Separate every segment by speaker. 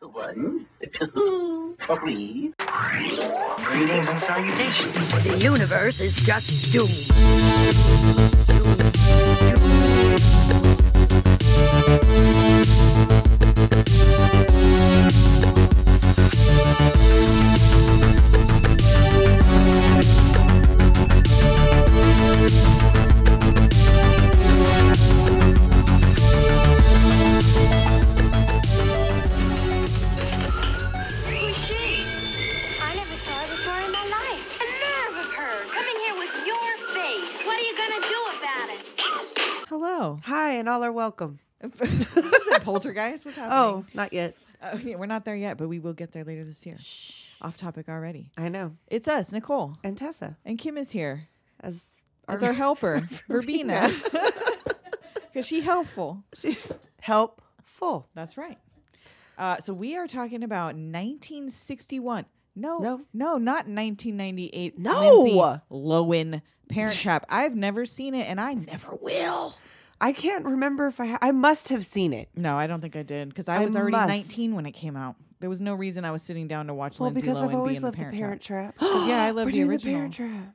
Speaker 1: One, two, three.
Speaker 2: Greetings and salutations.
Speaker 3: The universe is just doomed.
Speaker 4: Who's she? I never saw her before in my life. The nerve of her coming here with your face. What are you gonna do about it?
Speaker 5: Hello.
Speaker 6: Hi, and all are welcome.
Speaker 5: this isn't Poltergeist. What's happening?
Speaker 6: Oh, not yet.
Speaker 5: Uh, yeah, we're not there yet, but we will get there later this year. Off topic already.
Speaker 6: I know.
Speaker 5: It's us, Nicole.
Speaker 6: And Tessa
Speaker 5: And Kim is here
Speaker 6: as
Speaker 5: as our helper, Verbena. Because she helpful.
Speaker 6: she's helpful.
Speaker 5: That's right. Uh, so we are talking about 1961. No,
Speaker 6: No.
Speaker 5: no, not 1998.
Speaker 6: No!
Speaker 5: Lindsay Lohan Parent Trap. I've never seen it, and I never will.
Speaker 6: I can't remember if I ha- I must have seen it.
Speaker 5: No, I don't think I did because I,
Speaker 6: I
Speaker 5: was already
Speaker 6: must.
Speaker 5: 19 when it came out. There was no reason I was sitting down to watch
Speaker 6: Well,
Speaker 5: Lindsay
Speaker 6: because I've
Speaker 5: Lohan be
Speaker 6: always
Speaker 5: in the
Speaker 6: loved
Speaker 5: Parent,
Speaker 6: the Parent
Speaker 5: Trap.
Speaker 6: Trap.
Speaker 5: yeah, I love
Speaker 6: We're
Speaker 5: the
Speaker 6: doing
Speaker 5: original.
Speaker 6: Parent Trap.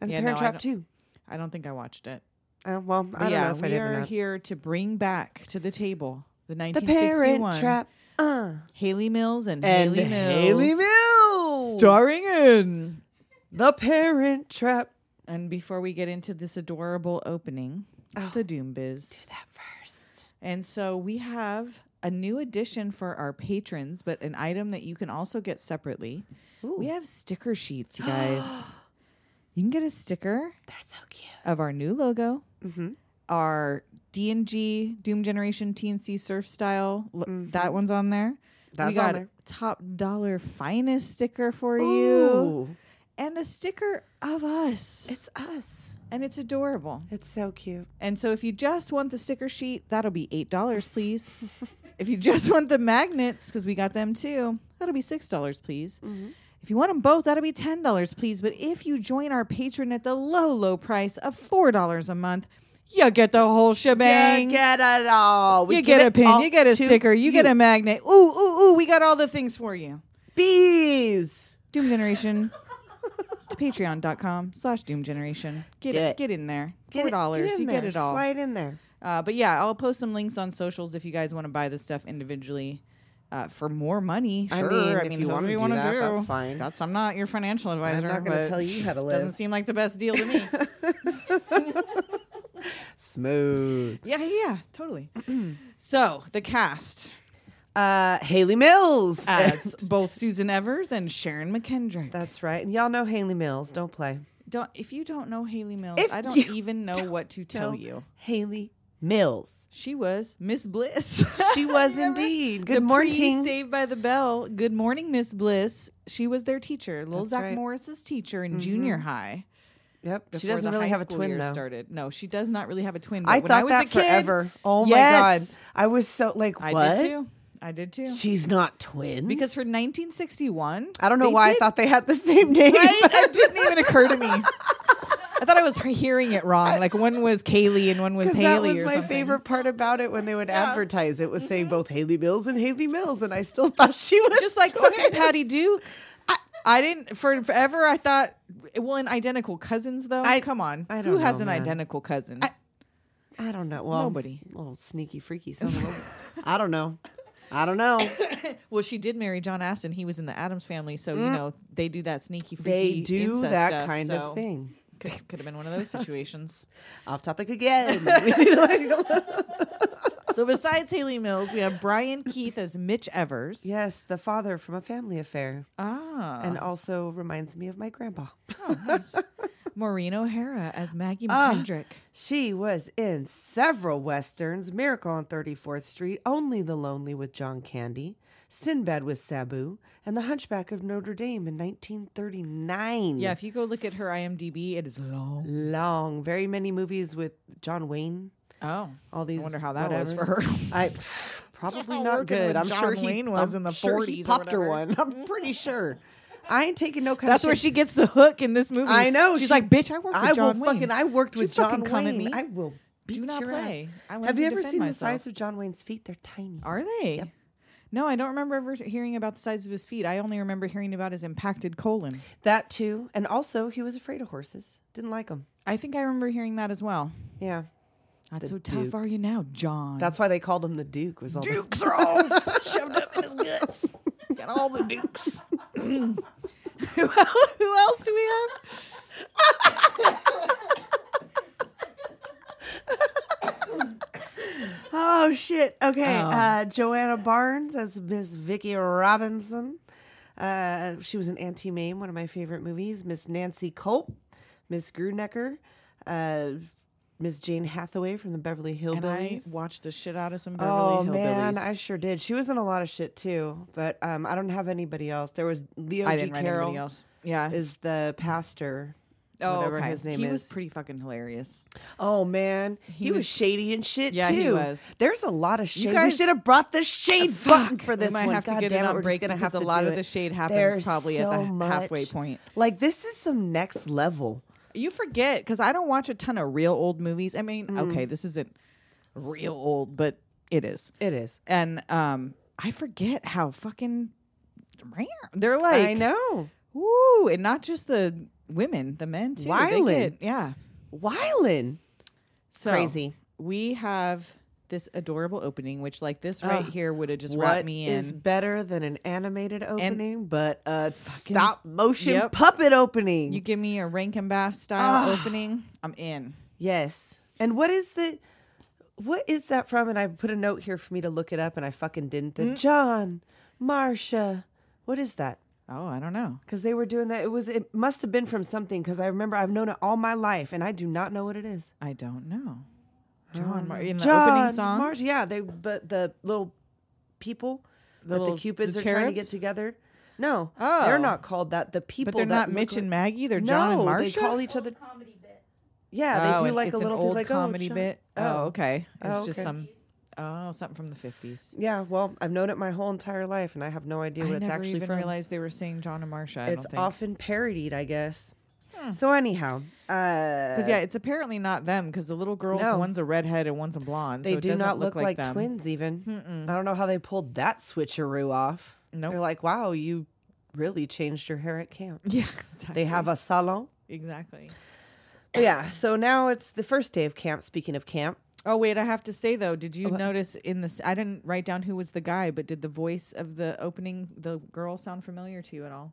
Speaker 6: And
Speaker 5: Yeah,
Speaker 6: Parent
Speaker 5: no, I
Speaker 6: Trap
Speaker 5: don't-
Speaker 6: too.
Speaker 5: I don't think I watched it.
Speaker 6: Uh, well, I
Speaker 5: But
Speaker 6: don't
Speaker 5: yeah,
Speaker 6: know if
Speaker 5: we
Speaker 6: I did
Speaker 5: are
Speaker 6: or not.
Speaker 5: here to bring back to the table the
Speaker 6: The Parent
Speaker 5: 1961
Speaker 6: Trap. Uh.
Speaker 5: Haley Mills and,
Speaker 6: And
Speaker 5: Haley Mills,
Speaker 6: Haley Mills.
Speaker 5: starring in.
Speaker 6: The Parent Trap.
Speaker 5: And before we get into this adorable opening,
Speaker 6: Oh.
Speaker 5: the Doom Biz.
Speaker 6: That first.
Speaker 5: And so we have a new addition for our patrons, but an item that you can also get separately. We have sticker sheets, you guys. you can get a sticker
Speaker 6: They're so cute.
Speaker 5: of our new logo, our D and G Doom Generation TNC Surf Style. lo- That one's on there.
Speaker 6: Mm-hmm. That's
Speaker 5: we got
Speaker 6: on there.
Speaker 5: top dollar finest sticker for you,
Speaker 6: Ooh,
Speaker 5: and a sticker of us,
Speaker 6: it's us.
Speaker 5: and it's adorable.
Speaker 6: It's so cute.
Speaker 5: And so if you just want the sticker sheet, that'll be eight dollars, please. if you just want the magnets, because we got them too, that'll be six dollars, please.
Speaker 6: Mm-hmm.
Speaker 5: If you want them both, that'll be ten dollars, please. But if you join our patron at the low, low price of four dollars a month, you get the whole shebang.
Speaker 6: You get it all. We
Speaker 5: You
Speaker 6: give
Speaker 5: get a
Speaker 6: it
Speaker 5: pin,
Speaker 6: all
Speaker 5: you get a
Speaker 6: to
Speaker 5: sticker, you, get a magnet. Ooh, ooh, ooh, we got all the things for you.
Speaker 6: bees.
Speaker 5: Doom Generation to patreon.com slash doom generation. Get,
Speaker 6: Do
Speaker 5: it,
Speaker 6: it.
Speaker 5: get in there.
Speaker 6: Get
Speaker 5: Four
Speaker 6: it-
Speaker 5: dollars.
Speaker 6: in
Speaker 5: You get
Speaker 6: there.
Speaker 5: it all.
Speaker 6: Slide in there.
Speaker 5: Uh, but yeah, I'll post some links on socials if you guys want to buy this stuff individually uh, for more money.
Speaker 6: I
Speaker 5: Sure,
Speaker 6: mean,
Speaker 5: I
Speaker 6: if
Speaker 5: mean,
Speaker 6: you
Speaker 5: that's
Speaker 6: wanna
Speaker 5: what
Speaker 6: do
Speaker 5: wanna
Speaker 6: that, that's fine.
Speaker 5: That's I'm not your financial advisor.
Speaker 6: not gonna
Speaker 5: but
Speaker 6: tell you how to
Speaker 5: Doesn't
Speaker 6: live.
Speaker 5: seem like the best deal to me.
Speaker 6: Smooth.
Speaker 5: yeah, yeah, yeah, totally. so the cast
Speaker 6: Uh, Haley Mills. Uh,
Speaker 5: as both Susan Evers and Sharon McKendrick.
Speaker 6: That's right. And y'all know Haley Mills. Don't play.
Speaker 5: don't if you don't know Haley Mills,
Speaker 6: If
Speaker 5: I don't
Speaker 6: you
Speaker 5: even know what to tell
Speaker 6: Don't.
Speaker 5: you.
Speaker 6: Haley Mills.
Speaker 5: She was Miss Bliss.
Speaker 6: She was
Speaker 5: Remember?
Speaker 6: indeed.
Speaker 5: the
Speaker 6: Good morning.
Speaker 5: Saved by the Bell. Good morning, Miss Bliss. She was their teacher, little
Speaker 6: That's
Speaker 5: Zach
Speaker 6: right.
Speaker 5: Morris's teacher in junior high.
Speaker 6: Yep. She
Speaker 5: before
Speaker 6: doesn't
Speaker 5: the
Speaker 6: really
Speaker 5: high
Speaker 6: have a
Speaker 5: school
Speaker 6: twin
Speaker 5: years
Speaker 6: though.
Speaker 5: Started. No, she does not really have a twin. But
Speaker 6: I
Speaker 5: when
Speaker 6: thought
Speaker 5: was
Speaker 6: that
Speaker 5: a kid,
Speaker 6: forever. Oh
Speaker 5: yes,
Speaker 6: my god. I was so like what?
Speaker 5: I did too. I did too.
Speaker 6: She's not twins.
Speaker 5: Because for 1961,
Speaker 6: I don't know
Speaker 5: they
Speaker 6: why
Speaker 5: did-
Speaker 6: I thought they had the same name.
Speaker 5: Right? it didn't even occur to me. I thought I was hearing it wrong. Like one was Kaylee and one was
Speaker 6: 'Cause
Speaker 5: Haley.
Speaker 6: that was
Speaker 5: or
Speaker 6: my
Speaker 5: something. Mm-hmm.
Speaker 6: favorite part about it when they would advertise it was saying both Haley Mills and Haley Mills, and I still thought she was
Speaker 5: just like fucking
Speaker 6: twins.
Speaker 5: Patty Duke. I, I didn't for forever. I thought, well, in identical cousins though.
Speaker 6: I-
Speaker 5: come on,
Speaker 6: I
Speaker 5: who
Speaker 6: don't
Speaker 5: has
Speaker 6: know,
Speaker 5: an
Speaker 6: man.
Speaker 5: identical cousin?
Speaker 6: I don't know. Well,
Speaker 5: Nobody.
Speaker 6: Well, sneaky freaky. Son of a- I don't know. I don't know.
Speaker 5: well, she did marry John Aston. He was in the Adams family, so you know they do that sneaky. Freaky
Speaker 6: Mm. They do
Speaker 5: incest
Speaker 6: that
Speaker 5: stuff,
Speaker 6: kind
Speaker 5: so
Speaker 6: of thing.
Speaker 5: Could, could have been one of those situations.
Speaker 6: Off topic again.
Speaker 5: so besides Haley Mills, we have Brian Keith as Mitch Evers.
Speaker 6: yes, the father from a family affair,
Speaker 5: Ah,
Speaker 6: and also reminds me of my grandpa.
Speaker 5: nice. Maureen O'Hara as Maggie
Speaker 6: Ah.
Speaker 5: McKendrick.
Speaker 6: She was in several westerns: Miracle on Thirty Fourth Street, Only the Lonely with John Candy, Sinbad with Sabu, and The Hunchback of Notre Dame in 1939.
Speaker 5: yeah, if you go look at her IMDb, it is long.
Speaker 6: long, very many movies with John Wayne.
Speaker 5: Oh,
Speaker 6: all these.
Speaker 5: I wonder how that was
Speaker 6: whatevers.
Speaker 5: for her.
Speaker 6: I probably not
Speaker 5: working
Speaker 6: good.
Speaker 5: with
Speaker 6: I'm sure
Speaker 5: John
Speaker 6: he
Speaker 5: Wayne was
Speaker 6: I'm
Speaker 5: in the
Speaker 6: sure he
Speaker 5: 40s or
Speaker 6: popped her
Speaker 5: whatever.
Speaker 6: one. I'm pretty sure. I ain't taking no kind
Speaker 5: That's
Speaker 6: of
Speaker 5: where
Speaker 6: shit.
Speaker 5: she gets the hook in this movie.
Speaker 6: I know.
Speaker 5: She's
Speaker 6: she-
Speaker 5: like, bitch, I worked with
Speaker 6: I
Speaker 5: John
Speaker 6: will
Speaker 5: Wayne.
Speaker 6: fucking. I worked
Speaker 5: Don't
Speaker 6: with
Speaker 5: you
Speaker 6: John
Speaker 5: fucking come at
Speaker 6: Wayne.
Speaker 5: me.
Speaker 6: I will. Beat
Speaker 5: not
Speaker 6: your ass.
Speaker 5: play. I want
Speaker 6: Have
Speaker 5: to
Speaker 6: you ever
Speaker 5: defend
Speaker 6: seen
Speaker 5: myself.
Speaker 6: the size of John Wayne's feet? They're tiny.
Speaker 5: Are they? No, I don't remember ever hearing about the size of his feet. I only remember hearing about his impacted colon.
Speaker 6: That too. And also, he was afraid of horses. Didn't like them.
Speaker 5: I think I remember hearing that as well.
Speaker 6: Yeah.
Speaker 5: Not
Speaker 6: The
Speaker 5: so tough
Speaker 6: Duke.
Speaker 5: are you now, John?
Speaker 6: That's why they called him the Duke. Was all the-
Speaker 5: dukes are all shoved up in his guts. Got all the dukes. who el- who else do we have?
Speaker 6: Oh shit. Okay. Uh, Joanna Barnes as Miss Vicky Robinson. Uh, she was in Auntie Mame, one of my favorite movies. Miss Nancy Culp, Miss Grunecker, uh, Miss Jane Hathaway from the Beverly
Speaker 5: And I
Speaker 6: Hillbillies.
Speaker 5: watched the shit out of some Beverly
Speaker 6: oh
Speaker 5: Hillbillies.
Speaker 6: man, I sure did. She was in a lot of shit too, but um, I don't have anybody else. There was Leo
Speaker 5: I
Speaker 6: G.
Speaker 5: didn't write
Speaker 6: Carroll
Speaker 5: anybody else. Yeah.
Speaker 6: is the pastor.
Speaker 5: oh,
Speaker 6: whatever
Speaker 5: okay.
Speaker 6: his name
Speaker 5: he
Speaker 6: is.
Speaker 5: was pretty fucking hilarious.
Speaker 6: Oh man, he, was,
Speaker 5: was-
Speaker 6: shady and shit
Speaker 5: Yeah,
Speaker 6: too.
Speaker 5: he was.
Speaker 6: There's a lot of shade. we
Speaker 5: guys-
Speaker 6: should have brought the shade button for this
Speaker 5: we might
Speaker 6: one.
Speaker 5: have to
Speaker 6: God
Speaker 5: get
Speaker 6: damn
Speaker 5: it
Speaker 6: it,
Speaker 5: on
Speaker 6: we're
Speaker 5: break
Speaker 6: just gonna
Speaker 5: because
Speaker 6: have
Speaker 5: a
Speaker 6: to
Speaker 5: lot
Speaker 6: do
Speaker 5: of
Speaker 6: it.
Speaker 5: the shade happens
Speaker 6: There's
Speaker 5: probably at
Speaker 6: so
Speaker 5: the halfway
Speaker 6: much.
Speaker 5: point.
Speaker 6: Like this is some next level.
Speaker 5: You forget because I don't watch a ton of real old movies. I mean,
Speaker 6: Mm.
Speaker 5: okay, this isn't real old, but it is.
Speaker 6: It is.
Speaker 5: and um, I forget how fucking rare they're like.
Speaker 6: I know.
Speaker 5: Woo, and not just the women, the men too. They
Speaker 6: Violent.
Speaker 5: get- yeah.
Speaker 6: Wylan.
Speaker 5: So
Speaker 6: Crazy.
Speaker 5: We have this adorable opening, which like this right here would have just wrapped me in.
Speaker 6: is better than an animated opening, but a stop motion
Speaker 5: yep.
Speaker 6: puppet opening?
Speaker 5: you give me a Rankin Bass style opening, I'm in.
Speaker 6: yes. And what is the? What is that from? And I put a note here for me to look it up, and I fucking didn't.
Speaker 5: Mm.
Speaker 6: The John, Marcia. What is that?
Speaker 5: Oh, I don't know.
Speaker 6: because they were doing that. It was it must have been from something because I remember I've known it all my life and I do not know what it is.
Speaker 5: I don't know. John Mar- in the
Speaker 6: John
Speaker 5: opening song.
Speaker 6: Marsh, yeah, they but the little people that
Speaker 5: little-
Speaker 6: the cupids
Speaker 5: the
Speaker 6: are trying to get
Speaker 5: cherubs?
Speaker 6: together. No,
Speaker 5: Oh.
Speaker 6: they're not called that. The people,
Speaker 5: but they're
Speaker 6: that
Speaker 5: not
Speaker 6: look
Speaker 5: Mitch
Speaker 6: like-
Speaker 5: and Maggie. They're
Speaker 6: no,
Speaker 5: John and Marcia.
Speaker 6: They call each other. Yeah,
Speaker 5: Oh,
Speaker 6: they do
Speaker 5: and
Speaker 6: like a
Speaker 5: it's
Speaker 6: little
Speaker 5: an
Speaker 6: thing,
Speaker 5: old
Speaker 6: like, oh,
Speaker 5: comedy
Speaker 6: John-
Speaker 5: bit. Oh, okay. It's
Speaker 6: Oh,
Speaker 5: just
Speaker 6: okay.
Speaker 5: some oh something from the fifties.
Speaker 6: Yeah, well, I've known it my whole entire life, and I have no idea
Speaker 5: I
Speaker 6: what
Speaker 5: never
Speaker 6: it's actually
Speaker 5: even
Speaker 6: from.
Speaker 5: realized they were saying John and Marcia. I
Speaker 6: it's
Speaker 5: don't think. Hmm.
Speaker 6: often parodied, I guess. So anyhow, uh,
Speaker 5: Because yeah, it's apparently not them. Because the little girls,
Speaker 6: No.
Speaker 5: one's a redhead and one's a blonde.
Speaker 6: They
Speaker 5: so it
Speaker 6: do
Speaker 5: doesn't
Speaker 6: not look, like,
Speaker 5: them.
Speaker 6: twins, even. I don't know how they pulled that switcheroo off.
Speaker 5: Nope.
Speaker 6: They're like, wow, you really changed your hair at camp.
Speaker 5: Yeah, exactly.
Speaker 6: They have a salon.
Speaker 5: exactly.
Speaker 6: But yeah, so now it's the first day of camp. Speaking of camp,
Speaker 5: Oh wait, I have to say though, did you notice in this? I didn't write down who was the guy, but did the voice of the opening, the girl, sound familiar to you at all?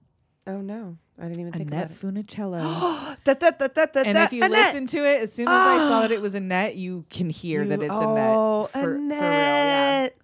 Speaker 6: oh no, I didn't even think
Speaker 5: Annette
Speaker 6: about
Speaker 5: Funicello.
Speaker 6: it. Da, da, da, da, da,
Speaker 5: and
Speaker 6: da,
Speaker 5: if you
Speaker 6: Annette!
Speaker 5: listen to it, as soon as I saw that it was Annette, you can hear that
Speaker 6: You-
Speaker 5: it's
Speaker 6: oh,
Speaker 5: Annette. For, for real, yeah.
Speaker 6: Annette.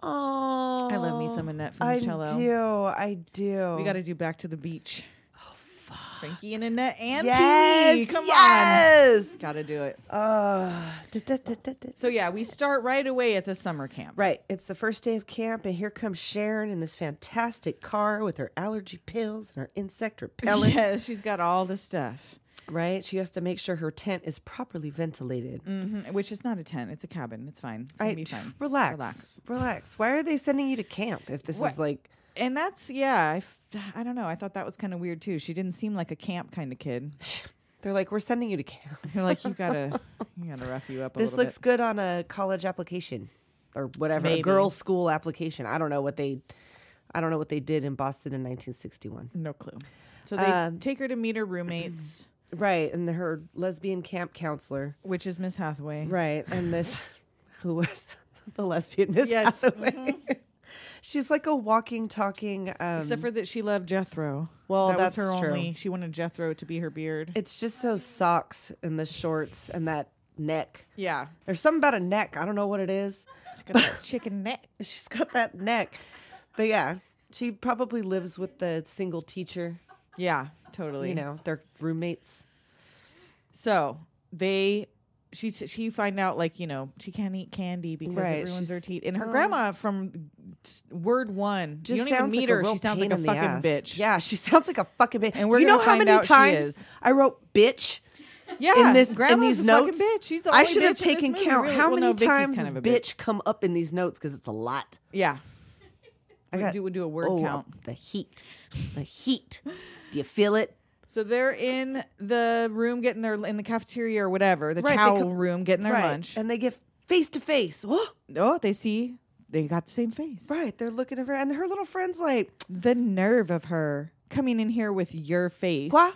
Speaker 6: Oh,
Speaker 5: I love me some Annette
Speaker 6: I
Speaker 5: Funicello.
Speaker 6: do, I do.
Speaker 5: We got to do Back to the Beach. Oh fuck! Frankie and Annette and Pee.
Speaker 6: yes,
Speaker 5: Come
Speaker 6: yes.
Speaker 5: on, gotta do it.
Speaker 6: Uh, da, da, da, da, da.
Speaker 5: So yeah, we start right away at the summer camp.
Speaker 6: Right. It's the first day of camp, and here comes Sharon in this fantastic car with her allergy pills and her insect repellent.
Speaker 5: Yeah, she's got all the stuff,
Speaker 6: Right. She has to make sure her tent is properly ventilated.
Speaker 5: Mm, which is not a tent; it's a cabin. It's fine. It's gonna
Speaker 6: I,
Speaker 5: be fine.
Speaker 6: Relax.
Speaker 5: relax.
Speaker 6: Relax. Why are they sending you to camp if this is
Speaker 5: What?
Speaker 6: like.
Speaker 5: And that's yeah. I, f- I don't know. I thought that was kind of weird too. She didn't seem like a camp kind of kid.
Speaker 6: They're like, we're sending you to camp.
Speaker 5: You're like you gotta you gotta rough you up a
Speaker 6: This
Speaker 5: little
Speaker 6: looks
Speaker 5: bit.
Speaker 6: good on a college application or whatever,
Speaker 5: Maybe.
Speaker 6: a girls' school application. I don't know what they. I don't know what they did in Boston in 1961.
Speaker 5: No clue. So they
Speaker 6: Um,
Speaker 5: take her to meet her roommates,
Speaker 6: Right, and her lesbian camp counselor.
Speaker 5: which is Miss Hathaway.
Speaker 6: Right. And this, who was the lesbian Miss
Speaker 5: Yes. Mm-hmm.
Speaker 6: Hathaway. She's like a walking, talking. Um,
Speaker 5: Except for that, she loved Jethro.
Speaker 6: Well,
Speaker 5: that
Speaker 6: that's
Speaker 5: was her
Speaker 6: true.
Speaker 5: only. She wanted Jethro to be her beard.
Speaker 6: it's just those socks and the shorts and that neck.
Speaker 5: yeah,
Speaker 6: There's something about a neck. I don't know what it is.
Speaker 5: she's got that chicken neck.
Speaker 6: She's got that neck. But yeah, she probably lives with the single teacher.
Speaker 5: Yeah, totally.
Speaker 6: You know, their roommates.
Speaker 5: So they, she she find out like you know she can't eat candy because
Speaker 6: Right,
Speaker 5: it ruins
Speaker 6: she's-
Speaker 5: her
Speaker 6: Oh.
Speaker 5: teeth. And her grandma from s- word one,
Speaker 6: Just
Speaker 5: you don't even
Speaker 6: sounds
Speaker 5: meet
Speaker 6: like a
Speaker 5: her.
Speaker 6: real
Speaker 5: She sounds like
Speaker 6: pain
Speaker 5: a
Speaker 6: in the
Speaker 5: fucking
Speaker 6: ass.
Speaker 5: bitch.
Speaker 6: Yeah, she sounds like a fucking bitch.
Speaker 5: And we're
Speaker 6: you know
Speaker 5: gonna
Speaker 6: how
Speaker 5: find
Speaker 6: many
Speaker 5: out she
Speaker 6: times
Speaker 5: is.
Speaker 6: I wrote bitch
Speaker 5: yeah.
Speaker 6: in this in
Speaker 5: grandma's
Speaker 6: these
Speaker 5: a
Speaker 6: notes.
Speaker 5: fucking bitch. She's the
Speaker 6: I
Speaker 5: only
Speaker 6: should have
Speaker 5: bitch in this
Speaker 6: taken
Speaker 5: movie,
Speaker 6: count
Speaker 5: really.
Speaker 6: how
Speaker 5: Well,
Speaker 6: many
Speaker 5: no, Vicky's
Speaker 6: times
Speaker 5: kind of
Speaker 6: does
Speaker 5: a bitch.
Speaker 6: bitch come up in these notes because it's a lot.
Speaker 5: Yeah.
Speaker 6: I got
Speaker 5: do- we do a word
Speaker 6: oh,
Speaker 5: count.
Speaker 6: The heat, the heat. do you feel it?
Speaker 5: So they're in the room getting their in the cafeteria or whatever the
Speaker 6: Right, they
Speaker 5: towel
Speaker 6: come-
Speaker 5: room getting their
Speaker 6: right,
Speaker 5: lunch.
Speaker 6: and they get face to face. Oh,
Speaker 5: oh, they see they got the same face.
Speaker 6: Right. They're looking at her, and her little friend's like,
Speaker 5: The nerve of her coming in here with your face.
Speaker 6: Qua?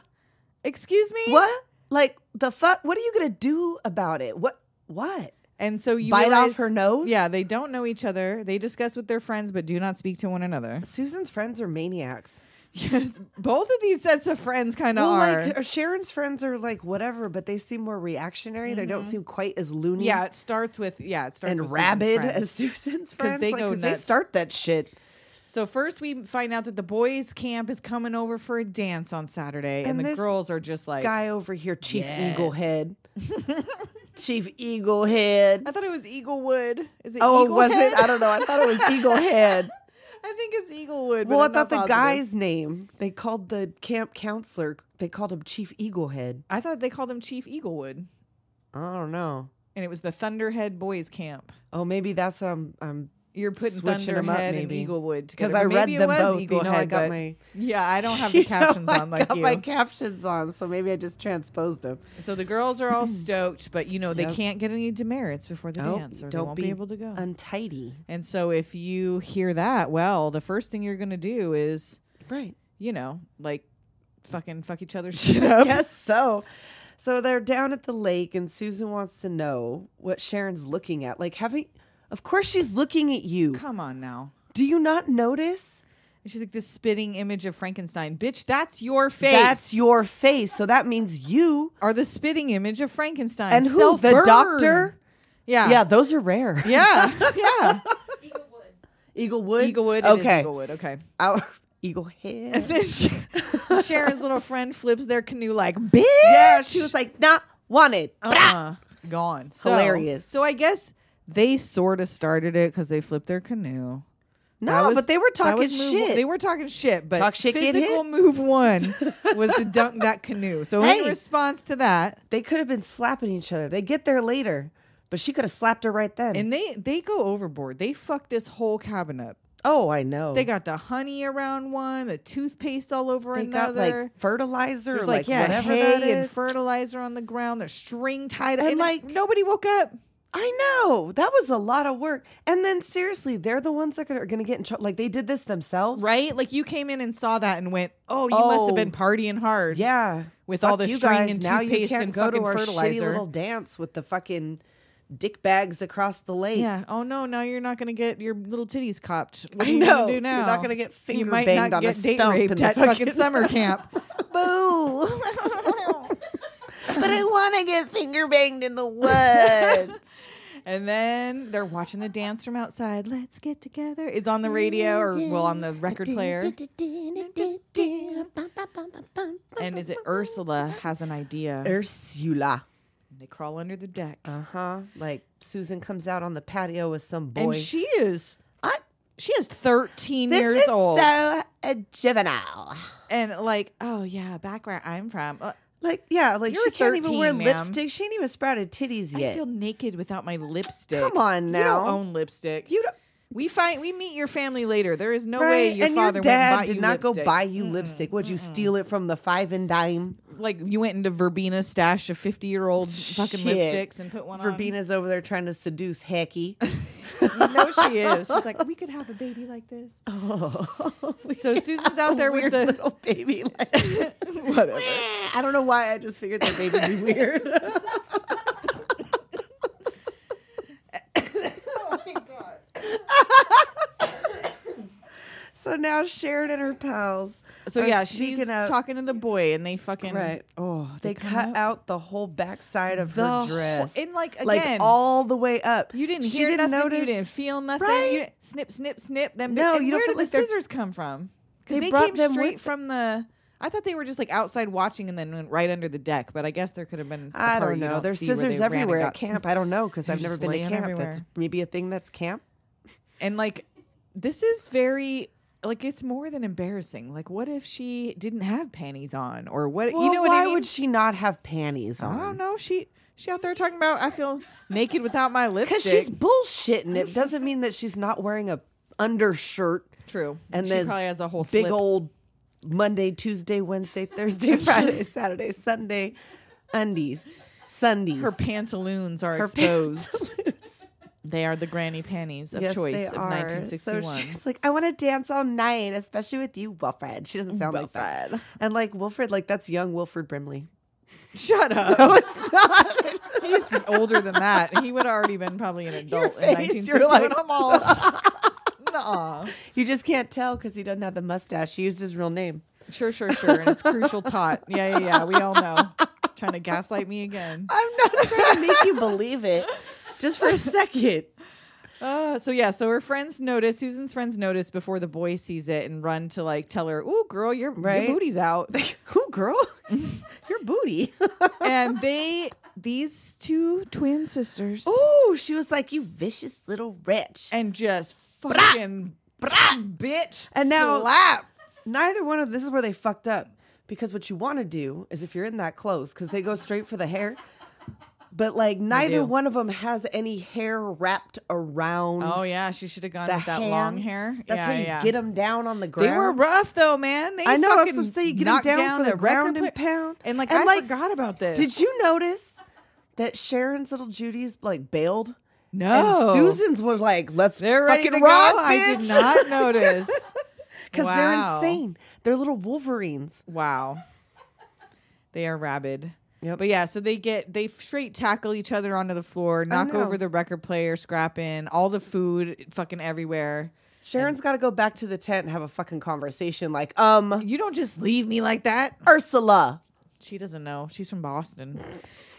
Speaker 5: Excuse me?
Speaker 6: "What? Like the fuck? What are you gonna do about it? What? What?
Speaker 5: And so you
Speaker 6: Bite off
Speaker 5: realize-
Speaker 6: her nose?
Speaker 5: Yeah, they don't know each other. They discuss with their friends, but do not speak to one another.
Speaker 6: Susan's friends are maniacs.
Speaker 5: Yes, both of these sets of friends kind of
Speaker 6: Well,
Speaker 5: are.
Speaker 6: like uh, Sharon's friends are like whatever, but they seem more reactionary. They don't seem quite as loony.
Speaker 5: Mm-hmm. yeah, it starts with yeah, it starts
Speaker 6: uh, and
Speaker 5: with Susan's
Speaker 6: rabid
Speaker 5: friends.
Speaker 6: as Susan's
Speaker 5: 'Cause
Speaker 6: friends.
Speaker 5: they
Speaker 6: Like,
Speaker 5: go
Speaker 6: 'cause they
Speaker 5: nuts.
Speaker 6: start that shit.
Speaker 5: So first we find out that the boys' camp is coming over for a dance on Saturday, and,
Speaker 6: And
Speaker 5: the
Speaker 6: this
Speaker 5: girls are just like,
Speaker 6: Guy over here, Chief
Speaker 5: Yes.
Speaker 6: Eaglehead. Chief Eaglehead.
Speaker 5: I thought it was Eaglewood. Is it?
Speaker 6: Oh, was
Speaker 5: Eaglehead?
Speaker 6: it? I don't know. I thought it was Eaglehead.
Speaker 5: I think it's Eaglewood.
Speaker 6: well, I
Speaker 5: but I'm
Speaker 6: thought
Speaker 5: not
Speaker 6: the
Speaker 5: positive.
Speaker 6: guy's name. They called the camp counselor. They called him Chief Eaglehead.
Speaker 5: I thought they called him Chief Eaglewood,
Speaker 6: I don't know.
Speaker 5: and it was the Thunderhead Boys' Camp.
Speaker 6: Oh, maybe that's what I'm. I'm
Speaker 5: You're putting
Speaker 6: Switching 'em up,
Speaker 5: Thunderhead and
Speaker 6: maybe.
Speaker 5: Eaglewood
Speaker 6: because
Speaker 5: together.
Speaker 6: I
Speaker 5: Maybe
Speaker 6: read
Speaker 5: it
Speaker 6: them
Speaker 5: was
Speaker 6: both. you know, I
Speaker 5: Eaglehead,
Speaker 6: got
Speaker 5: but-
Speaker 6: my.
Speaker 5: Yeah, I don't have the
Speaker 6: You know,
Speaker 5: captions on like
Speaker 6: I got
Speaker 5: you.
Speaker 6: my captions on, so maybe I just transposed them.
Speaker 5: So the girls are all stoked, but you know they
Speaker 6: Yep.
Speaker 5: can't get any demerits before the
Speaker 6: Nope,
Speaker 5: dance, or they won't be, able to go.
Speaker 6: Untidy.
Speaker 5: and so if you hear that, well, the first thing you're gonna do is,
Speaker 6: Right.
Speaker 5: you know, like fucking fuck each other's shit up.
Speaker 6: Yes, so. So they're down at the lake, and Susan wants to know what Sharon's looking at. Like, having, of course, she's looking at you.
Speaker 5: Come on now.
Speaker 6: Do you not notice?
Speaker 5: And she's like this spitting image of Frankenstein, bitch. That's your face.
Speaker 6: That's your face. So that means you
Speaker 5: are the spitting image of Frankenstein.
Speaker 6: and who? The
Speaker 5: Self-burn.
Speaker 6: doctor?
Speaker 5: Yeah.
Speaker 6: Yeah, those are rare.
Speaker 5: Yeah. yeah.
Speaker 6: Eaglewood.
Speaker 5: Eaglewood. it is
Speaker 6: Okay.
Speaker 5: Eaglewood. Okay.
Speaker 6: Our eagle head.
Speaker 5: Then Sh- Sharon's little friend flips their canoe like, bitch.
Speaker 6: yeah, she was like, not wanted.
Speaker 5: uh gone. So,
Speaker 6: Hilarious.
Speaker 5: So I guess they sort of started it because they flipped their canoe. That
Speaker 6: No,
Speaker 5: was-
Speaker 6: but they were
Speaker 5: that
Speaker 6: talking
Speaker 5: was move-
Speaker 6: shit.
Speaker 5: They were talking shit, but
Speaker 6: Talk shit, get
Speaker 5: physical
Speaker 6: hit.
Speaker 5: move one was to dunk that canoe. So in
Speaker 6: Hey.
Speaker 5: response to that,
Speaker 6: They could have been slapping each other. They get there later, but she could have slapped her right then.
Speaker 5: and they they go overboard. They fuck this whole cabin up.
Speaker 6: oh, I know.
Speaker 5: They got the honey around one, the toothpaste all over
Speaker 6: They got,
Speaker 5: another.
Speaker 6: like fertilizer, or,
Speaker 5: There's
Speaker 6: like,
Speaker 5: like, yeah,
Speaker 6: whatever
Speaker 5: hay
Speaker 6: that is.
Speaker 5: and fertilizer on the ground. There's string tied up,
Speaker 6: And,
Speaker 5: and
Speaker 6: like-
Speaker 5: like nobody woke up.
Speaker 6: I know that was a lot of work. And then seriously, they're the ones that are going to get in trouble. Like they did this themselves,
Speaker 5: Right? Like you came in and saw that and went, "Oh, you must
Speaker 6: Oh.
Speaker 5: have been partying hard."
Speaker 6: Yeah,
Speaker 5: With
Speaker 6: Fuck
Speaker 5: all the
Speaker 6: you
Speaker 5: string
Speaker 6: guys.
Speaker 5: and
Speaker 6: now you
Speaker 5: toothpaste
Speaker 6: can't
Speaker 5: and
Speaker 6: go to
Speaker 5: fucking
Speaker 6: our shitty
Speaker 5: fertilizer.
Speaker 6: little dance with the fucking dick bags across the lake.
Speaker 5: Yeah. Oh no, now you're not going to get your little titties copped. What
Speaker 6: I
Speaker 5: are you
Speaker 6: know.
Speaker 5: going to do now?
Speaker 6: You're not going to get
Speaker 5: You
Speaker 6: finger
Speaker 5: might
Speaker 6: banged
Speaker 5: not
Speaker 6: on
Speaker 5: get
Speaker 6: a
Speaker 5: date
Speaker 6: stump
Speaker 5: raped
Speaker 6: in the
Speaker 5: at
Speaker 6: fucking
Speaker 5: fucking summer camp.
Speaker 6: but
Speaker 5: Boo.
Speaker 6: I want to get finger banged in the woods.
Speaker 5: and then they're watching the dance from outside. Let's get together. It's on the radio or well on the record player. And is it Ursula has an idea?
Speaker 6: Er Ursula.
Speaker 5: They crawl under the deck.
Speaker 6: Uh huh. Like Susan comes out on the patio with some boy.
Speaker 5: and she is
Speaker 6: I-
Speaker 5: she is 13
Speaker 6: this
Speaker 5: years
Speaker 6: is
Speaker 5: old.
Speaker 6: so uh, juvenile.
Speaker 5: and like, oh yeah, back where I'm from. uh,
Speaker 6: Like yeah, like
Speaker 5: You're
Speaker 6: she can't even
Speaker 5: 13,
Speaker 6: wear
Speaker 5: ma'am.
Speaker 6: lipstick. She ain't even sprouted titties
Speaker 5: I
Speaker 6: yet.
Speaker 5: feel naked without my lipstick.
Speaker 6: Come on
Speaker 5: You
Speaker 6: now.
Speaker 5: don't own lipstick.
Speaker 6: you don't,
Speaker 5: we find we meet your family later. There is no way
Speaker 6: right?
Speaker 5: your
Speaker 6: and
Speaker 5: father
Speaker 6: your dad
Speaker 5: went and bought
Speaker 6: did
Speaker 5: you
Speaker 6: not
Speaker 5: lipstick.
Speaker 6: go buy you lipstick. Would you steal it from the five and dime?
Speaker 5: like you went into Verbena stash of 50 year old fucking
Speaker 6: Shit.
Speaker 5: lipsticks and put one
Speaker 6: Verbina's over there trying to seduce Hecky.
Speaker 5: on. No, she is. She's like, we could have a baby like this.
Speaker 6: Oh,
Speaker 5: so Susan's out there with
Speaker 6: weird
Speaker 5: the
Speaker 6: little baby. Like, whatever. I don't know why I just figured that baby would be weird. So now Sharon and her pals.
Speaker 5: so
Speaker 6: are
Speaker 5: yeah,
Speaker 6: sneaking
Speaker 5: she's
Speaker 6: up.
Speaker 5: talking to the boy and they fucking
Speaker 6: Right.
Speaker 5: oh
Speaker 6: They
Speaker 5: come
Speaker 6: cut
Speaker 5: up.
Speaker 6: out the whole backside of
Speaker 5: The
Speaker 6: her
Speaker 5: whole-
Speaker 6: dress,
Speaker 5: and, like,
Speaker 6: like
Speaker 5: again,
Speaker 6: all the way up.
Speaker 5: You didn't
Speaker 6: She
Speaker 5: hear
Speaker 6: didn't
Speaker 5: nothing. You
Speaker 6: notice-
Speaker 5: didn't feel nothing.
Speaker 6: Right.
Speaker 5: You didn't, snip, snip, snip. Then
Speaker 6: No,
Speaker 5: and
Speaker 6: you don't
Speaker 5: where
Speaker 6: feel
Speaker 5: did
Speaker 6: like
Speaker 5: the
Speaker 6: they're-
Speaker 5: scissors come from?
Speaker 6: They
Speaker 5: Because they,
Speaker 6: brought
Speaker 5: came
Speaker 6: them
Speaker 5: straight
Speaker 6: with-
Speaker 5: from the. I thought they were just like outside watching and then went right under the deck, but I guess there could have been. a
Speaker 6: I
Speaker 5: part
Speaker 6: don't
Speaker 5: you
Speaker 6: know. There's
Speaker 5: see where
Speaker 6: scissors
Speaker 5: they ran and
Speaker 6: everywhere at
Speaker 5: got
Speaker 6: camp.
Speaker 5: some-
Speaker 6: I don't know because I've
Speaker 5: They're
Speaker 6: never
Speaker 5: just
Speaker 6: been to
Speaker 5: laying
Speaker 6: camp. That's
Speaker 5: everywhere.
Speaker 6: maybe a thing that's camp.
Speaker 5: And like, this is very like it's more than embarrassing. Like, what if she didn't have panties on, or what?
Speaker 6: Well,
Speaker 5: you know what
Speaker 6: why
Speaker 5: I mean?
Speaker 6: would she not have panties
Speaker 5: I don't
Speaker 6: on?
Speaker 5: know. She she out there talking about I feel naked without my lipstick.
Speaker 6: Because she's bullshitting. It doesn't mean that she's not wearing a undershirt.
Speaker 5: true,
Speaker 6: And
Speaker 5: she
Speaker 6: there's
Speaker 5: probably has a whole
Speaker 6: big
Speaker 5: slip.
Speaker 6: old Monday, Tuesday, Wednesday, Thursday, Friday, Saturday, Sunday undies. Sundays.
Speaker 5: Her pantaloons are
Speaker 6: Her
Speaker 5: exposed.
Speaker 6: pantaloons.
Speaker 5: They are the granny panties of
Speaker 6: yes,
Speaker 5: choice
Speaker 6: they
Speaker 5: of
Speaker 6: are.
Speaker 5: 1961.
Speaker 6: So she's like, I want to dance all night, especially with you, Wilfred. She doesn't sound like that. And like Wilfred, like that's young Wilfred Brimley.
Speaker 5: Shut up.
Speaker 6: No, it's not.
Speaker 5: He's older than that. He would have already been probably an adult in
Speaker 6: face,
Speaker 5: 1961.
Speaker 6: you're like-
Speaker 5: I'm all. Nuh-uh.
Speaker 6: you just can't tell because he doesn't have the mustache. He used his real name.
Speaker 5: Sure, sure, sure. And it's crucial tot. Yeah, yeah, yeah. We all know. Trying to gaslight me again.
Speaker 6: I'm not trying to make you believe it. Just for a second.
Speaker 5: Uh, so yeah, so her friends notice Susan's friends notice before the boy sees it and run to like tell her, "Ooh, girl, your,
Speaker 6: Right.
Speaker 5: your booty's out."
Speaker 6: Who, girl? Your booty.
Speaker 5: and they, these two twin sisters,
Speaker 6: oh, she was like, you vicious little wretch.
Speaker 5: and just fucking bitch,
Speaker 6: And now-
Speaker 5: slap.
Speaker 6: Neither one of this is where they fucked up because what you want to do is if you're in that close because they go straight for the hair. But like neither
Speaker 5: do.
Speaker 6: one of them has any hair wrapped around.
Speaker 5: Oh yeah, she should have gone
Speaker 6: the
Speaker 5: with that long
Speaker 6: hand.
Speaker 5: hair.
Speaker 6: That's
Speaker 5: yeah,
Speaker 6: how you
Speaker 5: yeah.
Speaker 6: get them down on the ground.
Speaker 5: They were rough though, man. They
Speaker 6: I know. That's
Speaker 5: fucking
Speaker 6: what I'm saying. You get 'em
Speaker 5: knocked
Speaker 6: down for the
Speaker 5: record
Speaker 6: ground and
Speaker 5: pla-
Speaker 6: pound.
Speaker 5: And like,
Speaker 6: And,
Speaker 5: I
Speaker 6: like,
Speaker 5: forgot about this.
Speaker 6: Did you notice that Sharon's little Judy's like bailed?
Speaker 5: No,
Speaker 6: And Susan's was like, let's
Speaker 5: Oh. They're ready
Speaker 6: fucking
Speaker 5: to
Speaker 6: rock,
Speaker 5: go. I did
Speaker 6: bitch.
Speaker 5: not notice.
Speaker 6: Because
Speaker 5: Wow.
Speaker 6: they're insane. They're little wolverines.
Speaker 5: wow, they are rabid.
Speaker 6: Yep.
Speaker 5: But yeah, so they get they straight tackle each other onto the floor, knock
Speaker 6: know.
Speaker 5: over the record player, scrap in all the food, fucking everywhere.
Speaker 6: Sharon's got to go back to the tent and have a fucking conversation like, um,
Speaker 5: You don't just leave me like that.
Speaker 6: Ursula.
Speaker 5: She doesn't know. She's from Boston,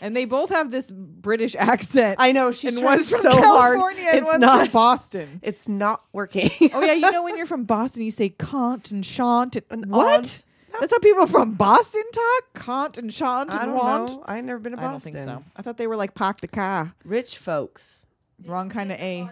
Speaker 5: and they both have this British accent.
Speaker 6: I know, she's
Speaker 5: and
Speaker 6: trying
Speaker 5: one's from
Speaker 6: so hard.
Speaker 5: California and
Speaker 6: It's
Speaker 5: one's
Speaker 6: not-
Speaker 5: from Boston.
Speaker 6: It's not working.
Speaker 5: Oh yeah, you know when you're from Boston, you say "can't" and "shan't." And,
Speaker 6: And
Speaker 5: what?
Speaker 6: aunt.
Speaker 5: That's how people from Boston talk. "Can't" and "shan't"
Speaker 6: I
Speaker 5: and
Speaker 6: don't
Speaker 5: "want."
Speaker 6: know. I've never been to
Speaker 5: I
Speaker 6: Boston.
Speaker 5: don't think so. I thought they were like park the car.
Speaker 6: Rich folks.
Speaker 5: Wrong kind of a.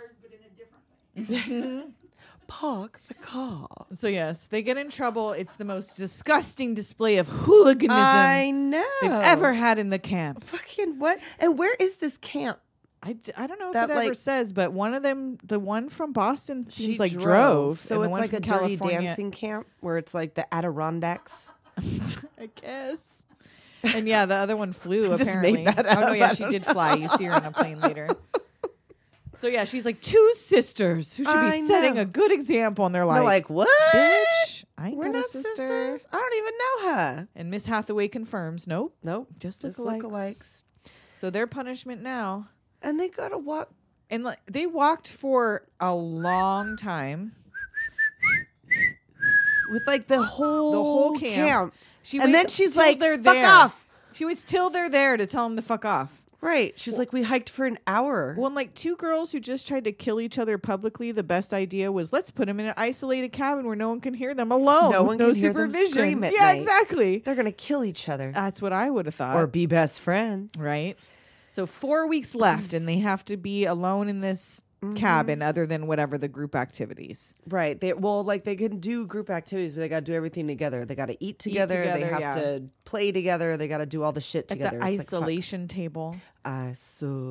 Speaker 6: Park the car.
Speaker 5: So yes, they get in trouble. It's the most disgusting display of hooliganism
Speaker 6: I know.
Speaker 5: um, they've ever had in the camp.
Speaker 6: Fucking what? And where is this camp?
Speaker 5: I, d- I don't know if
Speaker 6: That,
Speaker 5: it ever
Speaker 6: like-
Speaker 5: says, but one of them, the one from Boston, seems
Speaker 6: She
Speaker 5: like drove.
Speaker 6: So
Speaker 5: and the
Speaker 6: it's
Speaker 5: one
Speaker 6: like
Speaker 5: from
Speaker 6: a dirty
Speaker 5: California-
Speaker 6: dancing camp where it's like the Adirondacks.
Speaker 5: I guess. And yeah, the other one flew
Speaker 6: Just
Speaker 5: apparently.
Speaker 6: made that
Speaker 5: Oh no,
Speaker 6: up.
Speaker 5: yeah,
Speaker 6: I
Speaker 5: she
Speaker 6: don't
Speaker 5: did fly. You see her on a plane later. So yeah, she's like two sisters who should be
Speaker 6: I
Speaker 5: setting
Speaker 6: know.
Speaker 5: a good example in their
Speaker 6: They're
Speaker 5: life.
Speaker 6: like, what?
Speaker 5: bitch, I ain't
Speaker 6: We're
Speaker 5: got a
Speaker 6: not
Speaker 5: sister.
Speaker 6: sisters. I don't even know her.
Speaker 5: And Miss Hathaway confirms, nope.
Speaker 6: Nope.
Speaker 5: Just lookalikes.
Speaker 6: lookalikes.
Speaker 5: So their punishment now,
Speaker 6: And they gotta walk.
Speaker 5: and like they walked for a long time.
Speaker 6: with like the whole
Speaker 5: whole camp. She
Speaker 6: and then
Speaker 5: waits
Speaker 6: she's
Speaker 5: till
Speaker 6: like,
Speaker 5: they're
Speaker 6: "Fuck
Speaker 5: there."
Speaker 6: off!"
Speaker 5: She waits till they're there to tell them to fuck off.
Speaker 6: Right? She's like, "We hiked for an hour."
Speaker 5: Well, and like two girls who just tried to kill each other publicly, the best idea was let's put them in an isolated cabin where no one can hear them alone.
Speaker 6: No
Speaker 5: with
Speaker 6: one
Speaker 5: no
Speaker 6: can hear them
Speaker 5: supervision.
Speaker 6: scream at
Speaker 5: yeah,
Speaker 6: night.
Speaker 5: exactly.
Speaker 6: They're gonna kill each other
Speaker 5: That's what I would have thought.
Speaker 6: or be best friends.
Speaker 5: right? So four weeks left, and they have to be alone in this
Speaker 6: Mm-hmm.
Speaker 5: cabin, other than whatever the group activities.
Speaker 6: Right? They well, like they can do group activities, but they gotta do everything together. They gotta eat together. they
Speaker 5: together,
Speaker 6: have
Speaker 5: yeah.
Speaker 6: to play together. They gotta do all the shit together.
Speaker 5: At the
Speaker 6: It's like, fuck.
Speaker 5: isolation table.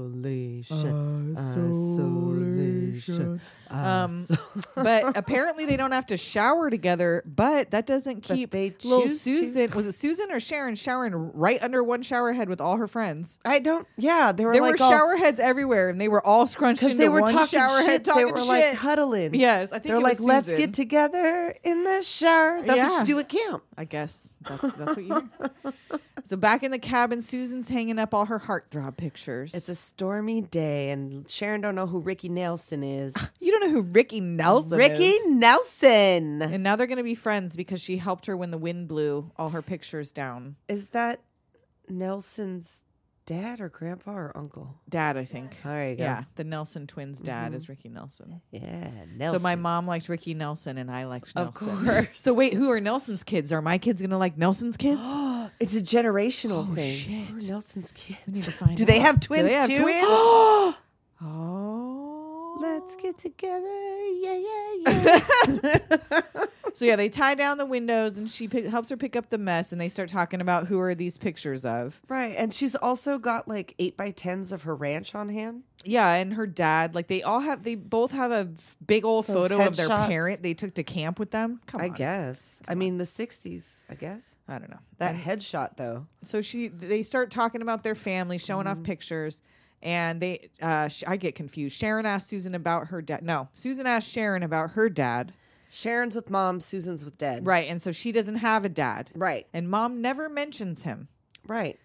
Speaker 6: isolation. Isolation. Uh,
Speaker 5: Um, but apparently they don't have to shower together. But that doesn't keep
Speaker 6: they
Speaker 5: little
Speaker 6: choose to.
Speaker 5: Susan. Was it Susan or Sharon showering right under one shower head with all her friends?
Speaker 6: I don't. Yeah, they were
Speaker 5: There
Speaker 6: like
Speaker 5: were
Speaker 6: all-
Speaker 5: shower heads everywhere, and they were all scrunched
Speaker 6: Because
Speaker 5: into
Speaker 6: they were
Speaker 5: one
Speaker 6: talking
Speaker 5: shower
Speaker 6: shit.
Speaker 5: head talking
Speaker 6: they were
Speaker 5: shit.
Speaker 6: like cuddling.
Speaker 5: Yes, I think
Speaker 6: they're
Speaker 5: it
Speaker 6: like,
Speaker 5: was
Speaker 6: let's
Speaker 5: Susan."
Speaker 6: get together in the shower. That's what
Speaker 5: Yeah.
Speaker 6: you do at camp.
Speaker 5: I guess that's that's what you. do. so back in the cabin, Susan's hanging up all her heartthrob pictures.
Speaker 6: It's a stormy day, and Sharon don't know who Ricky Nelson is.
Speaker 5: you don't know who Ricky Nelson
Speaker 6: Ricky
Speaker 5: is.
Speaker 6: Nelson
Speaker 5: And now they're gonna be friends because she helped her when the wind blew all her pictures down.
Speaker 6: is that Nelson's dad or grandpa or uncle?
Speaker 5: Dad, I think.
Speaker 6: There you go.
Speaker 5: Yeah, the Nelson twins' dad is Ricky Nelson.
Speaker 6: Yeah, Nelson.
Speaker 5: So my mom liked Ricky Nelson and I liked
Speaker 6: Of
Speaker 5: Nelson.
Speaker 6: course.
Speaker 5: So wait, who are Nelson's kids? Are my kids gonna like Nelson's kids?
Speaker 6: It's a generational thing.
Speaker 5: shit.
Speaker 6: Who are Nelson's
Speaker 5: We need to
Speaker 6: kids.
Speaker 5: find
Speaker 6: Do they
Speaker 5: out.
Speaker 6: have twins
Speaker 5: Do they have
Speaker 6: too?
Speaker 5: twins? oh.
Speaker 6: Let's get together. Yeah, yeah, yeah.
Speaker 5: So yeah, they tie down the windows, and she pick, helps her pick up the mess, and they start talking about who are these pictures of.
Speaker 6: right. And she's also got like eight by tens of her ranch on hand.
Speaker 5: Yeah, and her dad, like they all have, they both have a f- big old
Speaker 6: Those
Speaker 5: photo of their
Speaker 6: headshots.
Speaker 5: parent they took to camp with them. Come
Speaker 6: I
Speaker 5: on,
Speaker 6: guess. I mean, the 60s, I guess.
Speaker 5: I don't know.
Speaker 6: That headshot, though. Mm-hmm.
Speaker 5: So she, they start talking about their family, showing off pictures, and they uh sh- i get confused sharon asked susan about her dad no susan asked sharon about her dad
Speaker 6: Sharon's with mom, Susan's with dad.
Speaker 5: right and so she doesn't have a dad
Speaker 6: Right.
Speaker 5: and mom never mentions him
Speaker 6: Right.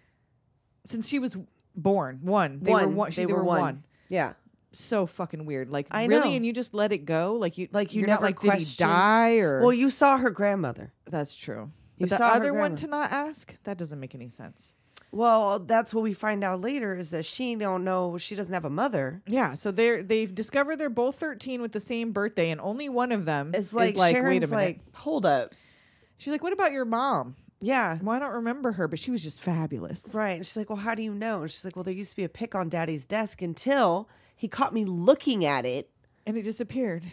Speaker 5: since she was born one they were one she, they, were, one.
Speaker 6: Yeah.
Speaker 5: so fucking weird like
Speaker 6: I
Speaker 5: really
Speaker 6: know.
Speaker 5: and you just let it go like you
Speaker 6: Like you
Speaker 5: you're
Speaker 6: never
Speaker 5: not like did he
Speaker 6: questioned-
Speaker 5: die or
Speaker 6: Well, you saw her grandmother.
Speaker 5: that's true
Speaker 6: You
Speaker 5: but the
Speaker 6: saw her
Speaker 5: other one
Speaker 6: grandma.
Speaker 5: to not ask that doesn't make any sense
Speaker 6: Well, that's what we find out later is that she don't know she doesn't have a mother.
Speaker 5: Yeah, so they're they've discovered they're both thirteen with the same birthday, and only one of them
Speaker 6: It's
Speaker 5: is
Speaker 6: like,
Speaker 5: like
Speaker 6: Sharon's
Speaker 5: wait a minute.
Speaker 6: like, hold up.
Speaker 5: She's like, what about your mom?
Speaker 6: Yeah.
Speaker 5: Well, I don't remember her, but she was just fabulous.
Speaker 6: Right. And she's like, Well, how do you know? And she's like, Well, there used to be a pic on daddy's desk until he caught me looking at it.
Speaker 5: And it disappeared.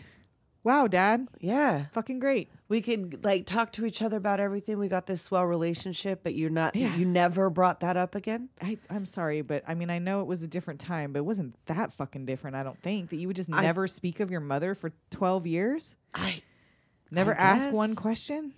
Speaker 5: Wow, Dad,
Speaker 6: Yeah.
Speaker 5: fucking great.
Speaker 6: We could like talk to each other about everything. We got this swell relationship, but you're not you never brought that up again.
Speaker 5: I, I'm sorry, but I mean, I know it was a different time, but it wasn't that fucking different. I don't think that you would just never speak of your mother for twelve years,
Speaker 6: I
Speaker 5: never ask one
Speaker 6: guess.
Speaker 5: question.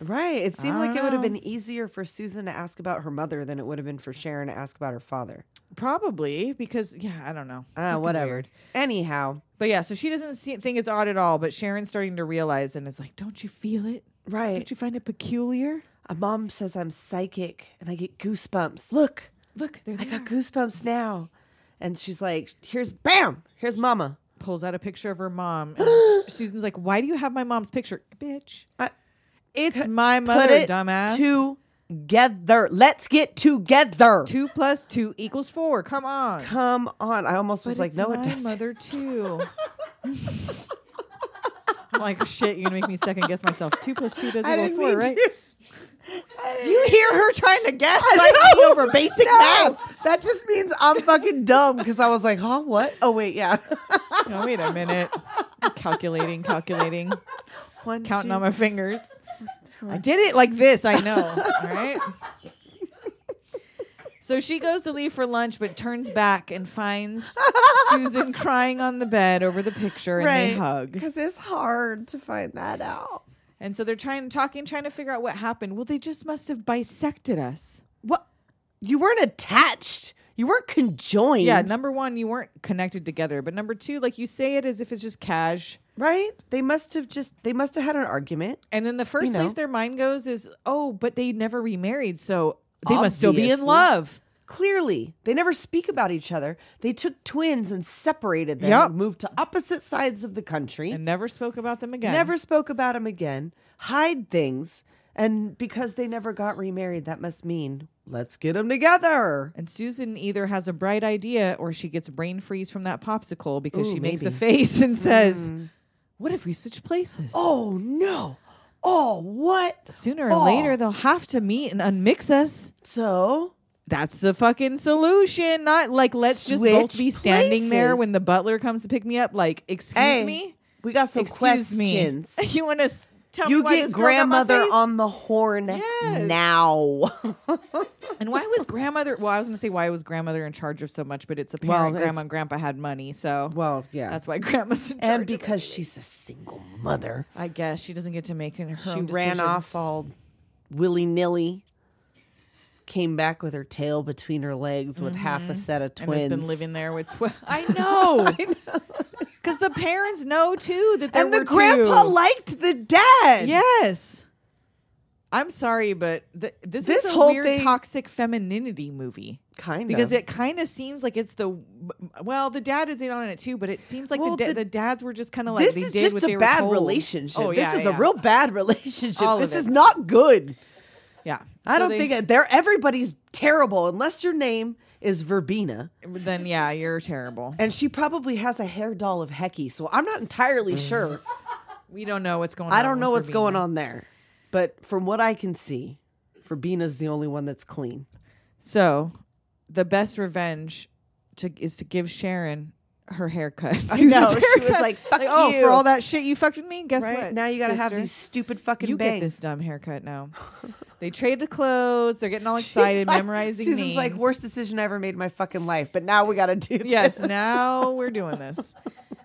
Speaker 6: Right. It seemed like
Speaker 5: don't
Speaker 6: it would have
Speaker 5: know.
Speaker 6: been easier for Susan to ask about her mother than it would have been for Sharon to ask about her father.
Speaker 5: Probably because yeah, I don't know.
Speaker 6: Uh,
Speaker 5: Fucking
Speaker 6: whatever.
Speaker 5: weird.
Speaker 6: Anyhow,
Speaker 5: But yeah, so she doesn't see, think it's odd at all. But Sharon's starting to realize, and is like, "Don't you feel it?
Speaker 6: right.
Speaker 5: Don't you find it peculiar?
Speaker 6: a mom says I'm psychic and I get goosebumps. Look,
Speaker 5: Look, there
Speaker 6: I
Speaker 5: they
Speaker 6: got
Speaker 5: are."
Speaker 6: goosebumps now. And she's like, here's bam, here's mama.
Speaker 5: Pulls out a picture of her mom. and Susan's like, "Why do you have my mom's picture, bitch?
Speaker 6: I-
Speaker 5: it's my mother,
Speaker 6: Put it
Speaker 5: dumbass.
Speaker 6: together. Let's get together.
Speaker 5: two plus two equals four. Come on."
Speaker 6: Come on. I almost was
Speaker 5: But
Speaker 6: like,
Speaker 5: it's
Speaker 6: no,
Speaker 5: my
Speaker 6: it doesn't.
Speaker 5: mother too. I'm like, shit, you're gonna make me second guess myself. Two plus two does equal four, right? You hear her trying to guess like
Speaker 6: know.
Speaker 5: over basic
Speaker 6: No.
Speaker 5: math.
Speaker 6: That just means I'm fucking dumb because I was like, huh, what? Oh, wait, yeah.
Speaker 5: Oh, wait a minute. calculating, calculating,
Speaker 6: One,
Speaker 5: counting
Speaker 6: two,
Speaker 5: on my fingers. I did it like this, I know. All right. So she goes to leave for lunch, but turns back and finds Susan crying on the bed over the picture and they hug.
Speaker 6: Because it's hard to find that out.
Speaker 5: And so they're trying, talking, trying to figure out what happened. Well, they just must have bisected us.
Speaker 6: What? You weren't attached. You weren't conjoined.
Speaker 5: Yeah, number one, you weren't connected together. But number two, like you say it as if it's just cash.
Speaker 6: right? They must have just. They must have had an argument.
Speaker 5: And then the first
Speaker 6: know.
Speaker 5: place their mind goes is, oh, but they never remarried, so they must still be in
Speaker 6: Obviously.
Speaker 5: love.
Speaker 6: Clearly, they never speak about each other. They took twins and separated them.
Speaker 5: Yep.
Speaker 6: and moved to opposite sides of the country.
Speaker 5: And never spoke about them again.
Speaker 6: never spoke about them again. Hide things. And because they never got remarried, that must mean let's get them together.
Speaker 5: And Susan either has a bright idea or she gets a brain freeze from that popsicle because
Speaker 6: Ooh,
Speaker 5: she makes a
Speaker 6: maybe. Mm-hmm.
Speaker 5: face and says, What if we switch places?
Speaker 6: Oh no! Oh what?
Speaker 5: Sooner or
Speaker 6: oh.
Speaker 5: later, they'll have to meet and unmix us.
Speaker 6: So
Speaker 5: That's the fucking solution. Not like, let's just both
Speaker 6: Switch
Speaker 5: be standing there
Speaker 6: places.
Speaker 5: when the butler comes to pick me up. Like, excuse
Speaker 6: Hey,
Speaker 5: me?
Speaker 6: we got some
Speaker 5: Excuse
Speaker 6: questions.
Speaker 5: me. You want to tell me
Speaker 6: You
Speaker 5: why
Speaker 6: get
Speaker 5: this girl got my
Speaker 6: grandmother
Speaker 5: face?
Speaker 6: on the horn
Speaker 5: Yes.
Speaker 6: now.
Speaker 5: And why was grandmother? Well, I was going to say why was grandmother in charge of so much, but it's
Speaker 6: Well,
Speaker 5: apparent
Speaker 6: it's-
Speaker 5: grandma and grandpa had money, so
Speaker 6: Well, yeah.
Speaker 5: that's why grandma's in charge.
Speaker 6: and
Speaker 5: of
Speaker 6: because she's a single mother,
Speaker 5: it. I guess she doesn't get to make her.
Speaker 6: she
Speaker 5: own
Speaker 6: ran off
Speaker 5: decisions.
Speaker 6: all willy nilly. Came back with her tail between her legs with half a set of
Speaker 5: Mm-hmm. and
Speaker 6: twins.
Speaker 5: has been living there with twelve. I know, because the parents know too that there
Speaker 6: and the
Speaker 5: were
Speaker 6: grandpa
Speaker 5: two.
Speaker 6: liked the dad.
Speaker 5: yes. I'm sorry, but th- this,
Speaker 6: This
Speaker 5: is a
Speaker 6: whole
Speaker 5: weird
Speaker 6: thing-
Speaker 5: toxic femininity movie.
Speaker 6: kind of
Speaker 5: Because it kind of seems like it's the well, the dad is in on it too, but it seems like
Speaker 6: Well,
Speaker 5: the, da-
Speaker 6: the-
Speaker 5: the dads were just kind of like
Speaker 6: This
Speaker 5: they
Speaker 6: is
Speaker 5: did
Speaker 6: just
Speaker 5: what they
Speaker 6: a
Speaker 5: were
Speaker 6: bad
Speaker 5: told.
Speaker 6: relationship.
Speaker 5: Oh, yeah,
Speaker 6: this is
Speaker 5: yeah.
Speaker 6: a real bad relationship.
Speaker 5: All of
Speaker 6: this is
Speaker 5: it.
Speaker 6: not good.
Speaker 5: Yeah,
Speaker 6: I
Speaker 5: So
Speaker 6: don't
Speaker 5: they-
Speaker 6: think they're everybody's terrible unless your name is Verbena,
Speaker 5: Then yeah, you're terrible.
Speaker 6: and she probably has a hair doll of Hecky. So I'm Mm. not entirely sure.
Speaker 5: We don't know what's going. on.
Speaker 6: I don't know
Speaker 5: with
Speaker 6: what's going
Speaker 5: Verbena.
Speaker 6: on there, but from what I can see, Verbena's the only one that's clean.
Speaker 5: So, the best revenge to is to give Sharon her haircut. I
Speaker 6: know, she was like, "Fuck
Speaker 5: oh,
Speaker 6: you."
Speaker 5: for all that shit you fucked with me. Guess
Speaker 6: Right
Speaker 5: what?
Speaker 6: now, you got to have
Speaker 5: sister?
Speaker 6: these stupid fucking
Speaker 5: You
Speaker 6: bangs.
Speaker 5: get this dumb haircut now. they trade the clothes. They're getting all excited,
Speaker 6: She's like-
Speaker 5: memorizing
Speaker 6: Susan's like
Speaker 5: names.
Speaker 6: worst decision I ever made in my fucking life, but now we got to do.
Speaker 5: yes,
Speaker 6: this.
Speaker 5: now we're doing this.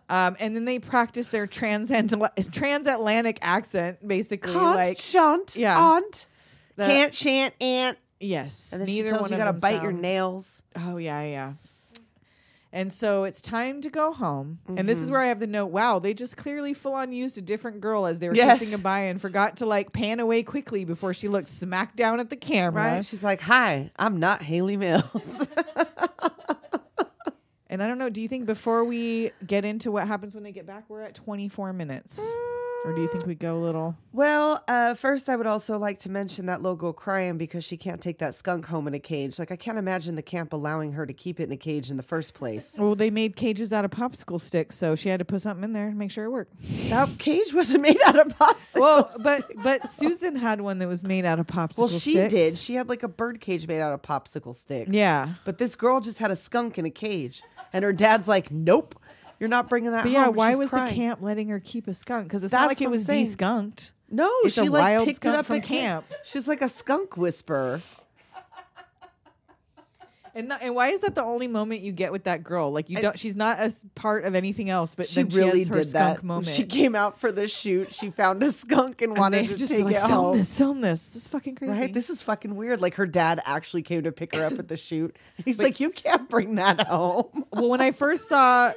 Speaker 5: Um, and then they practice their transant- transatlantic accent, basically.
Speaker 6: Can't,
Speaker 5: like,
Speaker 6: shan't,
Speaker 5: yeah.
Speaker 6: aunt,
Speaker 5: The-
Speaker 6: can't, shan't, aunt.
Speaker 5: yes.
Speaker 6: And then
Speaker 5: neither
Speaker 6: she tells
Speaker 5: one
Speaker 6: you
Speaker 5: of
Speaker 6: gotta
Speaker 5: them
Speaker 6: bite your
Speaker 5: sound-
Speaker 6: nails.
Speaker 5: Oh yeah, yeah. And so it's time to go home. And
Speaker 6: Mm-hmm.
Speaker 5: this is where I have the note. Wow, they just clearly full on used a different girl as they were
Speaker 6: Yes.
Speaker 5: kissing goodbye and forgot to like pan away quickly before she looked smack down at the camera.
Speaker 6: Right? She's like, "Hi, I'm not Haley Mills."
Speaker 5: And I don't know. Do you think before we get into what happens when they get back, we're at 24 minutes? Or do you think we go a little?
Speaker 6: well, uh, first, I would also like to mention that local crying because she can't take that skunk home in a cage. Like, I can't imagine the camp allowing her to keep it in a cage in the first place.
Speaker 5: Well, they made cages out of popsicle sticks, so she had to put something in there to make sure it worked.
Speaker 6: that cage wasn't made out of popsicles.
Speaker 5: Well, but but Susan had one that was made out of popsicle.
Speaker 6: well, she
Speaker 5: sticks.
Speaker 6: did. She had like a bird cage made out of popsicle sticks.
Speaker 5: Yeah.
Speaker 6: But this girl just had a skunk in a cage, and her dad's like, "Nope, you're not bringing that
Speaker 5: Oh,
Speaker 6: home."
Speaker 5: But yeah, why
Speaker 6: She's
Speaker 5: was
Speaker 6: crying.
Speaker 5: the camp letting her keep a skunk? Because it's
Speaker 6: That's
Speaker 5: not like
Speaker 6: what
Speaker 5: it
Speaker 6: I'm
Speaker 5: was
Speaker 6: saying.
Speaker 5: de-skunked.
Speaker 6: No,
Speaker 5: It's
Speaker 6: she
Speaker 5: a
Speaker 6: like
Speaker 5: wild
Speaker 6: picked it
Speaker 5: skunk
Speaker 6: up
Speaker 5: from
Speaker 6: at camp. She's like a skunk whisperer.
Speaker 5: And th- and why is that the only moment you get with that girl? Like you don't. She's not a s- part of anything else. But
Speaker 6: She
Speaker 5: then
Speaker 6: really
Speaker 5: she has her
Speaker 6: did
Speaker 5: skunk
Speaker 6: that.
Speaker 5: moment.
Speaker 6: She came out for the shoot. She found a skunk and,
Speaker 5: and
Speaker 6: wanted
Speaker 5: they
Speaker 6: to
Speaker 5: just are
Speaker 6: take
Speaker 5: like,
Speaker 6: it
Speaker 5: film
Speaker 6: home.
Speaker 5: this, film this. This is fucking crazy.
Speaker 6: Right? This is fucking weird. Like her dad actually came to pick her up at the shoot. He's like, "You can't bring that home."
Speaker 5: well, when I first saw.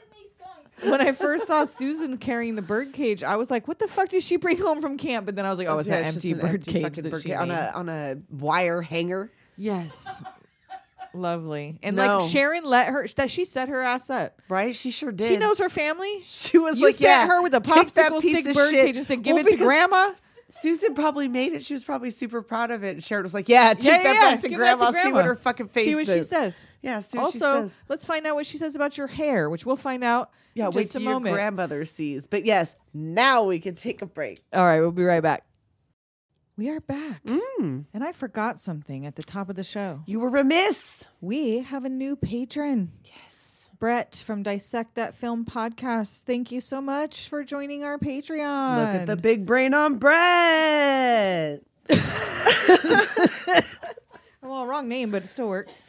Speaker 5: When I first saw Susan carrying the bird cage, I was like, "What the fuck did she bring home from camp?" But then I was like, "Oh, it's
Speaker 6: Yeah,
Speaker 5: that
Speaker 6: just
Speaker 5: empty
Speaker 6: an
Speaker 5: bird
Speaker 6: empty
Speaker 5: cage
Speaker 6: fucking
Speaker 5: that
Speaker 6: bird
Speaker 5: she
Speaker 6: cage on
Speaker 5: made.
Speaker 6: a on a wire hanger.
Speaker 5: Yes, lovely. And
Speaker 6: No.
Speaker 5: like Sharon let her that she set her ass up.
Speaker 6: Right? She sure did.
Speaker 5: She knows her family.
Speaker 6: She was
Speaker 5: You
Speaker 6: like,
Speaker 5: sent
Speaker 6: "Yeah,
Speaker 5: her with a
Speaker 6: take that
Speaker 5: popsicle
Speaker 6: piece
Speaker 5: stick
Speaker 6: of
Speaker 5: bird
Speaker 6: shit."
Speaker 5: cage and said, "Give
Speaker 6: Well,
Speaker 5: it to
Speaker 6: because
Speaker 5: grandma."
Speaker 6: Susan probably made it. She was probably super proud of it. And Sharon was like, "Yeah, take
Speaker 5: Yeah, yeah,
Speaker 6: that
Speaker 5: yeah.
Speaker 6: back to
Speaker 5: Give that
Speaker 6: grandma. See what her fucking face.
Speaker 5: See what she
Speaker 6: did."
Speaker 5: says.
Speaker 6: Yeah, see what
Speaker 5: also,
Speaker 6: she says.
Speaker 5: let's find out what she says about your hair, which we'll find out.
Speaker 6: Yeah,
Speaker 5: in
Speaker 6: wait
Speaker 5: just
Speaker 6: till
Speaker 5: a
Speaker 6: your
Speaker 5: moment.
Speaker 6: grandmother sees. But yes, now we can take a break.
Speaker 5: All right, we'll be right back. Mm. We are back, and I forgot something at the top of the show.
Speaker 6: You were remiss.
Speaker 5: We have a new patron. Yes. Brett from Dissect That Film podcast. Thank you so much for joining our Patreon.
Speaker 6: Look at the big brain on bread.
Speaker 5: well, wrong name, but it still works.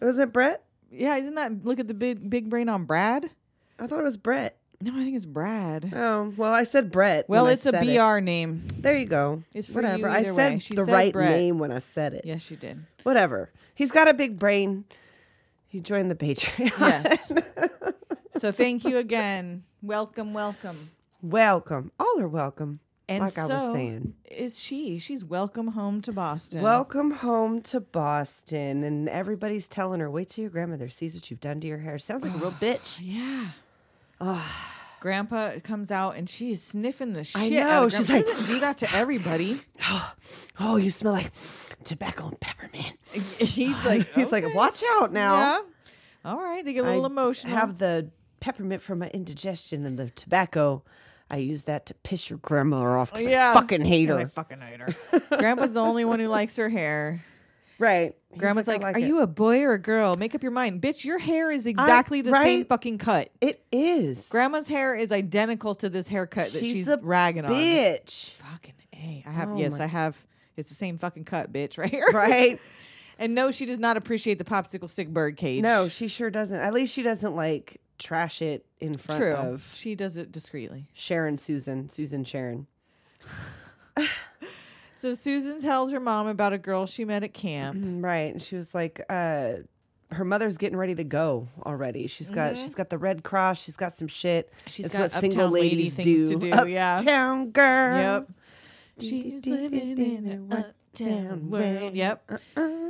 Speaker 6: Was it Brett?
Speaker 5: Yeah, isn't that look at the big big brain on Brad?
Speaker 6: I thought it was Brett.
Speaker 5: No, I think it's Brad.
Speaker 6: Oh, well, I said Brett.
Speaker 5: Well,
Speaker 6: when I
Speaker 5: it's a
Speaker 6: said it.
Speaker 5: BR name.
Speaker 6: There you go.
Speaker 5: It's for
Speaker 6: Whatever.
Speaker 5: you
Speaker 6: I
Speaker 5: either
Speaker 6: said
Speaker 5: way. She
Speaker 6: the
Speaker 5: said
Speaker 6: right
Speaker 5: Brett.
Speaker 6: name when I said it.
Speaker 5: Yes, you did.
Speaker 6: Whatever. He's got a big brain. He joined the Patreon.
Speaker 5: Yes. so thank you again. Welcome, welcome.
Speaker 6: welcome. All are welcome.
Speaker 5: And
Speaker 6: like I was
Speaker 5: so
Speaker 6: saying.
Speaker 5: is she. She's welcome home to Boston.
Speaker 6: Welcome home to Boston. And everybody's telling her, wait till your grandmother sees what you've done to your hair. Sounds like a real bitch.
Speaker 5: yeah. Grandpa comes out and she is sniffing the shit.
Speaker 6: I
Speaker 5: out
Speaker 6: know.
Speaker 5: of Grandpa.
Speaker 6: She's
Speaker 5: She
Speaker 6: like-
Speaker 5: doesn't do that to everybody.
Speaker 6: Oh, you smell like tobacco and peppermint.
Speaker 5: He's like,
Speaker 6: He's like,
Speaker 5: "Okay,
Speaker 6: watch out now.
Speaker 5: Yeah. All right, they get a little
Speaker 6: I
Speaker 5: emotional.
Speaker 6: have the peppermint for my indigestion and the tobacco. I use that to piss your grandmother off. 'cause I fucking hate
Speaker 5: And
Speaker 6: her.
Speaker 5: I fucking hate her. Grandpa's the only one who likes her hair.
Speaker 6: right. He's
Speaker 5: Grandma's like,
Speaker 6: "I
Speaker 5: "Are
Speaker 6: it."
Speaker 5: you a boy or a girl? Make up your mind, bitch. Your hair is exactly the same
Speaker 6: right?
Speaker 5: fucking cut.
Speaker 6: It is.
Speaker 5: Grandma's hair is identical to this haircut that she's,
Speaker 6: a
Speaker 5: ragging on.
Speaker 6: bitch. Oh
Speaker 5: Fucking a. I have yes, I have. It's the same fucking cut, bitch, right here.
Speaker 6: Right?
Speaker 5: And no, she does not appreciate the popsicle stick bird cage.
Speaker 6: no, she sure doesn't. At least she doesn't like trash it in front
Speaker 5: true.
Speaker 6: of
Speaker 5: um, She does it discreetly.
Speaker 6: Sharon, Susan, Susan, Sharon.
Speaker 5: So Susan tells her mom about a girl she met at camp.
Speaker 6: Right. And she was like, uh, her mother's getting ready to go already. She's got she's got the Red Cross. She's got some shit.
Speaker 5: Mm-hmm. She's
Speaker 6: It's
Speaker 5: got
Speaker 6: what single
Speaker 5: uptown lady
Speaker 6: ladies
Speaker 5: things
Speaker 6: do.
Speaker 5: to do, yeah.
Speaker 6: Uptown girl.
Speaker 5: Yep.
Speaker 6: She's living in an uptown world.
Speaker 5: Yep.
Speaker 6: Uh-uh.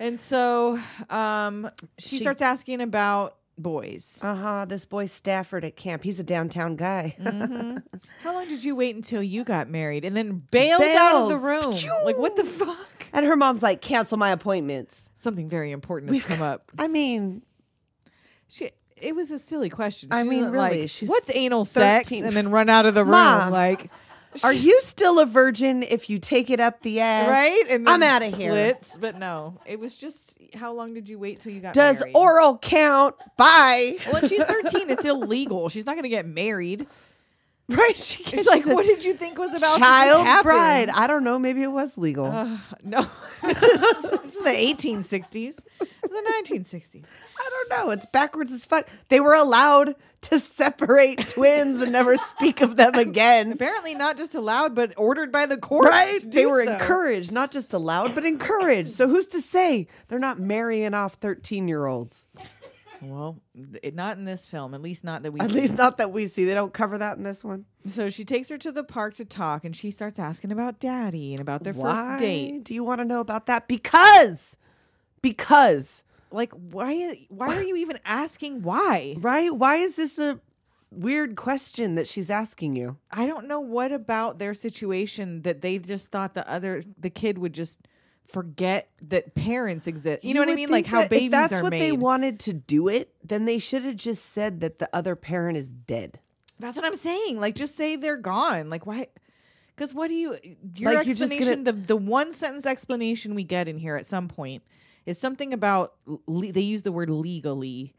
Speaker 5: And so um, she, starts asking about boys.
Speaker 6: Uh huh. This boy Stafford at camp. He's a downtown guy.
Speaker 5: Mm-hmm. How long did you wait until you got married and then bailed out of the room?
Speaker 6: Bails.
Speaker 5: Like what the fuck?
Speaker 6: and her mom's like, cancel my appointments.
Speaker 5: Something very important has come up.
Speaker 6: I mean,
Speaker 5: She, it was a silly question.
Speaker 6: I
Speaker 5: She
Speaker 6: mean,
Speaker 5: was
Speaker 6: really,
Speaker 5: like,
Speaker 6: she's
Speaker 5: what's anal sex,
Speaker 6: 13.
Speaker 5: and then run out of the room
Speaker 6: Ma.
Speaker 5: like,
Speaker 6: are you still a virgin if you take it up the ass?
Speaker 5: right? And
Speaker 6: I'm
Speaker 5: then
Speaker 6: outta here.
Speaker 5: splits, But no, it was just how long did you wait till you got
Speaker 6: Does
Speaker 5: married?
Speaker 6: oral count? Bye.
Speaker 5: well, and she's thirteen. It's illegal. She's not going to get married.
Speaker 6: Right? She,
Speaker 5: It's
Speaker 6: she's
Speaker 5: like,
Speaker 6: a
Speaker 5: what did you think was about to just
Speaker 6: child
Speaker 5: happen?
Speaker 6: bride. I don't know. Maybe it was legal.
Speaker 5: No, this is, this is the eighteen sixties, the nineteen sixties.
Speaker 6: I don't know. It's backwards as fuck. They were allowed to separate twins and never speak of them again.
Speaker 5: Apparently, not just allowed, but ordered by the court.
Speaker 6: Right?
Speaker 5: to
Speaker 6: They
Speaker 5: do
Speaker 6: were
Speaker 5: so.
Speaker 6: encouraged, not just allowed, but encouraged. So who's to say they're not marrying off 13 year olds?
Speaker 5: Well, it, not in this film, at least not that we
Speaker 6: At
Speaker 5: see.
Speaker 6: least not that we see. They don't cover that in this one.
Speaker 5: So she takes her to the park to talk, and she starts asking about daddy and about their
Speaker 6: Why
Speaker 5: first date.
Speaker 6: Do you want to know about that? Because, because,
Speaker 5: Like, why? Why are you even asking why?
Speaker 6: right? Why is this a weird question that she's asking you?
Speaker 5: I don't know what about their situation that they just thought the other the kid would just forget that parents exist. You, know what I
Speaker 6: would
Speaker 5: mean?
Speaker 6: think
Speaker 5: Like how
Speaker 6: that
Speaker 5: babies
Speaker 6: if that's
Speaker 5: are
Speaker 6: what
Speaker 5: made.
Speaker 6: they wanted to do it, then they should have just said that the other parent is dead.
Speaker 5: That's what I'm saying. Like, just say they're gone. Like, why? Because what do you? Your
Speaker 6: Like, you're just gonna-
Speaker 5: explanation, the the one sentence explanation we get in here at some point is something about le- they use the word legally.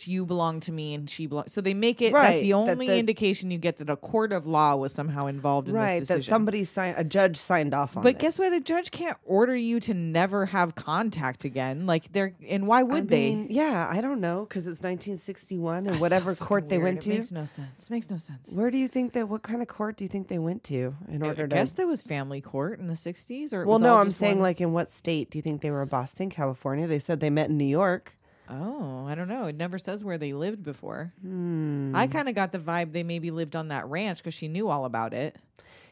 Speaker 5: You belong to me, and she belongs. So they make it. That's
Speaker 6: Right,
Speaker 5: the
Speaker 6: that
Speaker 5: only
Speaker 6: the-
Speaker 5: indication you get that a court of law was somehow involved in
Speaker 6: right.
Speaker 5: this
Speaker 6: That
Speaker 5: decision.
Speaker 6: somebody signed, a judge signed off on
Speaker 5: but
Speaker 6: it.
Speaker 5: guess what? A judge can't order you to never have contact again. Like they're and why would
Speaker 6: I
Speaker 5: they?
Speaker 6: mean, yeah, I don't know because it's 1961 and
Speaker 5: So
Speaker 6: whatever
Speaker 5: fucking
Speaker 6: court they
Speaker 5: weird.
Speaker 6: went
Speaker 5: It
Speaker 6: to.
Speaker 5: makes no sense. makes no sense.
Speaker 6: Where do you think that? What kind of court do you think they went to in
Speaker 5: I
Speaker 6: order to?
Speaker 5: guess there was family court in the '60s, or it
Speaker 6: well,
Speaker 5: was
Speaker 6: no,
Speaker 5: all
Speaker 6: I'm
Speaker 5: just
Speaker 6: saying
Speaker 5: one-
Speaker 6: like in what state do you think they were? Boston, California. They said they met in New York.
Speaker 5: Oh, I don't know. It never says where they lived before.
Speaker 6: Hmm.
Speaker 5: I kind of got the vibe they maybe lived on that ranch because she knew all about it.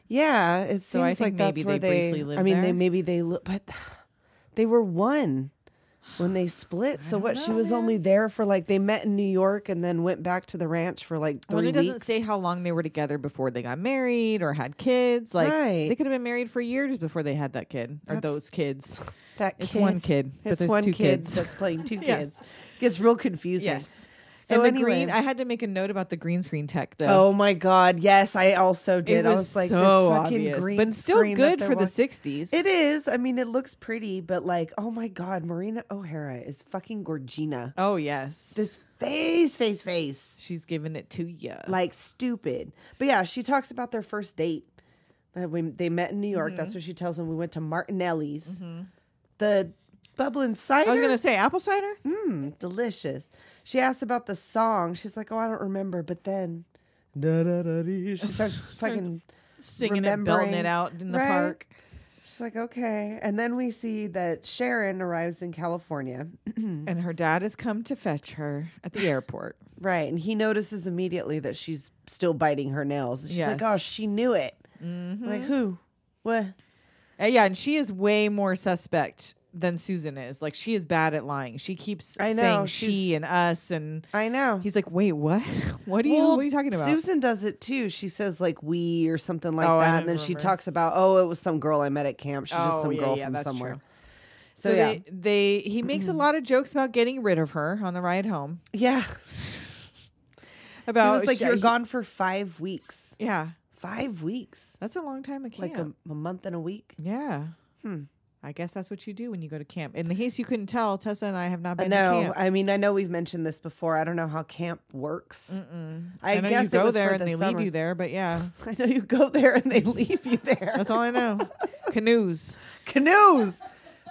Speaker 6: Yeah, it seems
Speaker 5: So I think
Speaker 6: like that's
Speaker 5: maybe
Speaker 6: where
Speaker 5: they
Speaker 6: they.
Speaker 5: briefly lived
Speaker 6: I mean, they
Speaker 5: there.
Speaker 6: maybe they li- but they were one when they split. So what? she
Speaker 5: know,
Speaker 6: was
Speaker 5: man.
Speaker 6: only there for like they met in New York and then went back to the ranch for like three
Speaker 5: Well, it
Speaker 6: weeks.
Speaker 5: doesn't say how long they were together before they got married or had kids. Like
Speaker 6: Right.
Speaker 5: they could have been married for years before they had that kid or
Speaker 6: That's-
Speaker 5: those kids.
Speaker 6: that
Speaker 5: It's one kid, but
Speaker 6: It's
Speaker 5: there's
Speaker 6: one
Speaker 5: two
Speaker 6: kid
Speaker 5: kids.
Speaker 6: that's playing two
Speaker 5: Yes.
Speaker 6: kids. Gets real confusing.
Speaker 5: Yes.
Speaker 6: So
Speaker 5: and the
Speaker 6: anyway-
Speaker 5: green, I had to make a note about the green screen tech though.
Speaker 6: Oh my god! Yes, I also did.
Speaker 5: it
Speaker 6: I
Speaker 5: was,
Speaker 6: was like,
Speaker 5: so
Speaker 6: this fucking
Speaker 5: obvious,
Speaker 6: green
Speaker 5: but still
Speaker 6: screen that
Speaker 5: good
Speaker 6: they're
Speaker 5: for the
Speaker 6: walk-
Speaker 5: '60s.
Speaker 6: It is. I mean, it looks pretty, but like, oh my god, Marina O'Hara is fucking Gorgina.
Speaker 5: oh yes,
Speaker 6: This face, face, face,
Speaker 5: she's giving it to you.
Speaker 6: like stupid. But yeah, she talks about their first date. Uh, we, they met in New York. That's
Speaker 5: Mm-hmm.
Speaker 6: what she tells him. We went to Martinelli's. The bubbling cider. Hmm,
Speaker 5: I was gonna say apple cider.
Speaker 6: Mm-hmm. delicious. She asks about the song. She's like, "Oh, I don't remember." But then, da, da, da, dee. she starts fucking
Speaker 5: Singing it, belting
Speaker 6: remembering-
Speaker 5: it out in the
Speaker 6: Right.
Speaker 5: park.
Speaker 6: She's like, "Okay." And then we see that Sharon arrives in California, Mm-hmm.
Speaker 5: and her dad has come to fetch her at the airport.
Speaker 6: right? And he notices immediately that she's still biting her nails. And she's like, "Oh,
Speaker 5: Yes. Mm-hmm.
Speaker 6: she knew it." Like who? What?
Speaker 5: Uh, yeah, and she is way more suspect than Susan is. Like she is bad at lying. She keeps
Speaker 6: I know,
Speaker 5: saying she
Speaker 6: she's-
Speaker 5: and us, and
Speaker 6: I know.
Speaker 5: he's like, "Wait, what? What are you?
Speaker 6: Well,
Speaker 5: what are you talking about?"
Speaker 6: Susan does it too. She says like we or something like
Speaker 5: Oh, I
Speaker 6: that,
Speaker 5: don't
Speaker 6: and then she
Speaker 5: remember.
Speaker 6: talks about oh it was some girl I met at camp. She's just
Speaker 5: Oh,
Speaker 6: some
Speaker 5: yeah,
Speaker 6: girl
Speaker 5: yeah,
Speaker 6: from
Speaker 5: that's
Speaker 6: somewhere.
Speaker 5: true.
Speaker 6: So,
Speaker 5: so
Speaker 6: yeah, Mm-hmm.
Speaker 5: they, they he makes a lot of jokes about getting rid of her on the ride home.
Speaker 6: yeah.
Speaker 5: About
Speaker 6: it was like
Speaker 5: she-
Speaker 6: you were
Speaker 5: he-
Speaker 6: gone for five weeks.
Speaker 5: Yeah,
Speaker 6: Five weeks,
Speaker 5: that's a long time at camp.
Speaker 6: like um, a, a month and a week.
Speaker 5: yeah. Hmm. I guess that's what you do when you go to camp. In the case you couldn't tell, Tessa and I have not been to
Speaker 6: No,
Speaker 5: camp.
Speaker 6: I mean I know we've mentioned this before. I don't know how camp works. I,
Speaker 5: I know
Speaker 6: guess
Speaker 5: you go
Speaker 6: it was
Speaker 5: there
Speaker 6: for
Speaker 5: and
Speaker 6: the
Speaker 5: they
Speaker 6: summer.
Speaker 5: leave you there, but yeah,
Speaker 6: I know you go there and they leave you there.
Speaker 5: that's all I know. Canoes,
Speaker 6: Canoes,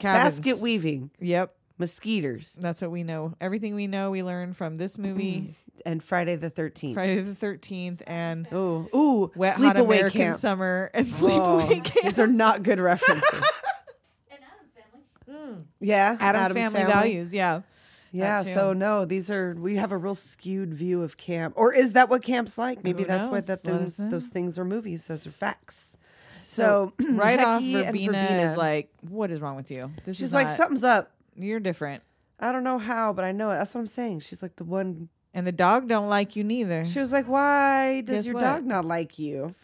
Speaker 5: cabins.
Speaker 6: basket weaving,
Speaker 5: Yep.
Speaker 6: mosquitoes,
Speaker 5: That's what we know. Everything we know, we learn from
Speaker 6: Mm-hmm.
Speaker 5: this movie,
Speaker 6: and Friday the Thirteenth.
Speaker 5: Friday the 13th, and
Speaker 6: Ooh, ooh,
Speaker 5: Wet Hot
Speaker 6: sleepaway
Speaker 5: American
Speaker 6: camp.
Speaker 5: Summer and
Speaker 6: Oh,
Speaker 5: Sleepaway Camp.
Speaker 6: These are not good references.
Speaker 7: And Adam's family.
Speaker 6: Yeah,
Speaker 5: Adam's, family, values, yeah.
Speaker 6: Yeah,
Speaker 5: too.
Speaker 6: so no, these are we have a real skewed view of camp, or is that what camp's like? Maybe
Speaker 5: Who
Speaker 6: that's why
Speaker 5: knows?
Speaker 6: that
Speaker 5: Let
Speaker 6: those
Speaker 5: us know.
Speaker 6: those things are movies. Those are facts. So,
Speaker 5: Right off,
Speaker 6: Becky and
Speaker 5: Verbena,
Speaker 6: Verbena.
Speaker 5: is like, "What is wrong with you? This
Speaker 6: she's
Speaker 5: is
Speaker 6: like
Speaker 5: not-
Speaker 6: something's up.
Speaker 5: You're different."
Speaker 6: I don't know how, but I know it. That's what I'm saying. She's like the one.
Speaker 5: And the dog don't like you neither.
Speaker 6: She was like, "Why does
Speaker 5: Guess
Speaker 6: your
Speaker 5: what?
Speaker 6: dog not like you?"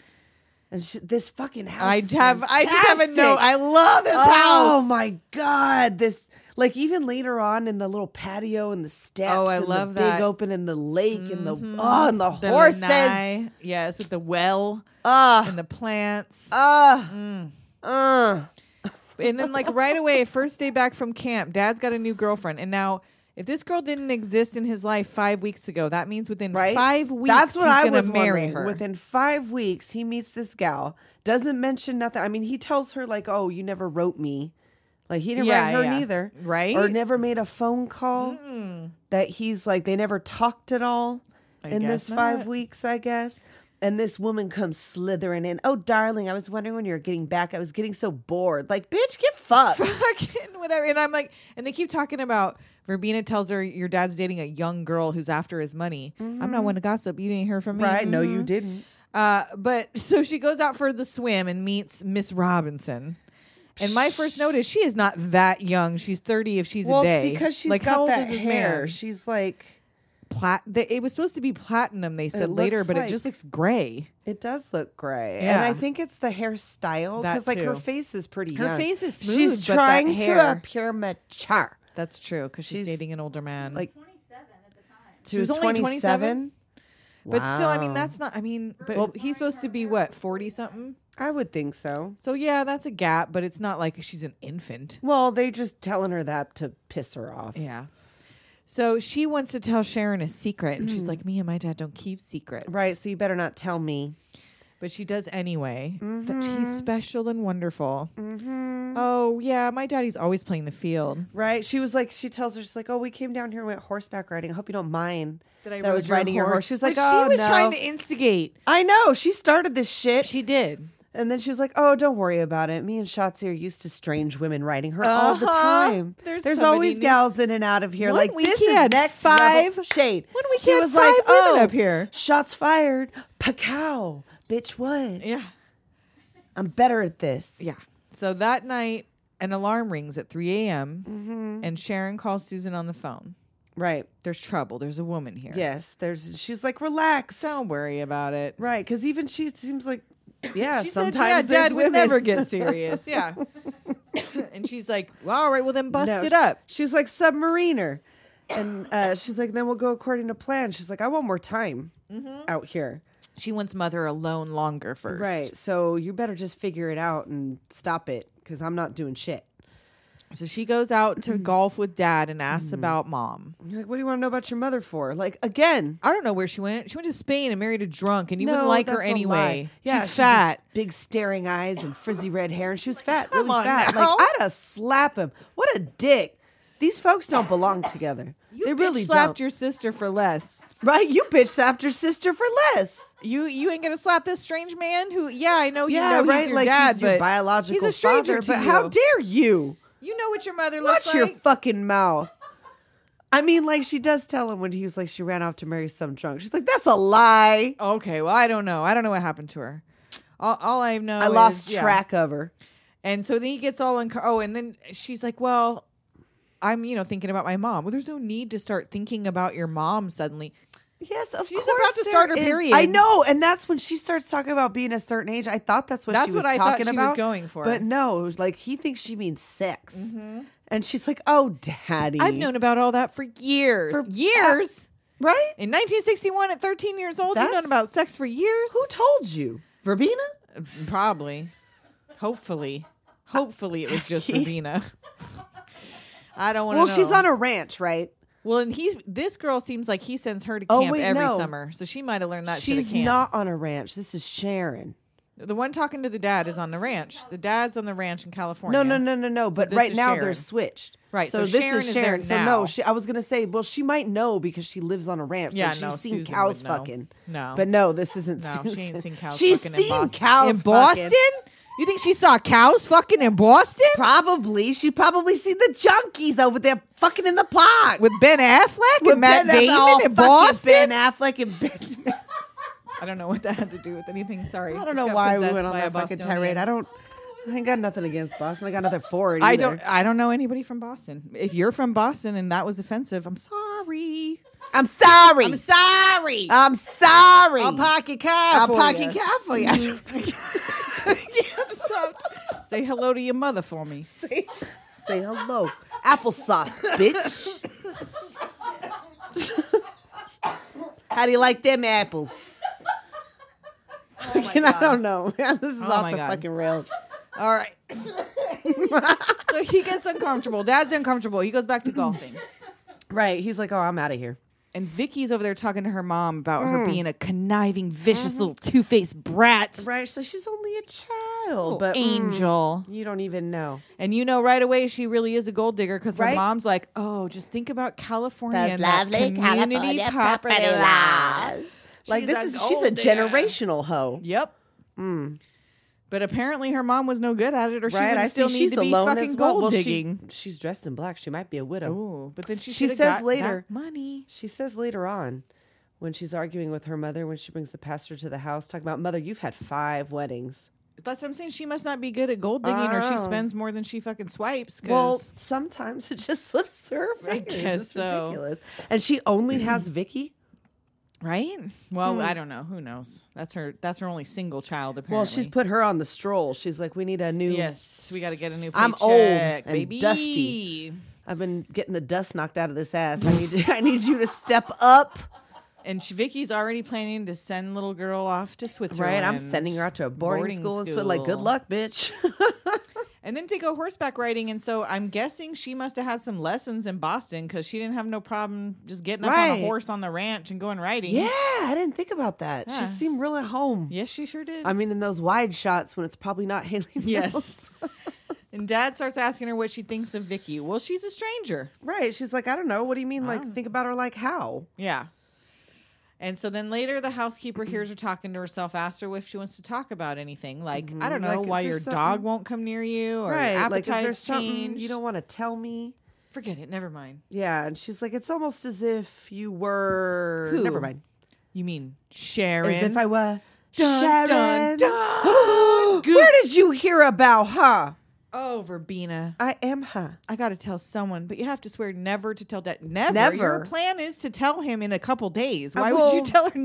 Speaker 6: And she, this fucking house.
Speaker 5: I
Speaker 6: is
Speaker 5: have, I just have a note.
Speaker 6: fantastic.
Speaker 5: I love this
Speaker 6: Oh
Speaker 5: house.
Speaker 6: my god! This like even later on in the little patio and the steps.
Speaker 5: Oh, I
Speaker 6: and
Speaker 5: love
Speaker 6: the
Speaker 5: that. Mm-hmm.
Speaker 6: Big open and the lake and the oh and the,
Speaker 5: The
Speaker 6: horses.
Speaker 5: lanai. yes, with the well
Speaker 6: Ah
Speaker 5: and the plants.
Speaker 6: ah
Speaker 5: Mm.
Speaker 6: ah.
Speaker 5: And then, like, right away, first day back from camp, dad's got a new girlfriend. And now, if this girl didn't exist in his life five weeks ago, that means within
Speaker 6: Right.
Speaker 5: five weeks,
Speaker 6: That's what
Speaker 5: he's
Speaker 6: I
Speaker 5: gonna
Speaker 6: was
Speaker 5: marry
Speaker 6: wondering.
Speaker 5: her.
Speaker 6: Within five weeks, he meets this gal. Doesn't mention nothing. I mean, he tells her like, "Oh, you never wrote me." Like he didn't write
Speaker 5: Yeah,
Speaker 6: her
Speaker 5: yeah.
Speaker 6: neither,
Speaker 5: Right? Mm.
Speaker 6: Or never made a phone call. That he's like they never talked at all in this
Speaker 5: guess
Speaker 6: five
Speaker 5: not.
Speaker 6: weeks, I guess. And this woman comes slithering in. Oh, darling, I was wondering when you were getting back. I was getting so bored. Like, bitch, get fucked.
Speaker 5: Fucking whatever. And I'm like, and they keep talking about Verbena tells her your dad's dating a young girl who's after his money. I'm not one to gossip. You didn't hear from me.
Speaker 6: Mm-hmm. Right? No,
Speaker 5: Mhm.
Speaker 6: you didn't.
Speaker 5: Uh, but so she goes out for the swim and meets Miss Robinson. And my first note is she is not that young. She's 30 if she's
Speaker 6: Well,
Speaker 5: a day.
Speaker 6: it's because she's
Speaker 5: like
Speaker 6: got
Speaker 5: how old
Speaker 6: that
Speaker 5: is this
Speaker 6: hair.
Speaker 5: man?
Speaker 6: She's like,
Speaker 5: Plat- they- it was supposed to be platinum, they said
Speaker 6: It
Speaker 5: later,
Speaker 6: looks
Speaker 5: but it
Speaker 6: like-
Speaker 5: just looks gray.
Speaker 6: it does look gray, and
Speaker 5: Yeah.
Speaker 6: I think it's the hairstyle
Speaker 5: That
Speaker 6: because like her
Speaker 5: too.
Speaker 6: face is pretty.
Speaker 5: Her
Speaker 6: young.
Speaker 5: face is
Speaker 6: She's
Speaker 5: smooth, but that
Speaker 6: trying to
Speaker 5: hair-
Speaker 6: appear mature.
Speaker 5: That's true because she's,
Speaker 6: She's
Speaker 5: dating an older man.
Speaker 6: like-
Speaker 7: 27 at the time.
Speaker 6: She,
Speaker 5: was only 27? but still, I mean,
Speaker 6: Wow.
Speaker 5: that's not. I mean, but
Speaker 6: Well-
Speaker 5: he's supposed to be what 40 something.
Speaker 6: I would think so.
Speaker 5: So yeah, that's a gap, but it's not like she's an infant.
Speaker 6: Well, they just telling her that to piss her off.
Speaker 5: Yeah. So she wants to tell Sharon a secret, and she's like, "Me and my dad don't keep secrets."
Speaker 6: Mm. Right, so you better not tell me.
Speaker 5: But she does anyway. That
Speaker 6: Mm-hmm.
Speaker 5: he's special and wonderful. Oh yeah, my daddy's always playing the field.
Speaker 6: Right? She was like, she tells her, she's like, oh, we came down here and went horseback riding. I hope you don't mind that I,
Speaker 5: rode
Speaker 6: was riding your horse. She was like,
Speaker 5: Which
Speaker 6: oh,
Speaker 5: she was
Speaker 6: no.
Speaker 5: trying to instigate.
Speaker 6: I know. She started this shit.
Speaker 5: She did.
Speaker 6: and then she was like, oh, don't worry about it. Me and Shotzi are used to strange women riding her all the
Speaker 5: Uh-huh.
Speaker 6: time.
Speaker 5: There's
Speaker 6: There's
Speaker 5: so many
Speaker 6: always
Speaker 5: new-
Speaker 6: gals in and out of here.
Speaker 5: One
Speaker 6: like,
Speaker 5: week
Speaker 6: this
Speaker 5: he
Speaker 6: is
Speaker 5: had
Speaker 6: next
Speaker 5: five-
Speaker 6: level shade.
Speaker 5: One week
Speaker 6: she
Speaker 5: he had
Speaker 6: was
Speaker 5: five
Speaker 6: like,
Speaker 5: women
Speaker 6: oh,
Speaker 5: up here."
Speaker 6: shots fired. Pacow. Bitch, what?
Speaker 5: Yeah.
Speaker 6: I'm better at this.
Speaker 5: Yeah. So that night, an alarm rings at 3 a.m.
Speaker 6: Mm-hmm.
Speaker 5: and Sharon calls Susan on the phone.
Speaker 6: Right.
Speaker 5: There's trouble. There's a woman here.
Speaker 6: Yes. There's. She's like, relax.
Speaker 5: Don't worry about it.
Speaker 6: Right, because even she seems like, yeah,
Speaker 5: She said,
Speaker 6: sometimes
Speaker 5: yeah,
Speaker 6: there's
Speaker 5: Dad would
Speaker 6: women."
Speaker 5: never get serious. Yeah. and she's like, well, all right, well then bust
Speaker 6: No,
Speaker 5: it up.
Speaker 6: She's like submariner, and uh, she's like, then we'll go according to plan. She's like, I want more time
Speaker 5: Mm-hmm.
Speaker 6: out here.
Speaker 5: She wants mother alone longer first.
Speaker 6: Right, so you better just figure it out and stop it because I'm not doing shit.
Speaker 5: So she goes out
Speaker 6: Mm-hmm.
Speaker 5: to golf with dad and asks about mom.
Speaker 6: And You're like, what do you want to know about your mother for? Like again,
Speaker 5: I don't know where she went. She went to Spain and married a drunk, and you
Speaker 6: No,
Speaker 5: wouldn't like her
Speaker 6: that's a lie.
Speaker 5: anyway.
Speaker 6: Yeah,
Speaker 5: she's
Speaker 6: she-
Speaker 5: fat.
Speaker 6: big staring eyes and frizzy red hair, and she was fat, really
Speaker 5: on
Speaker 6: fat.
Speaker 5: now.
Speaker 6: Like I'd have slap him. What a dick! These folks don't belong together. they really
Speaker 5: bitch slapped
Speaker 6: don't.
Speaker 5: your sister for less.
Speaker 6: right, you bitch slapped your sister for less.
Speaker 5: You you ain't gonna slap this strange man who? Yeah, I know you
Speaker 6: Yeah,
Speaker 5: know
Speaker 6: right.
Speaker 5: he's your
Speaker 6: like
Speaker 5: dad,
Speaker 6: he's
Speaker 5: but
Speaker 6: your biological
Speaker 5: he's a
Speaker 6: father,
Speaker 5: stranger to
Speaker 6: but
Speaker 5: you.
Speaker 6: how dare you?
Speaker 5: you know what your mother
Speaker 6: Watch
Speaker 5: looks
Speaker 6: your
Speaker 5: like?
Speaker 6: fucking mouth. I mean, like she does tell him when he was like she ran off to marry some drunk. She's like, that's a lie.
Speaker 5: okay, well I don't know. I don't know what happened to her. All, all I know,
Speaker 6: I lost
Speaker 5: is- Oh, yeah.
Speaker 6: track of her.
Speaker 5: And so then he gets all unco- oh, and then she's like, "Well, I'm you know thinking about my mom. Well, there's no need to start thinking about your mom suddenly.
Speaker 6: Yes, of
Speaker 5: She's
Speaker 6: course.
Speaker 5: about to
Speaker 6: there
Speaker 5: start her
Speaker 6: is-
Speaker 5: period.
Speaker 6: I know, and that's when she starts talking about being a certain age. I thought that's what
Speaker 5: That's
Speaker 6: she was
Speaker 5: what I thought
Speaker 6: talking
Speaker 5: she was
Speaker 6: about.
Speaker 5: going for.
Speaker 6: but no, it was like he thinks she means sex, and she's like, "Oh, daddy,
Speaker 5: Mm-hmm. I've known about all that for years,
Speaker 6: For- uh,
Speaker 5: years."
Speaker 6: right?
Speaker 5: in 1961, at 13 years old, you've known
Speaker 6: That's-
Speaker 5: about sex for years.
Speaker 6: Who told you, Verbena?
Speaker 5: Probably. Hopefully. Hopefully it was just Ravina. I don't want to
Speaker 6: Well, she's on a ranch, right?
Speaker 5: Well, and he this girl seems like he sends her to
Speaker 6: Oh,
Speaker 5: camp
Speaker 6: wait,
Speaker 5: every
Speaker 6: no.
Speaker 5: summer. So she might have learned that shit
Speaker 6: She's
Speaker 5: at camp.
Speaker 6: not on a ranch. This is Sharon.
Speaker 5: the one talking to the dad is on the ranch. The dad's on the ranch in California.
Speaker 6: No, no, no, no, no. But
Speaker 5: this
Speaker 6: right
Speaker 5: is
Speaker 6: now they're
Speaker 5: Sharon.
Speaker 6: switched.
Speaker 5: Right,
Speaker 6: So,
Speaker 5: so
Speaker 6: this
Speaker 5: Sharon
Speaker 6: is
Speaker 5: is there
Speaker 6: Sharon. So no,
Speaker 5: now.
Speaker 6: she, I was gonna say, well, she might know because she lives on a ranch.
Speaker 5: Yeah,
Speaker 6: like, she's
Speaker 5: no,
Speaker 6: seen
Speaker 5: Susan
Speaker 6: cows
Speaker 5: would know.
Speaker 6: fucking.
Speaker 5: No.
Speaker 6: but no, this isn't.
Speaker 5: No,
Speaker 6: Susan.
Speaker 5: she ain't seen cows
Speaker 6: She's
Speaker 5: fucking
Speaker 6: seen
Speaker 5: in Boston.
Speaker 6: cows
Speaker 5: in
Speaker 6: fucking.
Speaker 5: Boston? You think she saw cows fucking in Boston?
Speaker 6: Probably, she probably seen the junkies over there fucking in the park
Speaker 5: With Ben Affleck
Speaker 6: With
Speaker 5: and Matt
Speaker 6: Ben Affleck-
Speaker 5: Damon
Speaker 6: oh, fucking
Speaker 5: in Boston?
Speaker 6: Ben Affleck and Ben.
Speaker 5: I don't know what that had to do with anything. Sorry.
Speaker 6: I don't know why we went on that fucking tirade. I don't. I ain't got nothing against Boston. I got nothing for it.
Speaker 5: I
Speaker 6: either.
Speaker 5: don't. I don't know anybody from Boston. If you're from Boston and that was offensive, I'm sorry.
Speaker 6: I'm sorry.
Speaker 5: I'm sorry.
Speaker 6: I'm sorry.
Speaker 5: I'll pocket car.
Speaker 6: I'll
Speaker 5: for
Speaker 6: pocket
Speaker 5: ya. Mm-hmm.
Speaker 6: car for you.
Speaker 5: So, Say hello to your mother for me.
Speaker 6: say, say hello. Applesauce, bitch. How do you like them apples?
Speaker 5: Oh
Speaker 6: Fucking, I don't know. man. this is off
Speaker 5: my
Speaker 6: the
Speaker 5: God.
Speaker 6: fucking rails.
Speaker 5: All right. so he gets uncomfortable. Dad's uncomfortable. He goes back to golfing.
Speaker 6: Right. He's like, oh, I'm out of here.
Speaker 5: And Vicky's over there talking to her mom about
Speaker 6: Mm.
Speaker 5: her being a conniving,
Speaker 6: Mm-hmm.
Speaker 5: vicious little two-faced brat.
Speaker 6: Right. So she's only a child,
Speaker 5: Little
Speaker 6: but mm,
Speaker 5: angel.
Speaker 6: you don't even know.
Speaker 5: And you know right away she really is a gold digger because her
Speaker 6: Right?
Speaker 5: mom's like, oh, just think about California
Speaker 6: Those
Speaker 5: and that
Speaker 6: lovely
Speaker 5: community
Speaker 6: California
Speaker 5: property
Speaker 6: property
Speaker 5: laws.
Speaker 6: Like
Speaker 5: She's
Speaker 6: this
Speaker 5: a
Speaker 6: is she's a
Speaker 5: gold digger.
Speaker 6: generational hoe.
Speaker 5: Yep. But apparently her mom was no good at it, or she
Speaker 6: Mm. right?
Speaker 5: would
Speaker 6: I
Speaker 5: still
Speaker 6: see
Speaker 5: need
Speaker 6: she's
Speaker 5: to be
Speaker 6: alone
Speaker 5: fucking
Speaker 6: as well.
Speaker 5: gold
Speaker 6: Well, she-
Speaker 5: digging.
Speaker 6: she's dressed in black. She might be a widow.
Speaker 5: oh, but then she,
Speaker 6: She
Speaker 5: should've
Speaker 6: says
Speaker 5: got that
Speaker 6: later-
Speaker 5: money.
Speaker 6: She says later on, when she's arguing with her mother, when she brings the pastor to the house, talking about mother, you've had five weddings.
Speaker 5: That's what I'm saying. She must not be good at gold digging, or she
Speaker 6: Oh.
Speaker 5: spends more than she fucking swipes. 'cause-
Speaker 6: Well, sometimes it just slips through her fingers.
Speaker 5: guess
Speaker 6: it's
Speaker 5: so.
Speaker 6: ridiculous. And she only has Vicky.
Speaker 5: right? Well,
Speaker 6: Hmm.
Speaker 5: I don't know. Who knows? That's her. That's her only single child. Apparently.
Speaker 6: Well, she's put her on the stroll. She's like, we need a new.
Speaker 5: Yes, we got to get a new.
Speaker 6: I'm old
Speaker 5: paycheck,
Speaker 6: and
Speaker 5: baby.
Speaker 6: dusty. I've been getting the dust knocked out of this ass. I need. I need you to step up.
Speaker 5: And she, Vicky's already planning to send little girl off to Switzerland.
Speaker 6: Right, I'm sending her out to a boarding, school. and so, like, good
Speaker 5: school.
Speaker 6: luck, bitch.
Speaker 5: And then they go horseback riding, and so I'm guessing she must have had some lessons in Boston because she didn't have no problem just getting up on
Speaker 6: Right.
Speaker 5: a horse on the ranch and going riding.
Speaker 6: yeah, I didn't think about that.
Speaker 5: Yeah.
Speaker 6: She seemed real at home.
Speaker 5: Yes, she sure did.
Speaker 6: I mean, in those wide shots when it's probably not Haley. Mills.
Speaker 5: yes. and Dad starts asking her what she thinks of Vicky. Well, she's a stranger.
Speaker 6: right. She's like, I don't know. What do you mean?
Speaker 5: Oh.
Speaker 6: Like, think about her. Like, how?
Speaker 5: Yeah. And so then later, the housekeeper hears her talking to herself, asks her if she wants to talk about anything. Like, I don't know
Speaker 6: Mm-hmm. Like, is
Speaker 5: why
Speaker 6: there
Speaker 5: your
Speaker 6: something-
Speaker 5: dog won't come near you or
Speaker 6: Right.
Speaker 5: appetite
Speaker 6: Like, is there something
Speaker 5: change.
Speaker 6: you don't want to tell me?
Speaker 5: Forget it. Never mind.
Speaker 6: Yeah. And she's like, it's almost as if you were.
Speaker 5: Who?
Speaker 6: Never mind.
Speaker 5: You mean Sharon?
Speaker 6: As if I were.
Speaker 5: Dun,
Speaker 6: Sharon.
Speaker 5: dun, dun.
Speaker 6: Where did you hear about her?
Speaker 5: Oh, Verbena.
Speaker 6: I am her.
Speaker 5: I got to tell someone, but you have to swear never to tell Dad. Never. Your
Speaker 6: Never.
Speaker 5: plan is to tell him in a couple days.
Speaker 6: I
Speaker 5: Why would you
Speaker 6: will.
Speaker 5: tell her
Speaker 6: You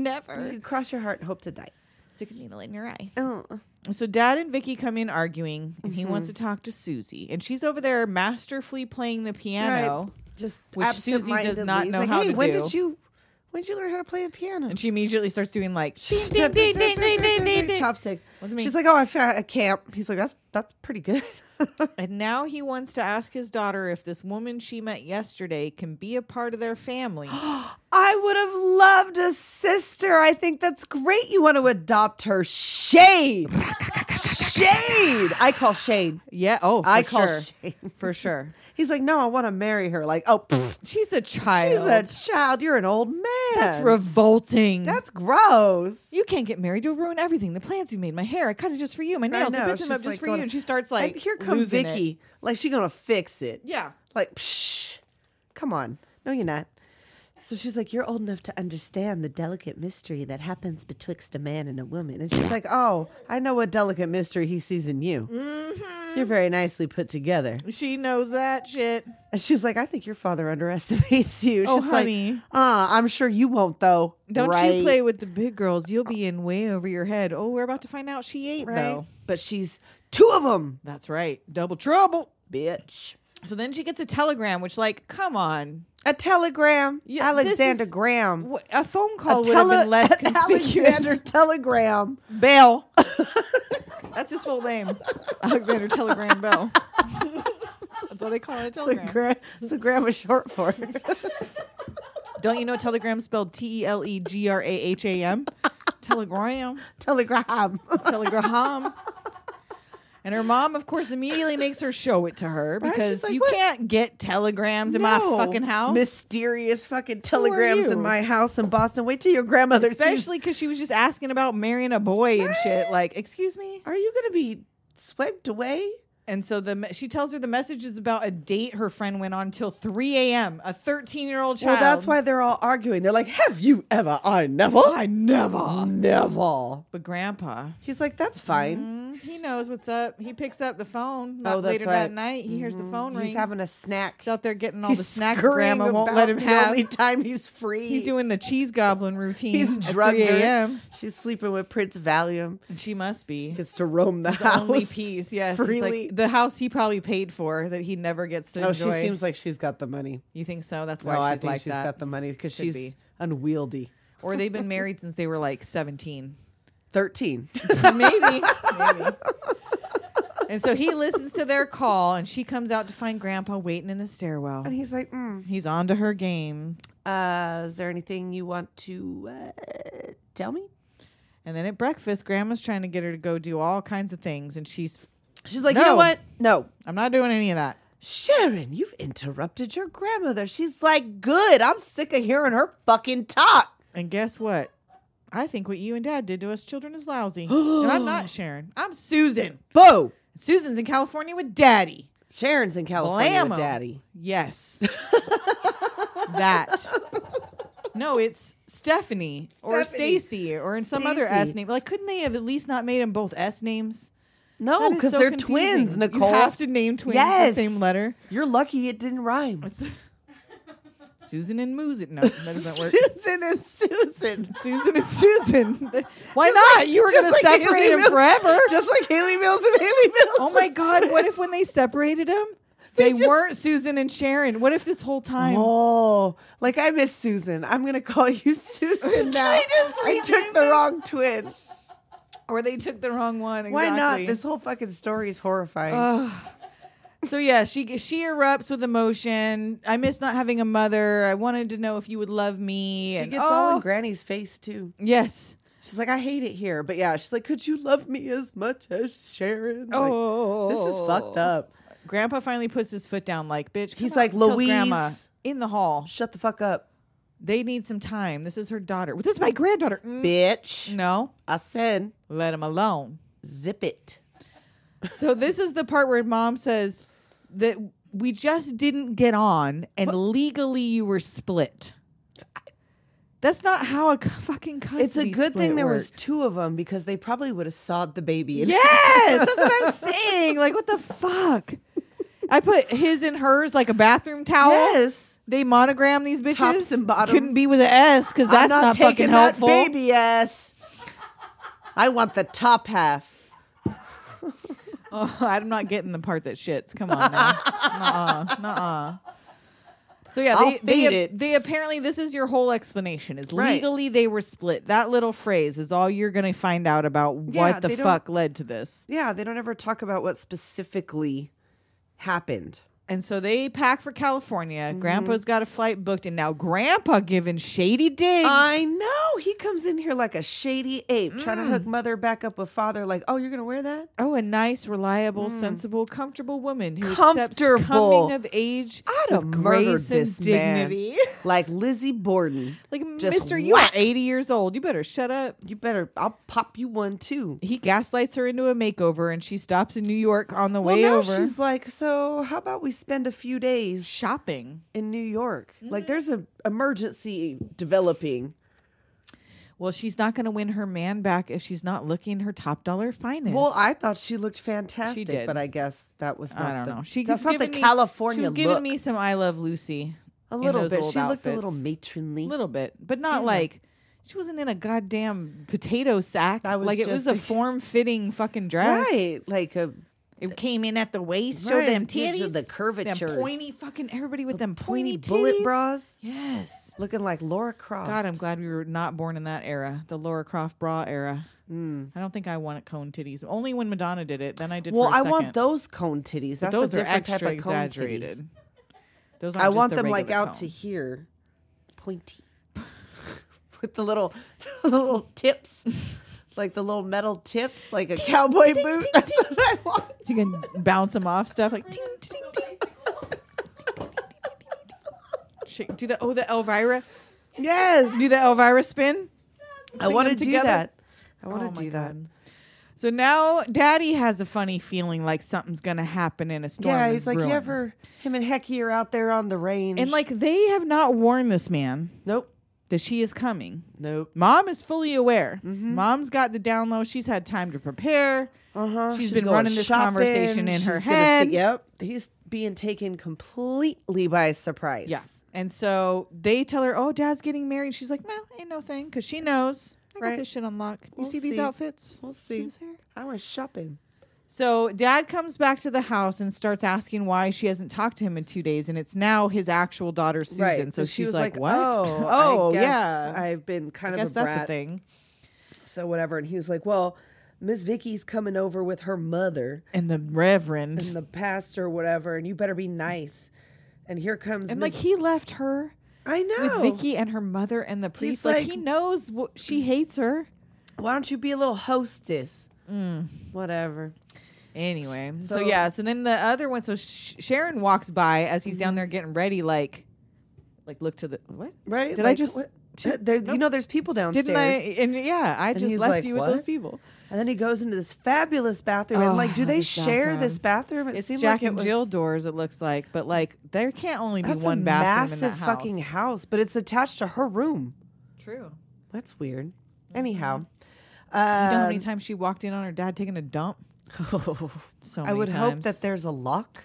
Speaker 5: never?
Speaker 6: could cross your heart and hope to die.
Speaker 5: Stick a needle in your eye.
Speaker 6: Oh.
Speaker 5: So Dad and Vicky come in arguing, and he
Speaker 6: Mm-hmm.
Speaker 5: wants to talk to Susie, and she's over there masterfully playing the piano.
Speaker 6: Right. Just
Speaker 5: Which Susie does
Speaker 6: absentmindedly.
Speaker 5: not
Speaker 6: He's
Speaker 5: know
Speaker 6: like,
Speaker 5: how
Speaker 6: hey,
Speaker 5: to
Speaker 6: when
Speaker 5: do."
Speaker 6: did you when did you learn how to play the piano?
Speaker 5: And she immediately starts doing like ding, ding, ding, ding, ding, ding, ding, ding.
Speaker 6: chopsticks.
Speaker 5: Wasn't me.
Speaker 6: She's like, oh, I found a camp. He's like, that's that's pretty good.
Speaker 5: And now he wants to ask his daughter if this woman she met yesterday can be a part of their family.
Speaker 6: I would have loved a sister. I think that's great. You want to adopt her. Shade. Shade. I call Shade.
Speaker 5: yeah. Oh, for
Speaker 6: I call
Speaker 5: sure.
Speaker 6: shame.
Speaker 5: For sure.
Speaker 6: He's like, no, I want to marry her. Like, oh, pfft,
Speaker 5: She's a child.
Speaker 6: she's a child. You're an old man.
Speaker 5: That's revolting.
Speaker 6: That's gross.
Speaker 5: you can't get married. You'll ruin everything. The plans you made, my hair, I cut it just for you. My nails, I,
Speaker 6: know.
Speaker 5: picked them
Speaker 6: She's
Speaker 5: up just
Speaker 6: like
Speaker 5: for
Speaker 6: going-
Speaker 5: you. And she starts
Speaker 6: And
Speaker 5: like,
Speaker 6: here comes
Speaker 5: losing it.
Speaker 6: Vicky. Like she's gonna fix it.
Speaker 5: Yeah.
Speaker 6: Like, psh, come on. No, you're not. So she's like, You're old enough to understand the delicate mystery that happens betwixt a man and a woman. And she's like, Oh, I know what delicate mystery he sees in you.
Speaker 5: Mm-hmm.
Speaker 6: You're very nicely put together.
Speaker 5: She knows that shit.
Speaker 6: And she was like, I think your father underestimates you.
Speaker 5: Oh,
Speaker 6: she's
Speaker 5: honey.
Speaker 6: Like, uh, I'm sure you won't, though.
Speaker 5: Don't
Speaker 6: Right?
Speaker 5: you play with the big girls. You'll be in way over your head. Oh, we're about to find out she ain't,
Speaker 6: Right?
Speaker 5: though.
Speaker 6: But she's two of them,
Speaker 5: That's right. Double trouble.
Speaker 6: bitch.
Speaker 5: So then she gets a telegram, which, like, come on.
Speaker 6: A telegram.
Speaker 5: Yeah, this
Speaker 6: Alexander
Speaker 5: is-
Speaker 6: Graham.
Speaker 5: Wh- A phone
Speaker 6: a
Speaker 5: call would have been less
Speaker 6: an Alexander
Speaker 5: conspicuous.
Speaker 6: telegram.
Speaker 5: Bell. That's his full name. Alexander Telegram Bell. That's what they call it. a
Speaker 6: It's a,
Speaker 5: Telegram.
Speaker 6: gra- it's a gram is short for it.
Speaker 5: Don't you know Telegram spelled T E L E G R A H A M? Telegram.
Speaker 6: telegram.
Speaker 5: Telegram. And her mom, of course, immediately makes her show it to her
Speaker 6: Right? She's
Speaker 5: because
Speaker 6: like,
Speaker 5: you
Speaker 6: "What?"
Speaker 5: can't get telegrams in my
Speaker 6: No.
Speaker 5: fucking house.
Speaker 6: Mysterious fucking telegrams in
Speaker 5: you?
Speaker 6: my house in Boston. Wait till your grandmother sees.
Speaker 5: Especially because she was just asking about marrying a boy and shit. Like, excuse me.
Speaker 6: Are you going to be swept away?
Speaker 5: And so the me- she tells her the message is about a date her friend went on till 3 a.m. A 13 year old child.
Speaker 6: Well, that's why they're all arguing. They're like, "Have you ever? I never. I never. Never."
Speaker 5: But Grandpa,
Speaker 6: He's like, "That's fine."
Speaker 5: mm, he knows what's up. He picks up the phone
Speaker 6: Oh,
Speaker 5: like,
Speaker 6: that's
Speaker 5: later
Speaker 6: right. Mm-hmm.
Speaker 5: that night. He hears the Mm, phone ring.
Speaker 6: He's having a snack.
Speaker 5: He's out there getting all
Speaker 6: He's
Speaker 5: the snacks
Speaker 6: scurrying
Speaker 5: Grandma won't
Speaker 6: about
Speaker 5: let him
Speaker 6: the
Speaker 5: have.
Speaker 6: Only time he's free.
Speaker 5: He's doing the cheese goblin routine.
Speaker 6: He's
Speaker 5: at
Speaker 6: drugged.
Speaker 5: 3
Speaker 6: her.
Speaker 5: a.m.
Speaker 6: She's sleeping with Prince Valium.
Speaker 5: And she must be.
Speaker 6: Gets to roam the
Speaker 5: His
Speaker 6: house.
Speaker 5: only piece, yes. He's
Speaker 6: freely.
Speaker 5: Like the house he probably paid for that he never gets to
Speaker 6: oh,
Speaker 5: enjoy.
Speaker 6: she seems like she's got the money.
Speaker 5: you think so? That's
Speaker 6: No,
Speaker 5: why she's
Speaker 6: I think
Speaker 5: like
Speaker 6: she's
Speaker 5: that.
Speaker 6: got the money because she's
Speaker 5: be.
Speaker 6: unwieldy.
Speaker 5: or they've been married since they were like 17.
Speaker 6: Thirteen.
Speaker 5: maybe. maybe. And so he listens to their call, and she comes out to find Grandpa waiting in the stairwell.
Speaker 6: and he's like, mm,
Speaker 5: He's on to her game,
Speaker 6: uh, "Is there anything you want to uh, tell me?"
Speaker 5: and then at breakfast, Grandma's trying to get her to go do all kinds of things, and she's,
Speaker 6: She's like, "You know
Speaker 5: No.
Speaker 6: what? No,
Speaker 5: I'm not doing any of that.
Speaker 6: Sharon, you've interrupted your grandmother. She's like, good. I'm sick of hearing her fucking talk.
Speaker 5: And guess what? I think what you and Dad did to us children is lousy. and I'm not Sharon. I'm Susan.
Speaker 6: Boo!
Speaker 5: Susan's in California with Daddy.
Speaker 6: Sharon's in California
Speaker 5: Blammo.
Speaker 6: with Daddy.
Speaker 5: Yes. that. No, it's Stephanie, or
Speaker 6: Stephanie.
Speaker 5: Stacy or in some other
Speaker 6: Stacy.
Speaker 5: S name. Like, couldn't they have at least not made them both S names?
Speaker 6: No,
Speaker 5: That is
Speaker 6: because
Speaker 5: so
Speaker 6: they're
Speaker 5: confusing.
Speaker 6: twins, Nicole.
Speaker 5: You have to name twins
Speaker 6: Yes.
Speaker 5: the same letter.
Speaker 6: You're lucky it didn't rhyme.
Speaker 5: What's the- Susan and Moozin. No, that doesn't work.
Speaker 6: Susan and Susan.
Speaker 5: Susan and Susan. Why
Speaker 6: Just
Speaker 5: not?
Speaker 6: like-
Speaker 5: you were
Speaker 6: just
Speaker 5: going to
Speaker 6: like
Speaker 5: separate
Speaker 6: Haley
Speaker 5: them
Speaker 6: Mills-
Speaker 5: forever.
Speaker 6: Just like Haley Mills and Haley Mills.
Speaker 5: Oh my
Speaker 6: was
Speaker 5: God! What
Speaker 6: twins.
Speaker 5: if when they separated them, they,
Speaker 6: just-
Speaker 5: weren't Susan and Sharon? What if this whole time?
Speaker 6: Oh, like I miss Susan. I'm gonna call you Susan now. I took the wrong twin.
Speaker 5: Or they took the wrong one.
Speaker 6: Why not?
Speaker 5: exactly.
Speaker 6: This whole fucking story is horrifying.
Speaker 5: So yeah, she she erupts with emotion. I miss not having a mother. I wanted to know if you would love me.
Speaker 6: she
Speaker 5: and,
Speaker 6: gets all
Speaker 5: oh,
Speaker 6: in Granny's face too.
Speaker 5: yes.
Speaker 6: She's like, I hate it here, but yeah, she's like, could you love me as much as Sharon? Like,
Speaker 5: oh,
Speaker 6: this is fucked up.
Speaker 5: Grandpa finally puts his foot down, like bitch. come
Speaker 6: He's
Speaker 5: on,
Speaker 6: like,
Speaker 5: tells
Speaker 6: "Louise."
Speaker 5: Grandma in the hall.
Speaker 6: Shut the fuck up,
Speaker 5: They need some time. This is her daughter. This is my granddaughter. Mm,
Speaker 6: bitch.
Speaker 5: No,
Speaker 6: I said,
Speaker 5: let him alone.
Speaker 6: zip it.
Speaker 5: So this is the part where mom says that we just didn't get on and legally you were split. That's not how a cu- fucking custody
Speaker 6: It's a good
Speaker 5: split
Speaker 6: thing there was
Speaker 5: works.
Speaker 6: two of them because they probably would have sawed the baby. in
Speaker 5: Yes, that's what I'm saying. Like what the fuck? I put his and hers like a bathroom towel.
Speaker 6: Yes.
Speaker 5: They monogram these bitches.
Speaker 6: Tops and bottoms.
Speaker 5: Couldn't be with an S because that's
Speaker 6: I'm not,
Speaker 5: fucking
Speaker 6: taking that
Speaker 5: helpful.
Speaker 6: baby ass. I want the top half.
Speaker 5: Oh, I'm not getting the part that shits. Come on now. nuh-uh, nuh-uh. So yeah,
Speaker 6: I'll
Speaker 5: they, they,
Speaker 6: feed it.
Speaker 5: they apparently this is your whole explanation is
Speaker 6: Right.
Speaker 5: legally they were split. That little phrase is all you're gonna find out about
Speaker 6: Yeah,
Speaker 5: what the
Speaker 6: they don't-
Speaker 5: fuck led to this.
Speaker 6: Yeah, they don't ever talk about what specifically happened.
Speaker 5: And so they pack for California.
Speaker 6: Mm-hmm.
Speaker 5: Grandpa's got a flight booked, and now Grandpa giving shady digs.
Speaker 6: I know. He comes in here like a shady ape trying to
Speaker 5: Mm.
Speaker 6: hook mother back up with father, like, oh, you're going to wear that?
Speaker 5: oh, a nice, reliable, sensible, comfortable woman who
Speaker 6: mm. Comfortable.
Speaker 5: accepts coming of age
Speaker 6: I'd have
Speaker 5: with
Speaker 6: murdered
Speaker 5: grace and
Speaker 6: this
Speaker 5: dignity.
Speaker 6: man. Like Lizzie Borden.
Speaker 5: Like,
Speaker 6: Just
Speaker 5: Mister, you are
Speaker 6: whack.
Speaker 5: 80 years old. You better shut up.
Speaker 6: You better, I'll pop you one too.
Speaker 5: He gaslights her into a makeover, and she stops in New York on the
Speaker 6: Well,
Speaker 5: way
Speaker 6: now
Speaker 5: over
Speaker 6: she's like, so how about we spend a few days
Speaker 5: shopping.
Speaker 6: in New York? Like, there's
Speaker 5: Mm.
Speaker 6: an emergency developing.
Speaker 5: Well, she's not going to win her man back if she's not looking her top dollar finest.
Speaker 6: Well, I thought she looked fantastic,
Speaker 5: did.
Speaker 6: but I guess that was not
Speaker 5: I don't
Speaker 6: the,
Speaker 5: know. She
Speaker 6: that's
Speaker 5: was
Speaker 6: not the
Speaker 5: giving me-
Speaker 6: California
Speaker 5: She was
Speaker 6: look.
Speaker 5: giving me some "I Love Lucy"
Speaker 6: a
Speaker 5: in
Speaker 6: little
Speaker 5: those
Speaker 6: bit.
Speaker 5: old
Speaker 6: She looked a little
Speaker 5: outfits.
Speaker 6: matronly.
Speaker 5: little bit, but not like she wasn't in a goddamn potato sack.
Speaker 6: I was
Speaker 5: like it
Speaker 6: just
Speaker 5: was a
Speaker 6: thinking-
Speaker 5: form fitting fucking dress.
Speaker 6: right. Like a
Speaker 5: It came in at the waist,
Speaker 6: Right,
Speaker 5: showed them
Speaker 6: it gives you
Speaker 5: titties,
Speaker 6: the
Speaker 5: them
Speaker 6: curvatures.
Speaker 5: pointy fucking everybody with them
Speaker 6: pointy
Speaker 5: pointy titties.
Speaker 6: bullet bras,
Speaker 5: Yes.
Speaker 6: looking like Laura Croft.
Speaker 5: God, I'm glad we were not born in that era, the Laura Croft bra era.
Speaker 6: Hmm.
Speaker 5: I don't think I want cone titties. Only when Madonna did it, then I did.
Speaker 6: well,
Speaker 5: for a
Speaker 6: I want
Speaker 5: second.
Speaker 6: those cone titties.
Speaker 5: But
Speaker 6: That's
Speaker 5: those
Speaker 6: a
Speaker 5: are
Speaker 6: different
Speaker 5: extra
Speaker 6: type of cone
Speaker 5: exaggerated.
Speaker 6: titties.
Speaker 5: Those aren't
Speaker 6: I
Speaker 5: just
Speaker 6: want
Speaker 5: the
Speaker 6: them like
Speaker 5: regular
Speaker 6: out to
Speaker 5: cone.
Speaker 6: here, pointy, with the little, the little tips, like the little metal tips, like a cowboy boot. That's what I want.
Speaker 5: So you can bounce them off stuff like ting, ting, ting. Shake- do the oh the Elvira
Speaker 6: Yes,
Speaker 5: do the Elvira spin.
Speaker 6: I want to
Speaker 5: them
Speaker 6: do
Speaker 5: together.
Speaker 6: that. I want
Speaker 5: Oh
Speaker 6: to
Speaker 5: my
Speaker 6: do that.
Speaker 5: God. So now Daddy has a funny feeling like something's gonna happen in a storm.
Speaker 6: Yeah,
Speaker 5: is
Speaker 6: he's like,
Speaker 5: brewing.
Speaker 6: you ever, him and Hecky are out there on the range.
Speaker 5: and like they have not warned this man
Speaker 6: nope,
Speaker 5: that she is coming.
Speaker 6: nope.
Speaker 5: Mom is fully aware.
Speaker 6: Mm-hmm.
Speaker 5: Mom's got the down low. She's had time to prepare.
Speaker 6: Uh-huh.
Speaker 5: She's been running this conversation in her
Speaker 6: gonna fi-
Speaker 5: head.
Speaker 6: yep. He's being taken completely by surprise.
Speaker 5: Yeah. And so they tell her, "Oh, Dad's getting married." She's like, "No, ain't no thing," because she knows. I got
Speaker 6: Right.
Speaker 5: this shit on lock. You
Speaker 6: We'll
Speaker 5: see, these
Speaker 6: see.
Speaker 5: outfits?
Speaker 6: We'll see.
Speaker 5: this hair?
Speaker 6: I went shopping.
Speaker 5: So Dad comes back to the house and starts asking why she hasn't talked to him in two days, and it's now his actual daughter Susan. So
Speaker 6: But she
Speaker 5: she's
Speaker 6: was
Speaker 5: like, "What?
Speaker 6: Oh,
Speaker 5: oh
Speaker 6: I guess
Speaker 5: yeah, I
Speaker 6: I've been kind of
Speaker 5: guess
Speaker 6: a
Speaker 5: that's
Speaker 6: brat.
Speaker 5: a thing."
Speaker 6: So whatever. And he was like, well, Miss Vicky's coming over with her mother
Speaker 5: And the Reverend
Speaker 6: and the pastor, or whatever, and you better be nice. And here comes
Speaker 5: and like
Speaker 6: Miss-
Speaker 5: he left her.
Speaker 6: I know
Speaker 5: with Vicky and her mother and the priest. Like,
Speaker 6: like- "Mm."
Speaker 5: he knows what she hates her.
Speaker 6: Why don't you be a little hostess? Mm. Whatever.
Speaker 5: Anyway, so,
Speaker 6: So-
Speaker 5: yeah, so then the other one. So Sh- Sharon
Speaker 6: Mm-hmm.
Speaker 5: walks by as he's down there getting ready, like, like look to the what?
Speaker 6: Right?
Speaker 5: Did I
Speaker 6: Like,
Speaker 5: just
Speaker 6: what- there, you know, there's people downstairs.
Speaker 5: Didn't I? And yeah, I just
Speaker 6: he's
Speaker 5: left
Speaker 6: like,
Speaker 5: you with
Speaker 6: "What?"
Speaker 5: those people.
Speaker 6: And then he goes into this fabulous bathroom.
Speaker 5: Oh,
Speaker 6: and like, do they
Speaker 5: this
Speaker 6: share
Speaker 5: bathroom.
Speaker 6: this bathroom? It
Speaker 5: It's
Speaker 6: seemed
Speaker 5: Jack
Speaker 6: like it
Speaker 5: and
Speaker 6: was-
Speaker 5: Jill doors. It looks like, but like there can't only be
Speaker 6: That's
Speaker 5: one
Speaker 6: a
Speaker 5: bathroom
Speaker 6: massive
Speaker 5: in that house.
Speaker 6: fucking house, but it's attached to her room.
Speaker 5: True.
Speaker 6: That's weird. Anyhow,
Speaker 5: Mm-hmm. You know how
Speaker 6: uh,
Speaker 5: many times she walked in on her dad taking a dump? so
Speaker 6: um, I
Speaker 5: many
Speaker 6: would hope that
Speaker 5: times.
Speaker 6: there's a lock.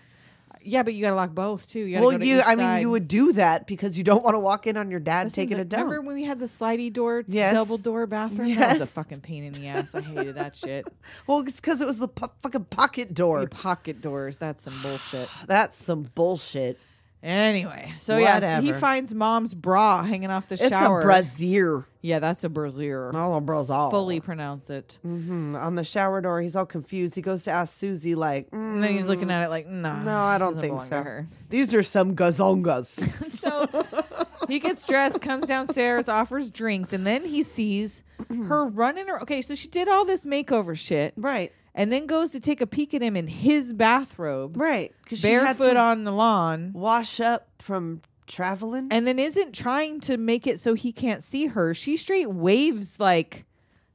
Speaker 5: Yeah, but you gotta lock both too. You gotta
Speaker 6: Well,
Speaker 5: go to
Speaker 6: you,
Speaker 5: each
Speaker 6: I mean,
Speaker 5: side.
Speaker 6: you would do that because you don't want to walk in on your dad
Speaker 5: That seems
Speaker 6: taking
Speaker 5: like-
Speaker 6: a dump.
Speaker 5: Remember when we had the slidey door, t-
Speaker 6: Yes.
Speaker 5: double door bathroom? That was a
Speaker 6: Yes.
Speaker 5: fucking pain in the ass. I hated that shit.
Speaker 6: Well, it's because it was the po- fucking pocket door.
Speaker 5: The pocket doors. That's some bullshit.
Speaker 6: That's some bullshit.
Speaker 5: Anyway, so yeah, he
Speaker 6: Whatever.
Speaker 5: finds mom's bra hanging off the
Speaker 6: It's
Speaker 5: shower.
Speaker 6: a brazier.
Speaker 5: Yeah, that's a brazier.
Speaker 6: All a brazier.
Speaker 5: Fully pronounce it.
Speaker 6: Mm, on the shower door. He's all confused. He goes to ask Susie, like, "Mm,
Speaker 5: And then he's looking at it like, nah,
Speaker 6: no, I
Speaker 5: Ah,
Speaker 6: don't
Speaker 5: this doesn't
Speaker 6: think
Speaker 5: belong to
Speaker 6: so.
Speaker 5: her.
Speaker 6: These are some gazongas.
Speaker 5: So he gets dressed, comes downstairs, offers drinks, and then he sees her running her. Okay, so she did all this makeover shit,
Speaker 6: right,
Speaker 5: and then goes to take a peek at him in his bathrobe,
Speaker 6: right. Because she had
Speaker 5: barefoot
Speaker 6: to
Speaker 5: on the lawn,
Speaker 6: wash up from traveling.
Speaker 5: and then isn't trying to make it so he can't see her. She straight waves like,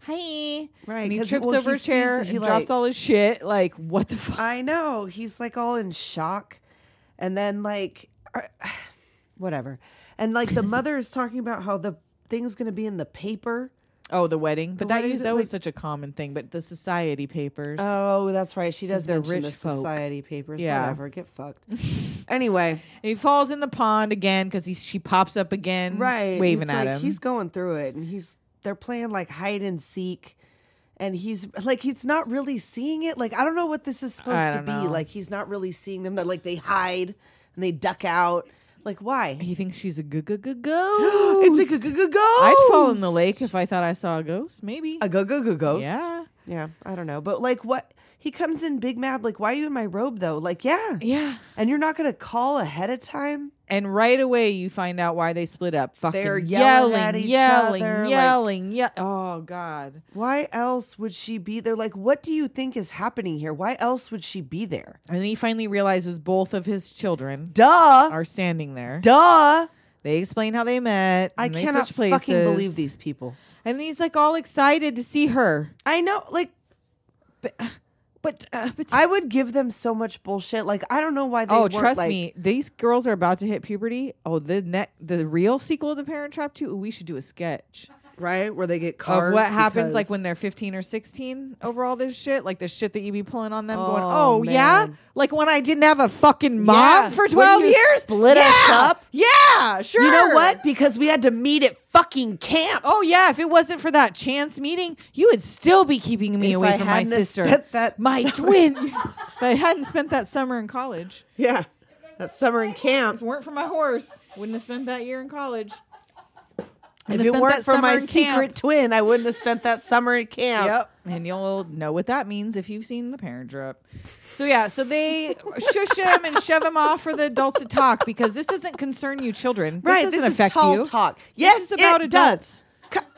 Speaker 5: "Hi,"
Speaker 6: Right,
Speaker 5: And he
Speaker 6: 'cause,
Speaker 5: trips
Speaker 6: well,
Speaker 5: over
Speaker 6: he
Speaker 5: a chair
Speaker 6: sees- he,
Speaker 5: and drops
Speaker 6: like-
Speaker 5: all his shit. Like, what the fuck?
Speaker 6: I know. He's like all in shock. And then, like, uh, whatever. And like the mother is talking about how the thing's going to be in the paper.
Speaker 5: Oh, the wedding, but
Speaker 6: The
Speaker 5: that
Speaker 6: wedding
Speaker 5: used,
Speaker 6: is
Speaker 5: that
Speaker 6: like-
Speaker 5: was such a common thing. But the society papers.
Speaker 6: Oh, that's right. She does
Speaker 5: they're
Speaker 6: mention the
Speaker 5: rich folk.
Speaker 6: society papers.
Speaker 5: Yeah.
Speaker 6: Whatever. Get fucked. anyway.
Speaker 5: And he falls in the pond again because she pops up again,
Speaker 6: right
Speaker 5: Waving
Speaker 6: It's
Speaker 5: at
Speaker 6: like
Speaker 5: him.
Speaker 6: he's going through it and he's they're playing like hide and seek and he's like he's not really seeing it like i don't know what this is
Speaker 5: I
Speaker 6: supposed to
Speaker 5: don't
Speaker 6: be
Speaker 5: know.
Speaker 6: like he's not really seeing them they're like they hide and they duck out like why
Speaker 5: he thinks she's a go go go go.
Speaker 6: it's a go go
Speaker 5: I'd fall in the lake if I thought I saw a ghost. Maybe.
Speaker 6: a go go go ghost
Speaker 5: Yeah.
Speaker 6: yeah i don't know but like what he comes in big mad like why are you in my robe though like yeah
Speaker 5: Yeah.
Speaker 6: and you're not gonna call ahead of time
Speaker 5: And right away you find out why they split up. Fucking
Speaker 6: They're yelling at each
Speaker 5: yelling,
Speaker 6: other, like-
Speaker 5: yelling, yeah. Oh God.
Speaker 6: why else would she be there like what do you think is happening here why else would she be there
Speaker 5: And then he finally realizes both of his children
Speaker 6: duh
Speaker 5: are standing there.
Speaker 6: Duh.
Speaker 5: They explain how they met.
Speaker 6: I
Speaker 5: and they
Speaker 6: cannot
Speaker 5: switch places.
Speaker 6: fucking believe these people.
Speaker 5: And he's like all excited to see her.
Speaker 6: I know, like,
Speaker 5: But uh, but
Speaker 6: I would give them so much bullshit. Like, I don't know why they
Speaker 5: oh,
Speaker 6: weren't,
Speaker 5: trust
Speaker 6: like-
Speaker 5: me, these girls are about to hit puberty. Oh, the net, the real sequel to Parent Trap Two. We should do a sketch
Speaker 6: Right? Where they get cars.
Speaker 5: of what happens, like
Speaker 6: because-
Speaker 5: when they're fifteen or sixteen, over all this shit, like the shit that you be pulling on them, going,
Speaker 6: Oh,
Speaker 5: "Oh yeah,
Speaker 6: man.
Speaker 5: like when I didn't have a fucking mom
Speaker 6: Yeah,
Speaker 5: for
Speaker 6: when
Speaker 5: twelve
Speaker 6: you
Speaker 5: years,
Speaker 6: split
Speaker 5: yeah,
Speaker 6: us up."
Speaker 5: yeah, sure."
Speaker 6: You know what? Because we had to meet at fucking camp.
Speaker 5: Oh yeah, if it wasn't for that chance meeting, you would still be keeping me
Speaker 6: If
Speaker 5: away
Speaker 6: I
Speaker 5: from my
Speaker 6: hadn't have
Speaker 5: sister,
Speaker 6: spent that
Speaker 5: my
Speaker 6: summer-
Speaker 5: twin. if I hadn't spent that summer in college,
Speaker 6: Yeah. That summer in camp.
Speaker 5: if it weren't for my horse, wouldn't have spent that year in college.
Speaker 6: If
Speaker 5: have
Speaker 6: it
Speaker 5: spent
Speaker 6: weren't
Speaker 5: that
Speaker 6: for
Speaker 5: summer
Speaker 6: my
Speaker 5: in
Speaker 6: secret
Speaker 5: camp.
Speaker 6: twin, I wouldn't have spent that summer in camp.
Speaker 5: Yep. And you'll know what that means if you've seen the parent drop. So yeah, so they shush him and shove him off for the adults to talk because this doesn't concern you children.
Speaker 6: Right.
Speaker 5: this
Speaker 6: This,
Speaker 5: doesn't
Speaker 6: is
Speaker 5: affect
Speaker 6: tall
Speaker 5: you.
Speaker 6: talk. Yes,
Speaker 5: is about
Speaker 6: it
Speaker 5: adults.
Speaker 6: does. Co-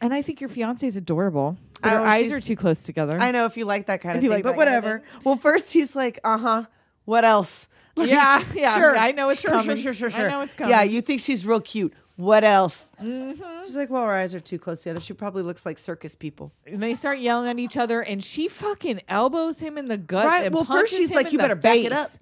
Speaker 5: And I think your fiance is adorable. But
Speaker 6: Oh,
Speaker 5: her eyes
Speaker 6: she's-
Speaker 5: are too close together.
Speaker 6: I know if you like that kind
Speaker 5: If
Speaker 6: of
Speaker 5: you
Speaker 6: thing,
Speaker 5: like
Speaker 6: but
Speaker 5: that kind of
Speaker 6: whatever. Well, first he's like, uh huh. What else? Like,
Speaker 5: Yeah, yeah,
Speaker 6: Sure,
Speaker 5: I know it's
Speaker 6: sure,
Speaker 5: coming.
Speaker 6: Sure, sure,
Speaker 5: I
Speaker 6: sure, sure.
Speaker 5: know it's
Speaker 6: Yeah,
Speaker 5: coming. Mm-hmm.
Speaker 6: you think she's real cute. What else? She's like, well, her eyes are too close together. She probably looks like circus people.
Speaker 5: And they start yelling at each other, and she fucking elbows him in the gut.
Speaker 6: Right,
Speaker 5: and
Speaker 6: well, first
Speaker 5: punches
Speaker 6: she's
Speaker 5: him
Speaker 6: like,
Speaker 5: in
Speaker 6: "You
Speaker 5: the
Speaker 6: better back it
Speaker 5: face."
Speaker 6: up."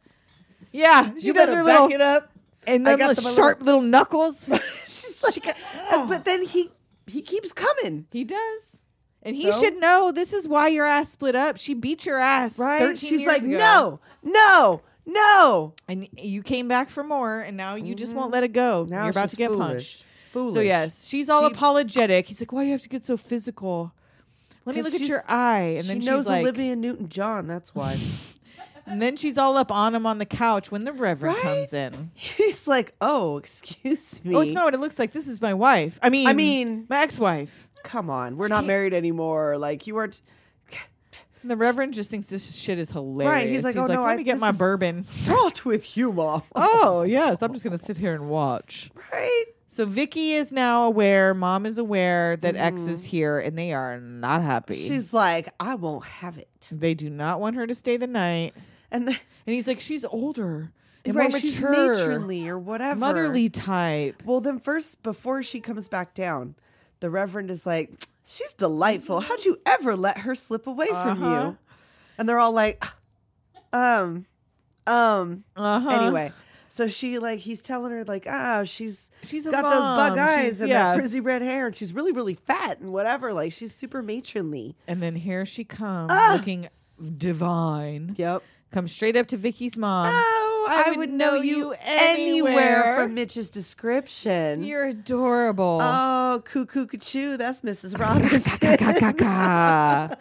Speaker 5: Yeah, she
Speaker 6: you
Speaker 5: does
Speaker 6: better
Speaker 5: her
Speaker 6: back
Speaker 5: little
Speaker 6: it up.
Speaker 5: and
Speaker 6: I
Speaker 5: then
Speaker 6: got
Speaker 5: the
Speaker 6: the little-
Speaker 5: sharp little knuckles.
Speaker 6: she's like, uh, but then he he keeps coming.
Speaker 5: He does. And he
Speaker 6: So?
Speaker 5: should know this is why your ass split up. She beat your ass.
Speaker 6: Right?
Speaker 5: 13
Speaker 6: She's
Speaker 5: years
Speaker 6: like,
Speaker 5: ago.
Speaker 6: no, no, no.
Speaker 5: And you came back for more, and now you just won't let it go.
Speaker 6: Mm-hmm. Now
Speaker 5: You're about
Speaker 6: she's
Speaker 5: to get
Speaker 6: foolish.
Speaker 5: punched.
Speaker 6: Foolish.
Speaker 5: So, yes, she's all
Speaker 6: She-
Speaker 5: apologetic. He's like, why do you have to get so physical? Let me
Speaker 6: 'Cause
Speaker 5: look at
Speaker 6: she's-
Speaker 5: your eye. And
Speaker 6: she
Speaker 5: then
Speaker 6: knows
Speaker 5: she's like,
Speaker 6: Olivia Newton John. That's why.
Speaker 5: and then she's all up on him on the couch when the reverend
Speaker 6: Right?
Speaker 5: comes in.
Speaker 6: He's like, oh, excuse me.
Speaker 5: Oh, it's not what it looks like. This is my wife. I mean,
Speaker 6: mean-
Speaker 5: my ex-wife.
Speaker 6: Come on, we're not
Speaker 5: can't-
Speaker 6: married anymore. Like you aren't.
Speaker 5: And the reverend just thinks this shit is hilarious.
Speaker 6: like, "Oh, no,
Speaker 5: let
Speaker 6: I-
Speaker 5: me get
Speaker 6: this
Speaker 5: my
Speaker 6: is-
Speaker 5: bourbon.
Speaker 6: fraught with humor.
Speaker 5: oh yes, I'm just gonna sit here and watch.
Speaker 6: Right?
Speaker 5: So Vicky is now aware, mom is aware that X is here and they are not happy.
Speaker 6: Mm-hmm. She's like, I won't have it.
Speaker 5: they do not want her to stay the night.
Speaker 6: And then,
Speaker 5: And he's like, She's older. and more
Speaker 6: right, she's
Speaker 5: mature,
Speaker 6: matronly or whatever.
Speaker 5: motherly type.
Speaker 6: Well, then first, before she comes back down, the Reverend is like, "She's delightful. How'd you ever let her slip away from
Speaker 5: Uh-huh.
Speaker 6: you?" And they're all like, "Um, um."
Speaker 5: Uh-huh.
Speaker 6: Anyway, so she like he's telling her like, "Ah, she's
Speaker 5: She's a
Speaker 6: got those bug
Speaker 5: mom.
Speaker 6: eyes
Speaker 5: She's-
Speaker 6: and
Speaker 5: yeah.
Speaker 6: that frizzy red hair, and she's really really fat and whatever. Like she's super matronly."
Speaker 5: And then here she comes,
Speaker 6: Ah!
Speaker 5: looking divine.
Speaker 6: Yep.
Speaker 5: Comes straight up to Vicky's mom.
Speaker 6: Oh, I, would, know, you anywhere.
Speaker 5: anywhere.
Speaker 6: from Mitch's description.
Speaker 5: You're adorable.
Speaker 6: Oh, cuckoo, cuckoo, that's Mrs. Robinson.
Speaker 5: Ka, ka, ka.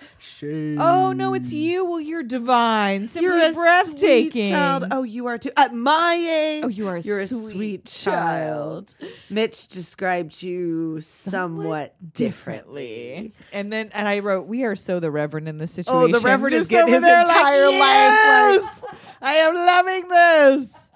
Speaker 5: oh no, it's you. Well, you're divine. Simply
Speaker 6: You're a
Speaker 5: breathtaking.
Speaker 6: sweet child. Oh, you are too. At my age.
Speaker 5: Oh, you are a
Speaker 6: You're a
Speaker 5: sweet
Speaker 6: sweet
Speaker 5: child.
Speaker 6: child. Mitch described you somewhat differently.
Speaker 5: differently. And then, and I wrote, "We are so the Reverend in this
Speaker 6: Oh,
Speaker 5: situation."
Speaker 6: the Reverend is
Speaker 5: Just
Speaker 6: getting
Speaker 5: over
Speaker 6: his
Speaker 5: there
Speaker 6: entire
Speaker 5: like,
Speaker 6: life,
Speaker 5: "Yes! I am loving this.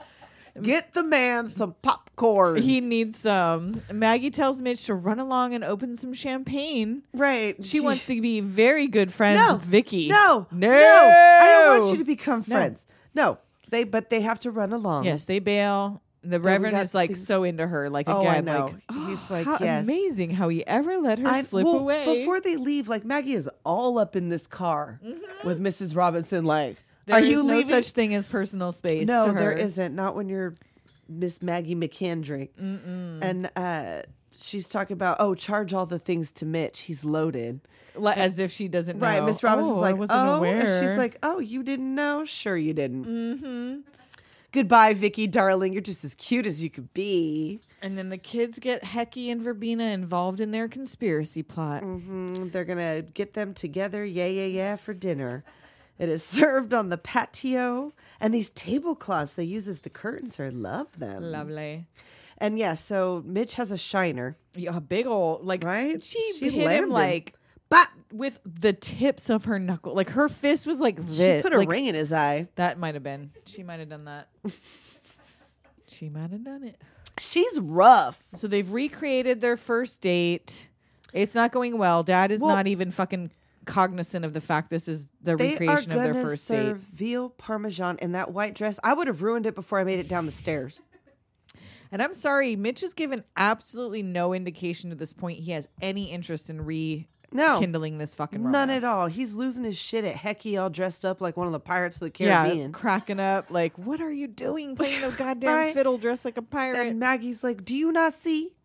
Speaker 6: Get the man some popcorn.
Speaker 5: He needs some. Maggie tells Mitch to run along and open some champagne.
Speaker 6: right.
Speaker 5: She, wants to be very good friends
Speaker 6: No.
Speaker 5: with Vicky.
Speaker 6: No.
Speaker 5: no,
Speaker 6: I don't want you to become
Speaker 5: No.
Speaker 6: friends. No. They but they have to run along.
Speaker 5: Yes, they bail. The Reverend
Speaker 6: got
Speaker 5: is like
Speaker 6: things-
Speaker 5: so into her. Like
Speaker 6: Oh, I
Speaker 5: again, like
Speaker 6: know. He's like,
Speaker 5: how
Speaker 6: yes.
Speaker 5: amazing how he ever let her
Speaker 6: I-
Speaker 5: slip
Speaker 6: well,
Speaker 5: away.
Speaker 6: Before they leave, like Maggie is all up in this car with Mrs. Robinson. Like,
Speaker 5: Mm-hmm. There
Speaker 6: are
Speaker 5: is
Speaker 6: you
Speaker 5: no
Speaker 6: leaving?
Speaker 5: such thing as personal space.
Speaker 6: no,
Speaker 5: to her.
Speaker 6: there isn't. Not when you're Miss Maggie McKendrick. And uh, she's talking about, oh, charge all the things to Mitch. He's loaded.
Speaker 5: Li- as if she doesn't know.
Speaker 6: Right. Miss Robinson's
Speaker 5: oh,
Speaker 6: like,
Speaker 5: I wasn't
Speaker 6: oh,
Speaker 5: aware.
Speaker 6: and she's like, oh, you didn't know? Sure, you didn't. Mm-hmm. Goodbye, Vicky, darling. You're just as cute as you could be.
Speaker 5: and then the kids get Hecky and Verbena involved in their conspiracy plot.
Speaker 6: Mm, They're gonna get them together, yeah, yeah, yeah, for dinner. It is served on the patio, and these tablecloths they use as the curtains. I love them.
Speaker 5: Lovely.
Speaker 6: And yeah, so Mitch has a shiner,
Speaker 5: Yeah, a big old like
Speaker 6: Right?
Speaker 5: she,
Speaker 6: She
Speaker 5: hit
Speaker 6: lammed
Speaker 5: him
Speaker 6: him.
Speaker 5: like
Speaker 6: but
Speaker 5: with the tips of her knuckle. Like her fist was like this.
Speaker 6: she put a
Speaker 5: like,
Speaker 6: ring in his eye.
Speaker 5: That might have been. She might have done that. she might have done it.
Speaker 6: She's rough.
Speaker 5: So they've recreated their first date. It's not going well. Dad is
Speaker 6: Well-
Speaker 5: not even fucking cognizant of the fact this is the
Speaker 6: They are
Speaker 5: recreation of
Speaker 6: gonna
Speaker 5: their first
Speaker 6: serve
Speaker 5: date.
Speaker 6: veal parmesan in that white dress. I would have ruined it before I made it down the stairs.
Speaker 5: And I'm sorry, Mitch has given absolutely no indication to this point he has any interest in re
Speaker 6: No.
Speaker 5: kindling this fucking romance.
Speaker 6: None at all. He's losing his shit at Hecky, all dressed up like one of the pirates of the
Speaker 5: Yeah,
Speaker 6: Caribbean.
Speaker 5: cracking up. Like, what are you doing playing the goddamn
Speaker 6: Right.
Speaker 5: fiddle dressed like a pirate?
Speaker 6: And Maggie's like, Do you not see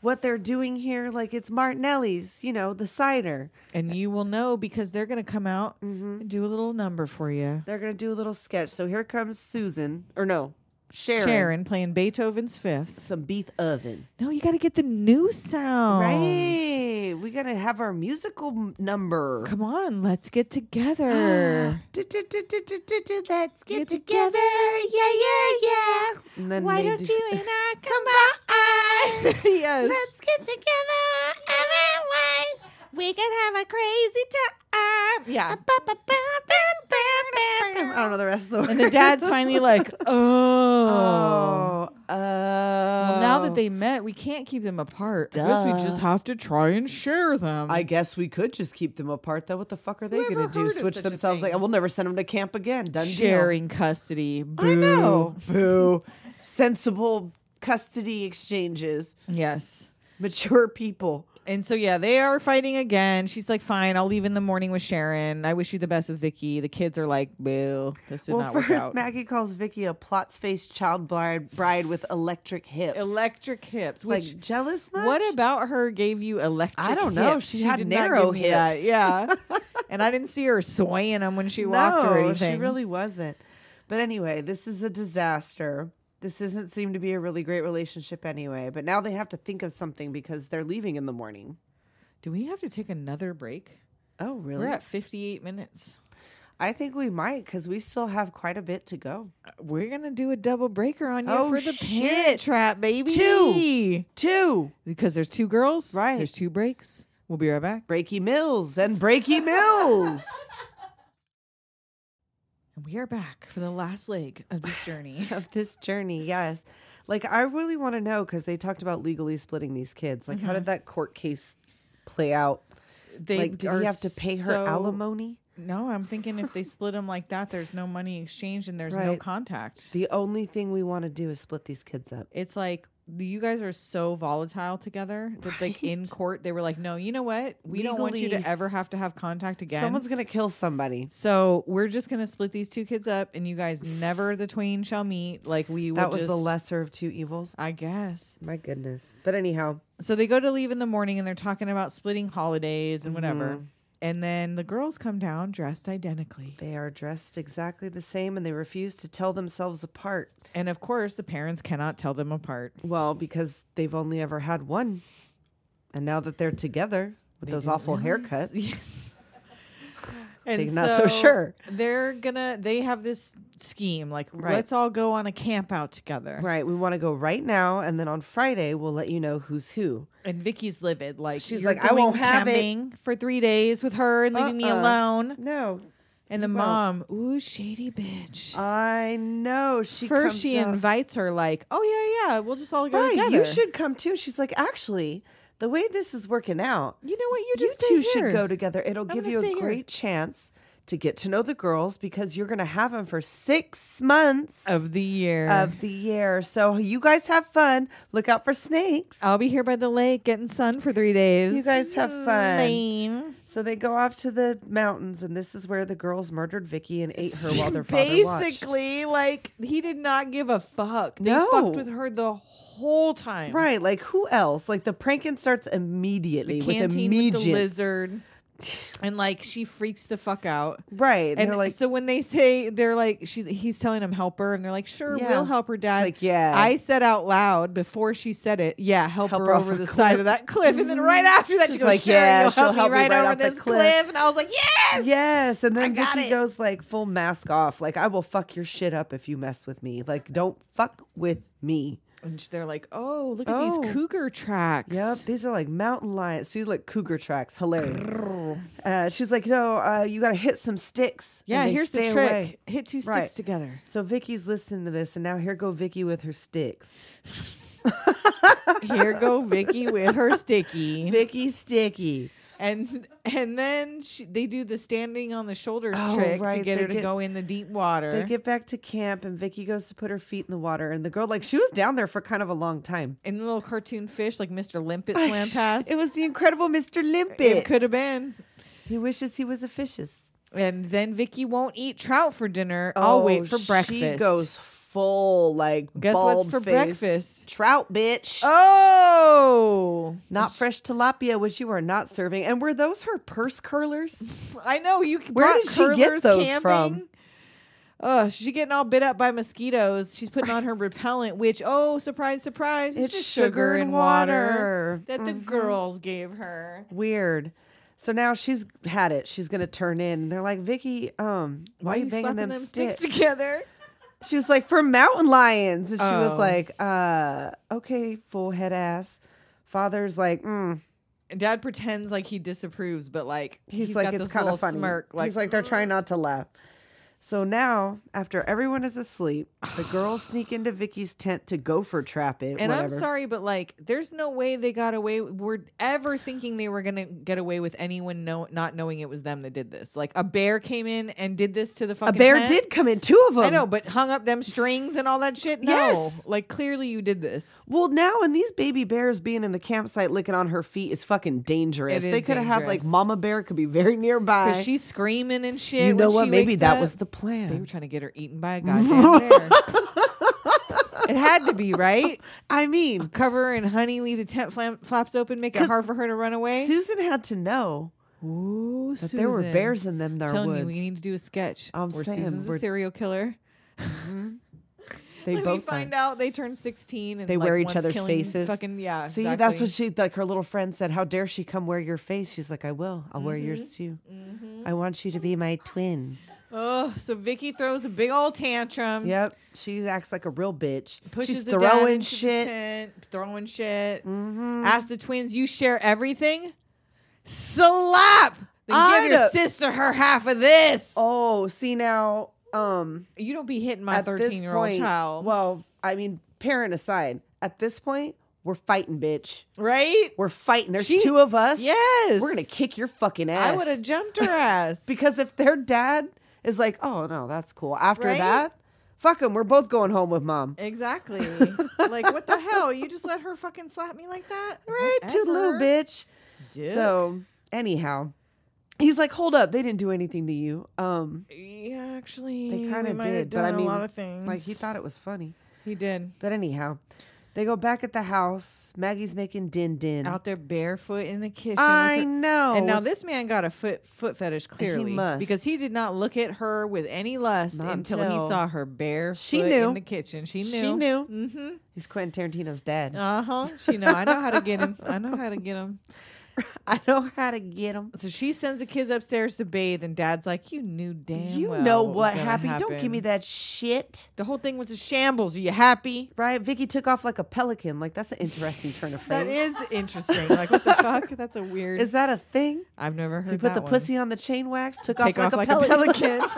Speaker 6: what they're doing here? Like, it's Martinelli's, you know, the cider.
Speaker 5: and you will know because they're going to come out
Speaker 6: Mm-hmm.
Speaker 5: and do a little number for you.
Speaker 6: They're going to do a little sketch. So here comes Susan, or no, Sharon.
Speaker 5: Sharon playing Beethoven's Fifth.
Speaker 6: Some beef oven.
Speaker 5: No, you got to get the new sound.
Speaker 6: Right. We got to have our musical m- number.
Speaker 5: Come on, let's get together.
Speaker 6: Let's
Speaker 5: Get
Speaker 6: get together. Yeah, yeah, yeah. And then
Speaker 5: Why
Speaker 6: they
Speaker 5: don't
Speaker 6: do-
Speaker 5: you and I
Speaker 6: come by?
Speaker 5: yes.
Speaker 6: Let's get together. everyone.
Speaker 5: we can have a crazy time. Yeah.
Speaker 6: I don't know the rest of the word.
Speaker 5: And the dad's finally like, oh.
Speaker 6: Oh, oh.
Speaker 5: Well, now that they met, we can't keep them apart. I guess we just have to try and share them.
Speaker 6: I guess we could just keep them apart, though. What the fuck are they
Speaker 5: Whoever
Speaker 6: going to do?
Speaker 5: heard of
Speaker 6: Switch
Speaker 5: such a
Speaker 6: themselves like,
Speaker 5: thing?
Speaker 6: we'll never send them to camp again. Done deal."
Speaker 5: sharing custody. Boo.
Speaker 6: I know. Boo. Sensible custody exchanges.
Speaker 5: Yes.
Speaker 6: Mature people.
Speaker 5: And so yeah, they are fighting again. She's like, "Fine, I'll leave in the morning with Sharon. I wish you the best with Vicky." The kids are like, "Boo, this did
Speaker 6: well,
Speaker 5: not
Speaker 6: first,
Speaker 5: work out."
Speaker 6: Maggie calls Vicky a plots-faced child bride, bride with electric hips.
Speaker 5: electric hips.
Speaker 6: like
Speaker 5: Which
Speaker 6: jealous much?
Speaker 5: what about her gave you electric?
Speaker 6: I don't know.
Speaker 5: hips?
Speaker 6: She had
Speaker 5: did not give
Speaker 6: narrow
Speaker 5: me that.
Speaker 6: hips.
Speaker 5: Yeah, and I didn't see her swaying them when she walked
Speaker 6: no,
Speaker 5: or anything.
Speaker 6: she really wasn't. But anyway, this is a disaster. This doesn't seem to be a really great relationship anyway. But now they have to think of something because they're leaving in the morning.
Speaker 5: Do we have to take another break?
Speaker 6: Oh, really?
Speaker 5: We're at fifty-eight minutes.
Speaker 6: I think we might because we still have quite a bit to go.
Speaker 5: We're gonna do a double breaker on you
Speaker 6: Oh,
Speaker 5: for the
Speaker 6: shit.
Speaker 5: parent trap, baby.
Speaker 6: Two. Two
Speaker 5: because there's two girls.
Speaker 6: Right.
Speaker 5: There's two breaks. We'll be right back.
Speaker 6: Breaky Mills and Breaky Mills.
Speaker 5: And we are back for the last leg of this journey.
Speaker 6: of this journey. Yes. Like, I really want to know because they talked about legally splitting these kids. Like, how did that court case play out?
Speaker 5: They
Speaker 6: like, did
Speaker 5: are
Speaker 6: he have to pay her
Speaker 5: so-
Speaker 6: alimony?
Speaker 5: No, I'm thinking if they split them like that, there's no money exchanged and there's no
Speaker 6: Right.
Speaker 5: contact.
Speaker 6: The only thing we want to do is split these kids up.
Speaker 5: It's like the- you guys are so volatile together that like in court they were like, no, you know what? We don't want you to
Speaker 6: Legally-
Speaker 5: ever have to have contact again.
Speaker 6: Someone's gonna kill somebody.
Speaker 5: so we're just gonna split these two kids up, and you guys never the twain shall meet. Like we will
Speaker 6: That was the
Speaker 5: just-
Speaker 6: lesser of two evils.
Speaker 5: I guess.
Speaker 6: My goodness. But anyhow,
Speaker 5: So they go to leave in the morning and they're talking about splitting holidays and whatever.
Speaker 6: Mm-hmm.
Speaker 5: And then the girls come down dressed identically.
Speaker 6: they are dressed exactly the same and they refuse to tell themselves apart.
Speaker 5: And of course, the parents cannot tell them apart.
Speaker 6: Well, because they've only ever had one. And now that they're together with those awful haircuts,
Speaker 5: Yes. And
Speaker 6: They're not so sure.
Speaker 5: They're gonna. They have this scheme. Like,
Speaker 6: Right.
Speaker 5: let's all go on a camp out together.
Speaker 6: right, we want to go right now. And then on Friday, we'll let you know who's who.
Speaker 5: And Vicky's livid. Like,
Speaker 6: She's
Speaker 5: "You're
Speaker 6: like, "I
Speaker 5: going
Speaker 6: won't have it."
Speaker 5: camping for three days with her and leaving me
Speaker 6: Uh-uh.
Speaker 5: alone.
Speaker 6: No,
Speaker 5: And the
Speaker 6: you
Speaker 5: mom,
Speaker 6: won't.
Speaker 5: ooh, shady bitch.
Speaker 6: I know. She
Speaker 5: First,
Speaker 6: comes
Speaker 5: she
Speaker 6: up-
Speaker 5: invites her. Like, oh yeah, yeah, we'll just all go
Speaker 6: Right,
Speaker 5: together.
Speaker 6: you should come too. She's like, actually, the way this is working out,
Speaker 5: You know what?
Speaker 6: you
Speaker 5: You just
Speaker 6: two
Speaker 5: stay here.
Speaker 6: should go together. It'll give
Speaker 5: gonna
Speaker 6: you
Speaker 5: stay
Speaker 6: a
Speaker 5: here."
Speaker 6: great chance to get to know the girls because you're going to have them for six months
Speaker 5: of the year.
Speaker 6: of the year. So you guys have fun. Look out for snakes.
Speaker 5: I'll be here by the lake getting sun for three days.
Speaker 6: You guys have fun.
Speaker 5: Lame.
Speaker 6: So they go off to the mountains, and this is where the girls murdered Vicky and ate her while their father watched.
Speaker 5: basically like he did not give a fuck. They
Speaker 6: No.
Speaker 5: fucked with her the whole time.
Speaker 6: Right, like who else? Like the pranking starts immediately
Speaker 5: The
Speaker 6: with
Speaker 5: canteen with,
Speaker 6: immediate
Speaker 5: the lizard. And like she freaks the fuck out.
Speaker 6: Right,
Speaker 5: And
Speaker 6: they're like,
Speaker 5: so when they say they're like she's he's telling him help her and they're like sure
Speaker 6: Yeah.
Speaker 5: we'll help her dad.
Speaker 6: like, yeah.
Speaker 5: I said out loud before she said it, yeah, help,
Speaker 6: Help
Speaker 5: her,
Speaker 6: her off
Speaker 5: over
Speaker 6: a
Speaker 5: the
Speaker 6: cliff.
Speaker 5: side of that cliff and then right after that she
Speaker 6: She's
Speaker 5: goes
Speaker 6: like,
Speaker 5: sure,
Speaker 6: yeah,
Speaker 5: you'll
Speaker 6: she'll
Speaker 5: help,
Speaker 6: help
Speaker 5: me
Speaker 6: me
Speaker 5: right,
Speaker 6: right
Speaker 5: over
Speaker 6: off the
Speaker 5: this cliff.
Speaker 6: cliff.
Speaker 5: and I was like yes.
Speaker 6: Yes, and then
Speaker 5: got
Speaker 6: Vicky
Speaker 5: it.
Speaker 6: goes like full mask off, like I will fuck your shit up if you mess with me. Like don't fuck with me.
Speaker 5: And they're like, "Oh, look at
Speaker 6: Oh.
Speaker 5: these cougar tracks."
Speaker 6: Yep, these are like mountain lions. See, like cougar tracks, hilarious. uh, she's like, no, uh, you gotta hit some sticks. and
Speaker 5: Yeah,
Speaker 6: they
Speaker 5: here's the
Speaker 6: stay
Speaker 5: trick.
Speaker 6: away."
Speaker 5: Hit two sticks
Speaker 6: Right.
Speaker 5: together.
Speaker 6: So Vicky's listening to this, and now here go Vicky with her sticks.
Speaker 5: Here go Vicky with her sticky.
Speaker 6: Vicky sticky.
Speaker 5: And and then she, they do the standing on the shoulders
Speaker 6: Oh,
Speaker 5: trick to
Speaker 6: right,
Speaker 5: get
Speaker 6: they
Speaker 5: her to
Speaker 6: get-
Speaker 5: go in the deep water.
Speaker 6: They get back to camp, and Vicky goes to put her feet in the water, and the girl like she was down there for kind of a long time.
Speaker 5: and the little cartoon fish like Mr. Limpet slam pass.
Speaker 6: It was the incredible Mr.
Speaker 5: it
Speaker 6: Limpet.
Speaker 5: could have been.
Speaker 6: he wishes he was a fishes.
Speaker 5: And then Vicky won't eat trout for dinner. I'll wait for breakfast.
Speaker 6: Oh, She goes full like
Speaker 5: Guess what's
Speaker 6: bald
Speaker 5: for
Speaker 6: face.
Speaker 5: breakfast?
Speaker 6: Trout, bitch.
Speaker 5: Oh,
Speaker 6: Not fresh tilapia, which you are not serving. And were those her purse curlers?
Speaker 5: I know you.
Speaker 6: Where
Speaker 5: brought
Speaker 6: did she get
Speaker 5: curlers
Speaker 6: those
Speaker 5: camping.
Speaker 6: from?
Speaker 5: Oh, she's getting all bit up by mosquitoes. She's putting on her repellent, which oh, surprise, surprise, it's, just sugar, and water,
Speaker 6: water. Mm-hmm.
Speaker 5: that the girls gave her.
Speaker 6: Weird. So now she's had it. She's gonna turn in. And they're like, Vicky, um, why, are you banging
Speaker 5: slapping
Speaker 6: them, sticks?
Speaker 5: together?
Speaker 6: She was like, for mountain lions. And she
Speaker 5: Oh.
Speaker 6: was like, uh, okay, full head ass. Father's like, mm.
Speaker 5: And Dad pretends like he disapproves, but like
Speaker 6: he's,
Speaker 5: he's
Speaker 6: like,
Speaker 5: got
Speaker 6: it's
Speaker 5: this
Speaker 6: kind
Speaker 5: little
Speaker 6: of funny.
Speaker 5: Smirk, like,
Speaker 6: he's like, they're trying not to laugh. So now, after everyone is asleep, the girls sneak into Vicky's tent to gopher trap it.
Speaker 5: and I'm
Speaker 6: whatever.
Speaker 5: sorry, but like, there's no way they got away. Were ever thinking they were gonna get away with anyone know, not knowing it was them that did this? Like a bear came in and did this to the
Speaker 6: A
Speaker 5: fucking
Speaker 6: bear
Speaker 5: tent?
Speaker 6: did come in, two of them.
Speaker 5: I know, but hung up them strings and all that shit. No,
Speaker 6: Um, Yes.
Speaker 5: like clearly you did this.
Speaker 6: Well, now and these baby bears being in the campsite licking on her feet is fucking dangerous.
Speaker 5: It
Speaker 6: they
Speaker 5: is
Speaker 6: could have had like
Speaker 5: dangerous.
Speaker 6: Mama Bear could be very nearby.
Speaker 5: Because she's screaming and shit.
Speaker 6: you know
Speaker 5: when
Speaker 6: what?
Speaker 5: she
Speaker 6: Maybe
Speaker 5: wakes
Speaker 6: that
Speaker 5: up.
Speaker 6: was the
Speaker 5: They were
Speaker 6: plan.
Speaker 5: trying to get her eaten by a goddamn bear. it had to be right.
Speaker 6: I mean,
Speaker 5: Cover her in honey, leave the tent flam- flaps open, make it hard for her to run away.
Speaker 6: Susan had to know
Speaker 5: Ooh,
Speaker 6: that there were
Speaker 5: Susan.
Speaker 6: bears in them. There
Speaker 5: telling
Speaker 6: woods.
Speaker 5: you, we need to do a sketch
Speaker 6: I'm
Speaker 5: where
Speaker 6: saying,
Speaker 5: Susan's a
Speaker 6: we're-
Speaker 5: serial killer.
Speaker 6: they
Speaker 5: Like, we
Speaker 6: both
Speaker 5: find
Speaker 6: are.
Speaker 5: out they turn sixteen and
Speaker 6: They
Speaker 5: like,
Speaker 6: wear each
Speaker 5: one's
Speaker 6: other's
Speaker 5: killing
Speaker 6: faces.
Speaker 5: Fucking yeah.
Speaker 6: See, that's
Speaker 5: exactly.
Speaker 6: what she like. Her little friend said, "How dare she come wear your face?" She's like, "I will. I'll wear
Speaker 5: Mm-hmm.
Speaker 6: yours too. I want you to be my twin."
Speaker 5: Oh, so Vicky throws a big old tantrum.
Speaker 6: Yep, she acts like a real bitch.
Speaker 5: pushes
Speaker 6: She's
Speaker 5: the dad
Speaker 6: throwing
Speaker 5: into the
Speaker 6: shit. Mm-hmm.
Speaker 5: tent, throwing shit. Ask the twins, you share everything. Slap. Then
Speaker 6: I
Speaker 5: give your
Speaker 6: know.
Speaker 5: sister her half of this.
Speaker 6: Oh, see now, um,
Speaker 5: You don't be hitting my
Speaker 6: at this
Speaker 5: thirteen year old
Speaker 6: point-
Speaker 5: child.
Speaker 6: Well, I mean, parent aside, at this point, We're fighting, bitch.
Speaker 5: Right?
Speaker 6: We're fighting. There's
Speaker 5: She-
Speaker 6: two of us.
Speaker 5: Yes.
Speaker 6: We're gonna kick your fucking ass.
Speaker 5: I would have jumped her ass.
Speaker 6: because if their dad is like, oh no, that's cool. After
Speaker 5: Right?
Speaker 6: that, fuck them. We're both going home with mom.
Speaker 5: Exactly. like, what the hell? You just let her fucking slap me like that?
Speaker 6: Right, toodaloo,
Speaker 5: Whatever.
Speaker 6: bitch.
Speaker 5: Dude.
Speaker 6: So anyhow, he's like, hold up, they didn't do anything to you. Um,
Speaker 5: yeah, actually,
Speaker 6: they kind of did, but I mean, like he thought Mm-hmm. it was funny.
Speaker 5: he did
Speaker 6: But anyhow, they go back at the house. Maggie's making din din.
Speaker 5: out there barefoot in the kitchen. with
Speaker 6: I
Speaker 5: her-
Speaker 6: know.
Speaker 5: And now this man got a foot foot fetish clearly
Speaker 6: Oh, must.
Speaker 5: because he did not look at her with any lust
Speaker 6: Not
Speaker 5: until,
Speaker 6: until-
Speaker 5: he saw her bare
Speaker 6: She knew.
Speaker 5: in the kitchen. She knew.
Speaker 6: she knew. He's Quentin Tarantino's dad.
Speaker 5: Uh huh. She know. I know how to get him. I know how to get him.
Speaker 6: I know how to get him.
Speaker 5: So she sends the kids upstairs to bathe, and Dad's like, "You knew damn
Speaker 6: You
Speaker 5: well
Speaker 6: know
Speaker 5: was
Speaker 6: what
Speaker 5: gonna
Speaker 6: happened? Don't give me
Speaker 5: happen."
Speaker 6: that shit.
Speaker 5: The whole thing was a shambles. Are you happy?
Speaker 6: Right? Vicky took off like a pelican. Like that's an interesting turn of
Speaker 5: That
Speaker 6: phrase.
Speaker 5: is interesting. Like what the fuck? That's a weird.
Speaker 6: Is that a thing?
Speaker 5: I've never heard.
Speaker 6: You put
Speaker 5: that
Speaker 6: the
Speaker 5: one.
Speaker 6: pussy on the chain wax, took
Speaker 5: Take
Speaker 6: off,
Speaker 5: off
Speaker 6: like,
Speaker 5: like a
Speaker 6: a pelican.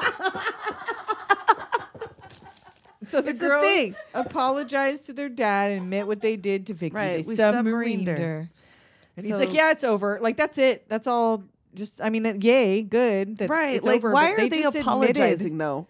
Speaker 5: So the
Speaker 6: It's a
Speaker 5: girls
Speaker 6: thing.
Speaker 5: apologized to their dad and admit what they did to Vicky.
Speaker 6: Right,
Speaker 5: They
Speaker 6: we
Speaker 5: submarined
Speaker 6: submarined her.
Speaker 5: her. And he's
Speaker 6: So-
Speaker 5: like, "Yeah, it's over. Like that's it. That's all. Just I mean, uh, yay, good. That
Speaker 6: right?
Speaker 5: It's
Speaker 6: like,
Speaker 5: over.
Speaker 6: why
Speaker 5: But
Speaker 6: are they,
Speaker 5: just
Speaker 6: apologizing
Speaker 5: Admitted,
Speaker 6: though?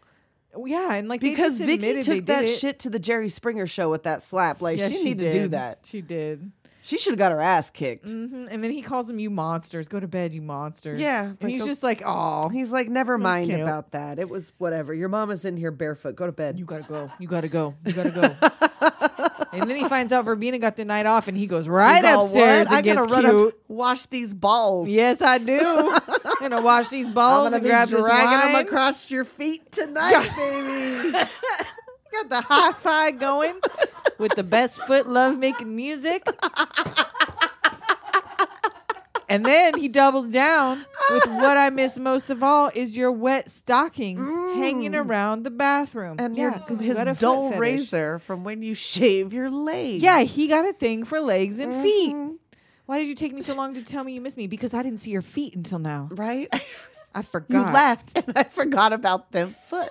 Speaker 5: yeah, and like they
Speaker 6: Because
Speaker 5: just
Speaker 6: Vicky
Speaker 5: admitted they
Speaker 6: took
Speaker 5: did
Speaker 6: that
Speaker 5: it.
Speaker 6: shit to the Jerry Springer show with that slap. Like
Speaker 5: Yeah,
Speaker 6: she, needed to do
Speaker 5: did.
Speaker 6: that.
Speaker 5: She did.
Speaker 6: She should have got her ass kicked.
Speaker 5: hmm And then he calls them, "You monsters. Go to bed, you monsters."
Speaker 6: Yeah, like
Speaker 5: and he's
Speaker 6: a-
Speaker 5: just like, "Oh,
Speaker 6: He's like, never mind
Speaker 5: cute.
Speaker 6: about that. It was whatever. Your mama's in here barefoot. Go to bed.
Speaker 5: You gotta go. You gotta go. You gotta go. and then he finds out Verbena got the night off, and he goes right
Speaker 6: He's all,
Speaker 5: upstairs
Speaker 6: "What? I
Speaker 5: and gets
Speaker 6: gotta run
Speaker 5: cute.
Speaker 6: up, wash these balls.
Speaker 5: Yes, I do. I'm gonna wash these
Speaker 6: I'm
Speaker 5: balls
Speaker 6: gonna
Speaker 5: and
Speaker 6: be
Speaker 5: grab this
Speaker 6: dragging them
Speaker 5: wine.
Speaker 6: across your feet tonight, baby.
Speaker 5: Got the high five going with the best foot love making music. And then he doubles down with what I miss most of all is your wet stockings hanging around the bathroom.
Speaker 6: Mm. And
Speaker 5: yeah,
Speaker 6: your,
Speaker 5: because
Speaker 6: his dull razor from when you shave your leg.
Speaker 5: Yeah, he got a thing for legs
Speaker 6: Mm-hmm.
Speaker 5: and feet. Why did you take me so long to tell me you miss me? Because I didn't see your feet until now.
Speaker 6: right.
Speaker 5: I
Speaker 6: you
Speaker 5: forgot.
Speaker 6: left, and I forgot about them foot.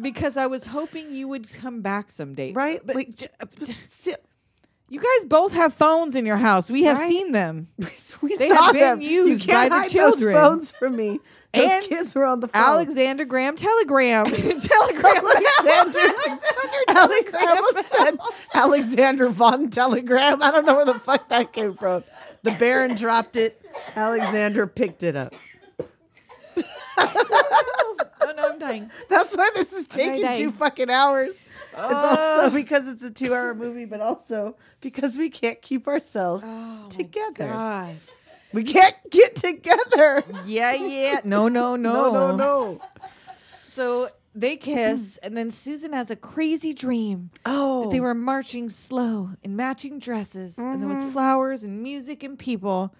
Speaker 5: because I was hoping you would come back someday.
Speaker 6: Right?
Speaker 5: But
Speaker 6: Like,
Speaker 5: j-
Speaker 6: j- si-
Speaker 5: you guys both have phones in your house. We have
Speaker 6: Right?
Speaker 5: seen them.
Speaker 6: we
Speaker 5: They
Speaker 6: saw
Speaker 5: have been
Speaker 6: them.
Speaker 5: used
Speaker 6: you can't
Speaker 5: by the
Speaker 6: hide
Speaker 5: children.
Speaker 6: Those phones from me. Those
Speaker 5: And
Speaker 6: kids were on the phone.
Speaker 5: Alexander Graham Telegram. Telegram.
Speaker 6: Alexander, Alex, I almost said Alexander von Telegram. I don't know where the fuck that came from. The Baron dropped it. Alexander picked it up.
Speaker 5: oh no, I'm dying.
Speaker 6: That's why this is taking
Speaker 5: dying.
Speaker 6: two fucking hours. It's also because it's a two-hour movie, but also because we can't keep ourselves together.
Speaker 5: God.
Speaker 6: We can't get together.
Speaker 5: Yeah, yeah. No, no, no. Hmm.
Speaker 6: No, no, no.
Speaker 5: So they kiss, and then Susan has a crazy dream.
Speaker 6: Oh,
Speaker 5: that they were marching slow in matching dresses and there was flowers and music and people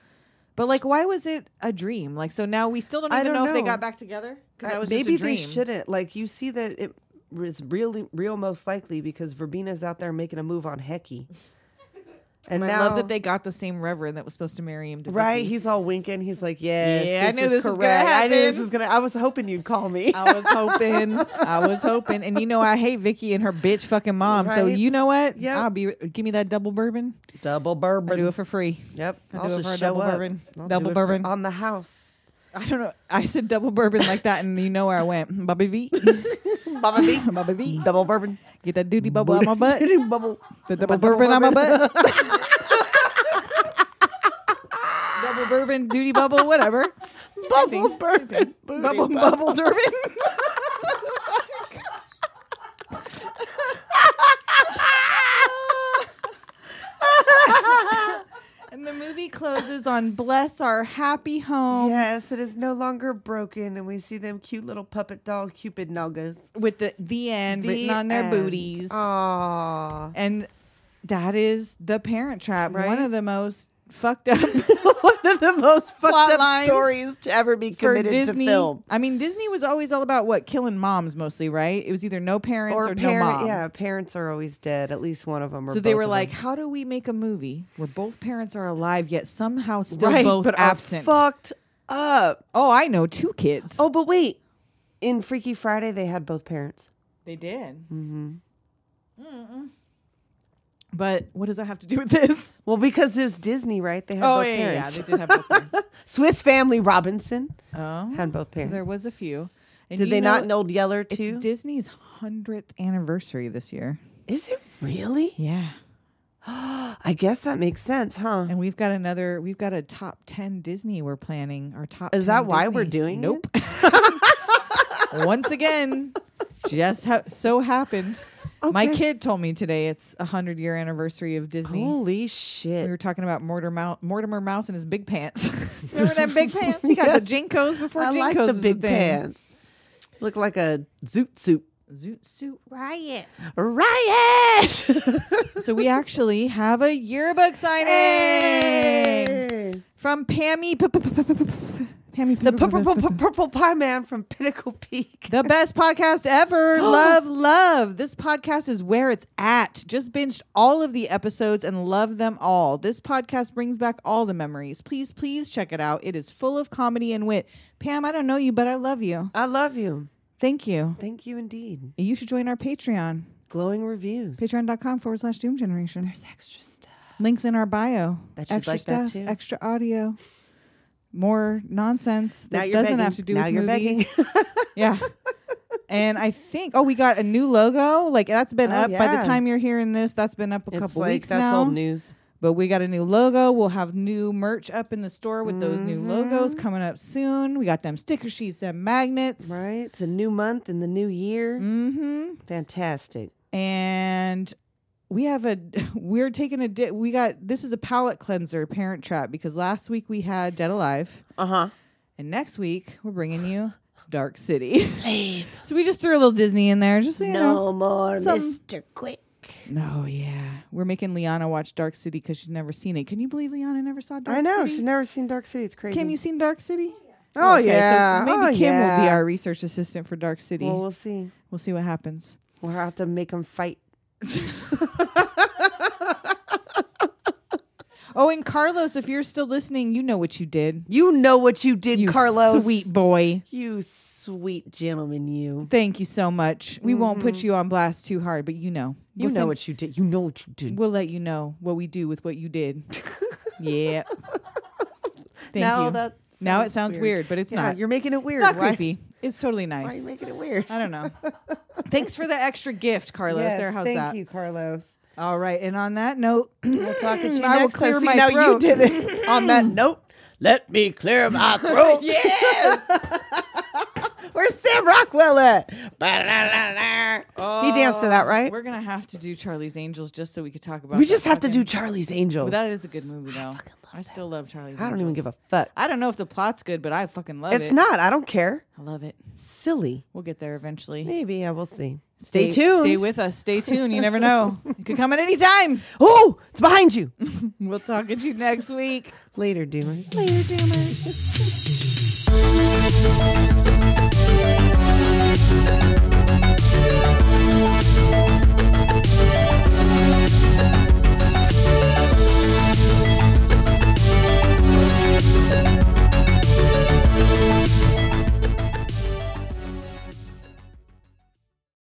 Speaker 5: but like why was it a dream like so now we still don't
Speaker 6: I
Speaker 5: even
Speaker 6: don't
Speaker 5: know, if they
Speaker 6: know.
Speaker 5: got back together because that was
Speaker 6: maybe
Speaker 5: just a dream.
Speaker 6: they shouldn't. Like you see that it it's really real most likely because Verbina's out there making a move on Hecky. And
Speaker 5: and
Speaker 6: now
Speaker 5: i love that they got the same reverend that was supposed to marry him to
Speaker 6: right,
Speaker 5: Vicky.
Speaker 6: he's all winking. He's like, "Yes,
Speaker 5: Yeah, I
Speaker 6: this
Speaker 5: knew
Speaker 6: is
Speaker 5: this was
Speaker 6: correct.
Speaker 5: gonna
Speaker 6: I knew this
Speaker 5: happen."
Speaker 6: was gonna. I was hoping you'd call me.
Speaker 5: I was hoping. I was hoping. And you know I hate Vicky and her bitch fucking mom. So
Speaker 6: Right.
Speaker 5: you know what?
Speaker 6: Yep.
Speaker 5: I'll be give me that double bourbon.
Speaker 6: Double
Speaker 5: I'll do
Speaker 6: bourbon.
Speaker 5: it for free.
Speaker 6: Yep,
Speaker 5: I'll
Speaker 6: I'll
Speaker 5: do it for
Speaker 6: just
Speaker 5: a
Speaker 6: show
Speaker 5: double
Speaker 6: up.
Speaker 5: bourbon.
Speaker 6: I'll do
Speaker 5: Double
Speaker 6: it for-
Speaker 5: bourbon.
Speaker 6: on the house.
Speaker 5: I don't know. I said double bourbon like that and you know where I went. Bobby B.
Speaker 6: Bubba bee.
Speaker 5: Bobby B.
Speaker 6: Double bourbon.
Speaker 5: Get that duty bubble out my butt.
Speaker 6: Bubble.
Speaker 5: The double bourbon on my butt. double bourbon, duty bubble, whatever.
Speaker 6: Bubble bourbon.
Speaker 5: bubble, bubble, durbin. and the movie closes on Bless Our Happy Home
Speaker 6: Yes, it is no longer broken, and we see them cute little puppet doll cupid nuggas
Speaker 5: with the, the end written
Speaker 6: The
Speaker 5: on their
Speaker 6: end.
Speaker 5: booties.
Speaker 6: Aww.
Speaker 5: And that is The Parent Trap,
Speaker 6: Right?
Speaker 5: one of the most fucked up.
Speaker 6: One of the most
Speaker 5: Plot
Speaker 6: fucked up
Speaker 5: lines
Speaker 6: stories to ever be committed to film.
Speaker 5: I mean, Disney was always all about what killing moms mostly, right? It was either no parents or, no mom.
Speaker 6: yeah, parents are always dead. At least one of them. Or
Speaker 5: So they
Speaker 6: both
Speaker 5: were
Speaker 6: of
Speaker 5: like,
Speaker 6: them.
Speaker 5: "How do we make a movie where both parents are alive yet somehow still
Speaker 6: right,
Speaker 5: both
Speaker 6: but are
Speaker 5: absent?"
Speaker 6: fucked up.
Speaker 5: Oh, I know two kids.
Speaker 6: Oh, but wait, in Freaky Mm-hmm. Friday they had both parents.
Speaker 5: they did. But what does that have to do with this?
Speaker 6: Well, because it was Disney, right? They had
Speaker 5: Oh
Speaker 6: both
Speaker 5: yeah, yeah, yeah,
Speaker 6: parents.
Speaker 5: they did have both parents.
Speaker 6: Swiss Family Robinson
Speaker 5: Oh,
Speaker 6: had both parents.
Speaker 5: there was a few. And
Speaker 6: Did
Speaker 5: you
Speaker 6: they not in
Speaker 5: know
Speaker 6: Old Yeller
Speaker 5: It's
Speaker 6: too?
Speaker 5: Disney's hundredth anniversary this year.
Speaker 6: Is it really?
Speaker 5: Yeah,
Speaker 6: I guess that makes sense, huh?
Speaker 5: and we've got another. We've got a top ten Disney. We're planning our top.
Speaker 6: Is
Speaker 5: 10
Speaker 6: that why we're
Speaker 5: Disney.
Speaker 6: doing it?
Speaker 5: Nope. Once again, just ha- so happened. My
Speaker 6: Okay.
Speaker 5: kid told me today it's a hundred year anniversary of Disney.
Speaker 6: Holy
Speaker 5: We were
Speaker 6: shit!
Speaker 5: talking about Mortimer Mouse, Mortimer Mouse and his big pants. Remember that big pants? He got the Jinkos before
Speaker 6: I
Speaker 5: Jinkos
Speaker 6: like the
Speaker 5: was a
Speaker 6: big
Speaker 5: thing.
Speaker 6: pants. Look like a zoot suit.
Speaker 5: Zoot suit riot.
Speaker 6: Riot!
Speaker 5: So we actually have a yearbook signing from Pammy. P- p- p- p- p- p- Pammy.
Speaker 6: The purple, purple, purple pie man from Pinnacle Peak.
Speaker 5: The best podcast ever. love, love. This podcast is where it's at. Just binged all of the episodes and love them all. This podcast brings back all the memories. Please, please check it out. It is full of comedy and wit. Pam, I don't know you, but I love you.
Speaker 6: I love you.
Speaker 5: Thank you.
Speaker 6: Thank you indeed.
Speaker 5: You should join our Patreon.
Speaker 6: Glowing reviews.
Speaker 5: Patreon.com forward slash Doom Generation.
Speaker 6: There's extra stuff.
Speaker 5: Links in our bio.
Speaker 6: That you'd
Speaker 5: extra
Speaker 6: like that
Speaker 5: stuff,
Speaker 6: too.
Speaker 5: extra audio, more nonsense
Speaker 6: Now
Speaker 5: that
Speaker 6: you're
Speaker 5: doesn't
Speaker 6: begging.
Speaker 5: have to do
Speaker 6: Now
Speaker 5: with
Speaker 6: you're
Speaker 5: movies. yeah. And I think oh we got a new logo like that's been
Speaker 6: Oh,
Speaker 5: up by
Speaker 6: yeah.
Speaker 5: the time you're hearing this that's been up a
Speaker 6: It's
Speaker 5: couple
Speaker 6: like
Speaker 5: weeks
Speaker 6: that's
Speaker 5: now
Speaker 6: old news.
Speaker 5: but we got a new logo we'll have new merch up in the store with those new logos
Speaker 6: Mm-hmm.
Speaker 5: coming up soon we got them sticker sheets and magnets
Speaker 6: Right? It's a new month and the new year.
Speaker 5: mm-hmm
Speaker 6: Fantastic.
Speaker 5: and we have a we're taking a di- we got this is a palate cleanser parent trap because last week we had dead alive
Speaker 6: Uh huh.
Speaker 5: and next week we're bringing you dark city so we just threw a little disney in there just so you know
Speaker 6: more,
Speaker 5: some-
Speaker 6: Mr. Quick.
Speaker 5: no yeah we're making liana watch dark city because she's never seen it can you believe liana never saw dark
Speaker 6: I know.
Speaker 5: city
Speaker 6: She's never seen Dark City. It's crazy.
Speaker 5: kim you seen dark city
Speaker 6: oh,
Speaker 5: Okay, so
Speaker 6: yeah.
Speaker 5: maybe
Speaker 6: oh,
Speaker 5: kim will be
Speaker 6: yeah.
Speaker 5: our research assistant for dark city
Speaker 6: Well,
Speaker 5: we'll,
Speaker 6: we'll see.
Speaker 5: see what happens
Speaker 6: We'll have to make them fight.
Speaker 5: oh and carlos if you're still listening you know what you did
Speaker 6: You know what you did,
Speaker 5: you
Speaker 6: Carlos.
Speaker 5: sweet boy
Speaker 6: You sweet gentleman, you.
Speaker 5: Thank you so much. We won't put you on blast too hard, but Mm-hmm. you know.
Speaker 6: You
Speaker 5: We'll
Speaker 6: know
Speaker 5: send-
Speaker 6: what you did. You know what you did.
Speaker 5: We'll let you know what we do with what you did. yeah. Thank
Speaker 6: Now
Speaker 5: you.
Speaker 6: that
Speaker 5: now it
Speaker 6: sounds
Speaker 5: sounds
Speaker 6: weird.
Speaker 5: weird, but it's
Speaker 6: Yeah,
Speaker 5: not.
Speaker 6: You're making it
Speaker 5: it's
Speaker 6: weird.
Speaker 5: not
Speaker 6: Why-
Speaker 5: creepy. It's totally
Speaker 6: Why are you
Speaker 5: nice.
Speaker 6: making it weird?
Speaker 5: I don't know. Thanks for the extra gift, Carlos.
Speaker 6: Yes,
Speaker 5: there, how's
Speaker 6: thank
Speaker 5: that?
Speaker 6: you, Carlos.
Speaker 5: All right. And on that note, we'll talk
Speaker 6: See,
Speaker 5: I will
Speaker 6: next time-
Speaker 5: clear
Speaker 6: see,
Speaker 5: my
Speaker 6: now
Speaker 5: throat.
Speaker 6: you did it. On that note, let me clear my throat. yes. Where's Sam Rockwell at? he danced to that, right?
Speaker 5: We're gonna have to do Charlie's Angels just so we could talk about.
Speaker 6: We
Speaker 5: that
Speaker 6: just have to do
Speaker 5: fucking-
Speaker 6: Charlie's Angels.
Speaker 5: But that is a good movie, though. I, still love Charlie's.
Speaker 6: I don't even
Speaker 5: Angels.
Speaker 6: give a fuck.
Speaker 5: I don't know if the plot's good, but I fucking love it.
Speaker 6: It's not. I don't care.
Speaker 5: I love it.
Speaker 6: Silly.
Speaker 5: We'll get there eventually.
Speaker 6: Maybe I will see. Stay, tuned.
Speaker 5: Stay with us. Stay tuned. You never know. It could come at any time.
Speaker 6: Oh, it's behind you.
Speaker 5: We'll talk at you next week.
Speaker 6: Later, doers.
Speaker 5: Later, Doomers.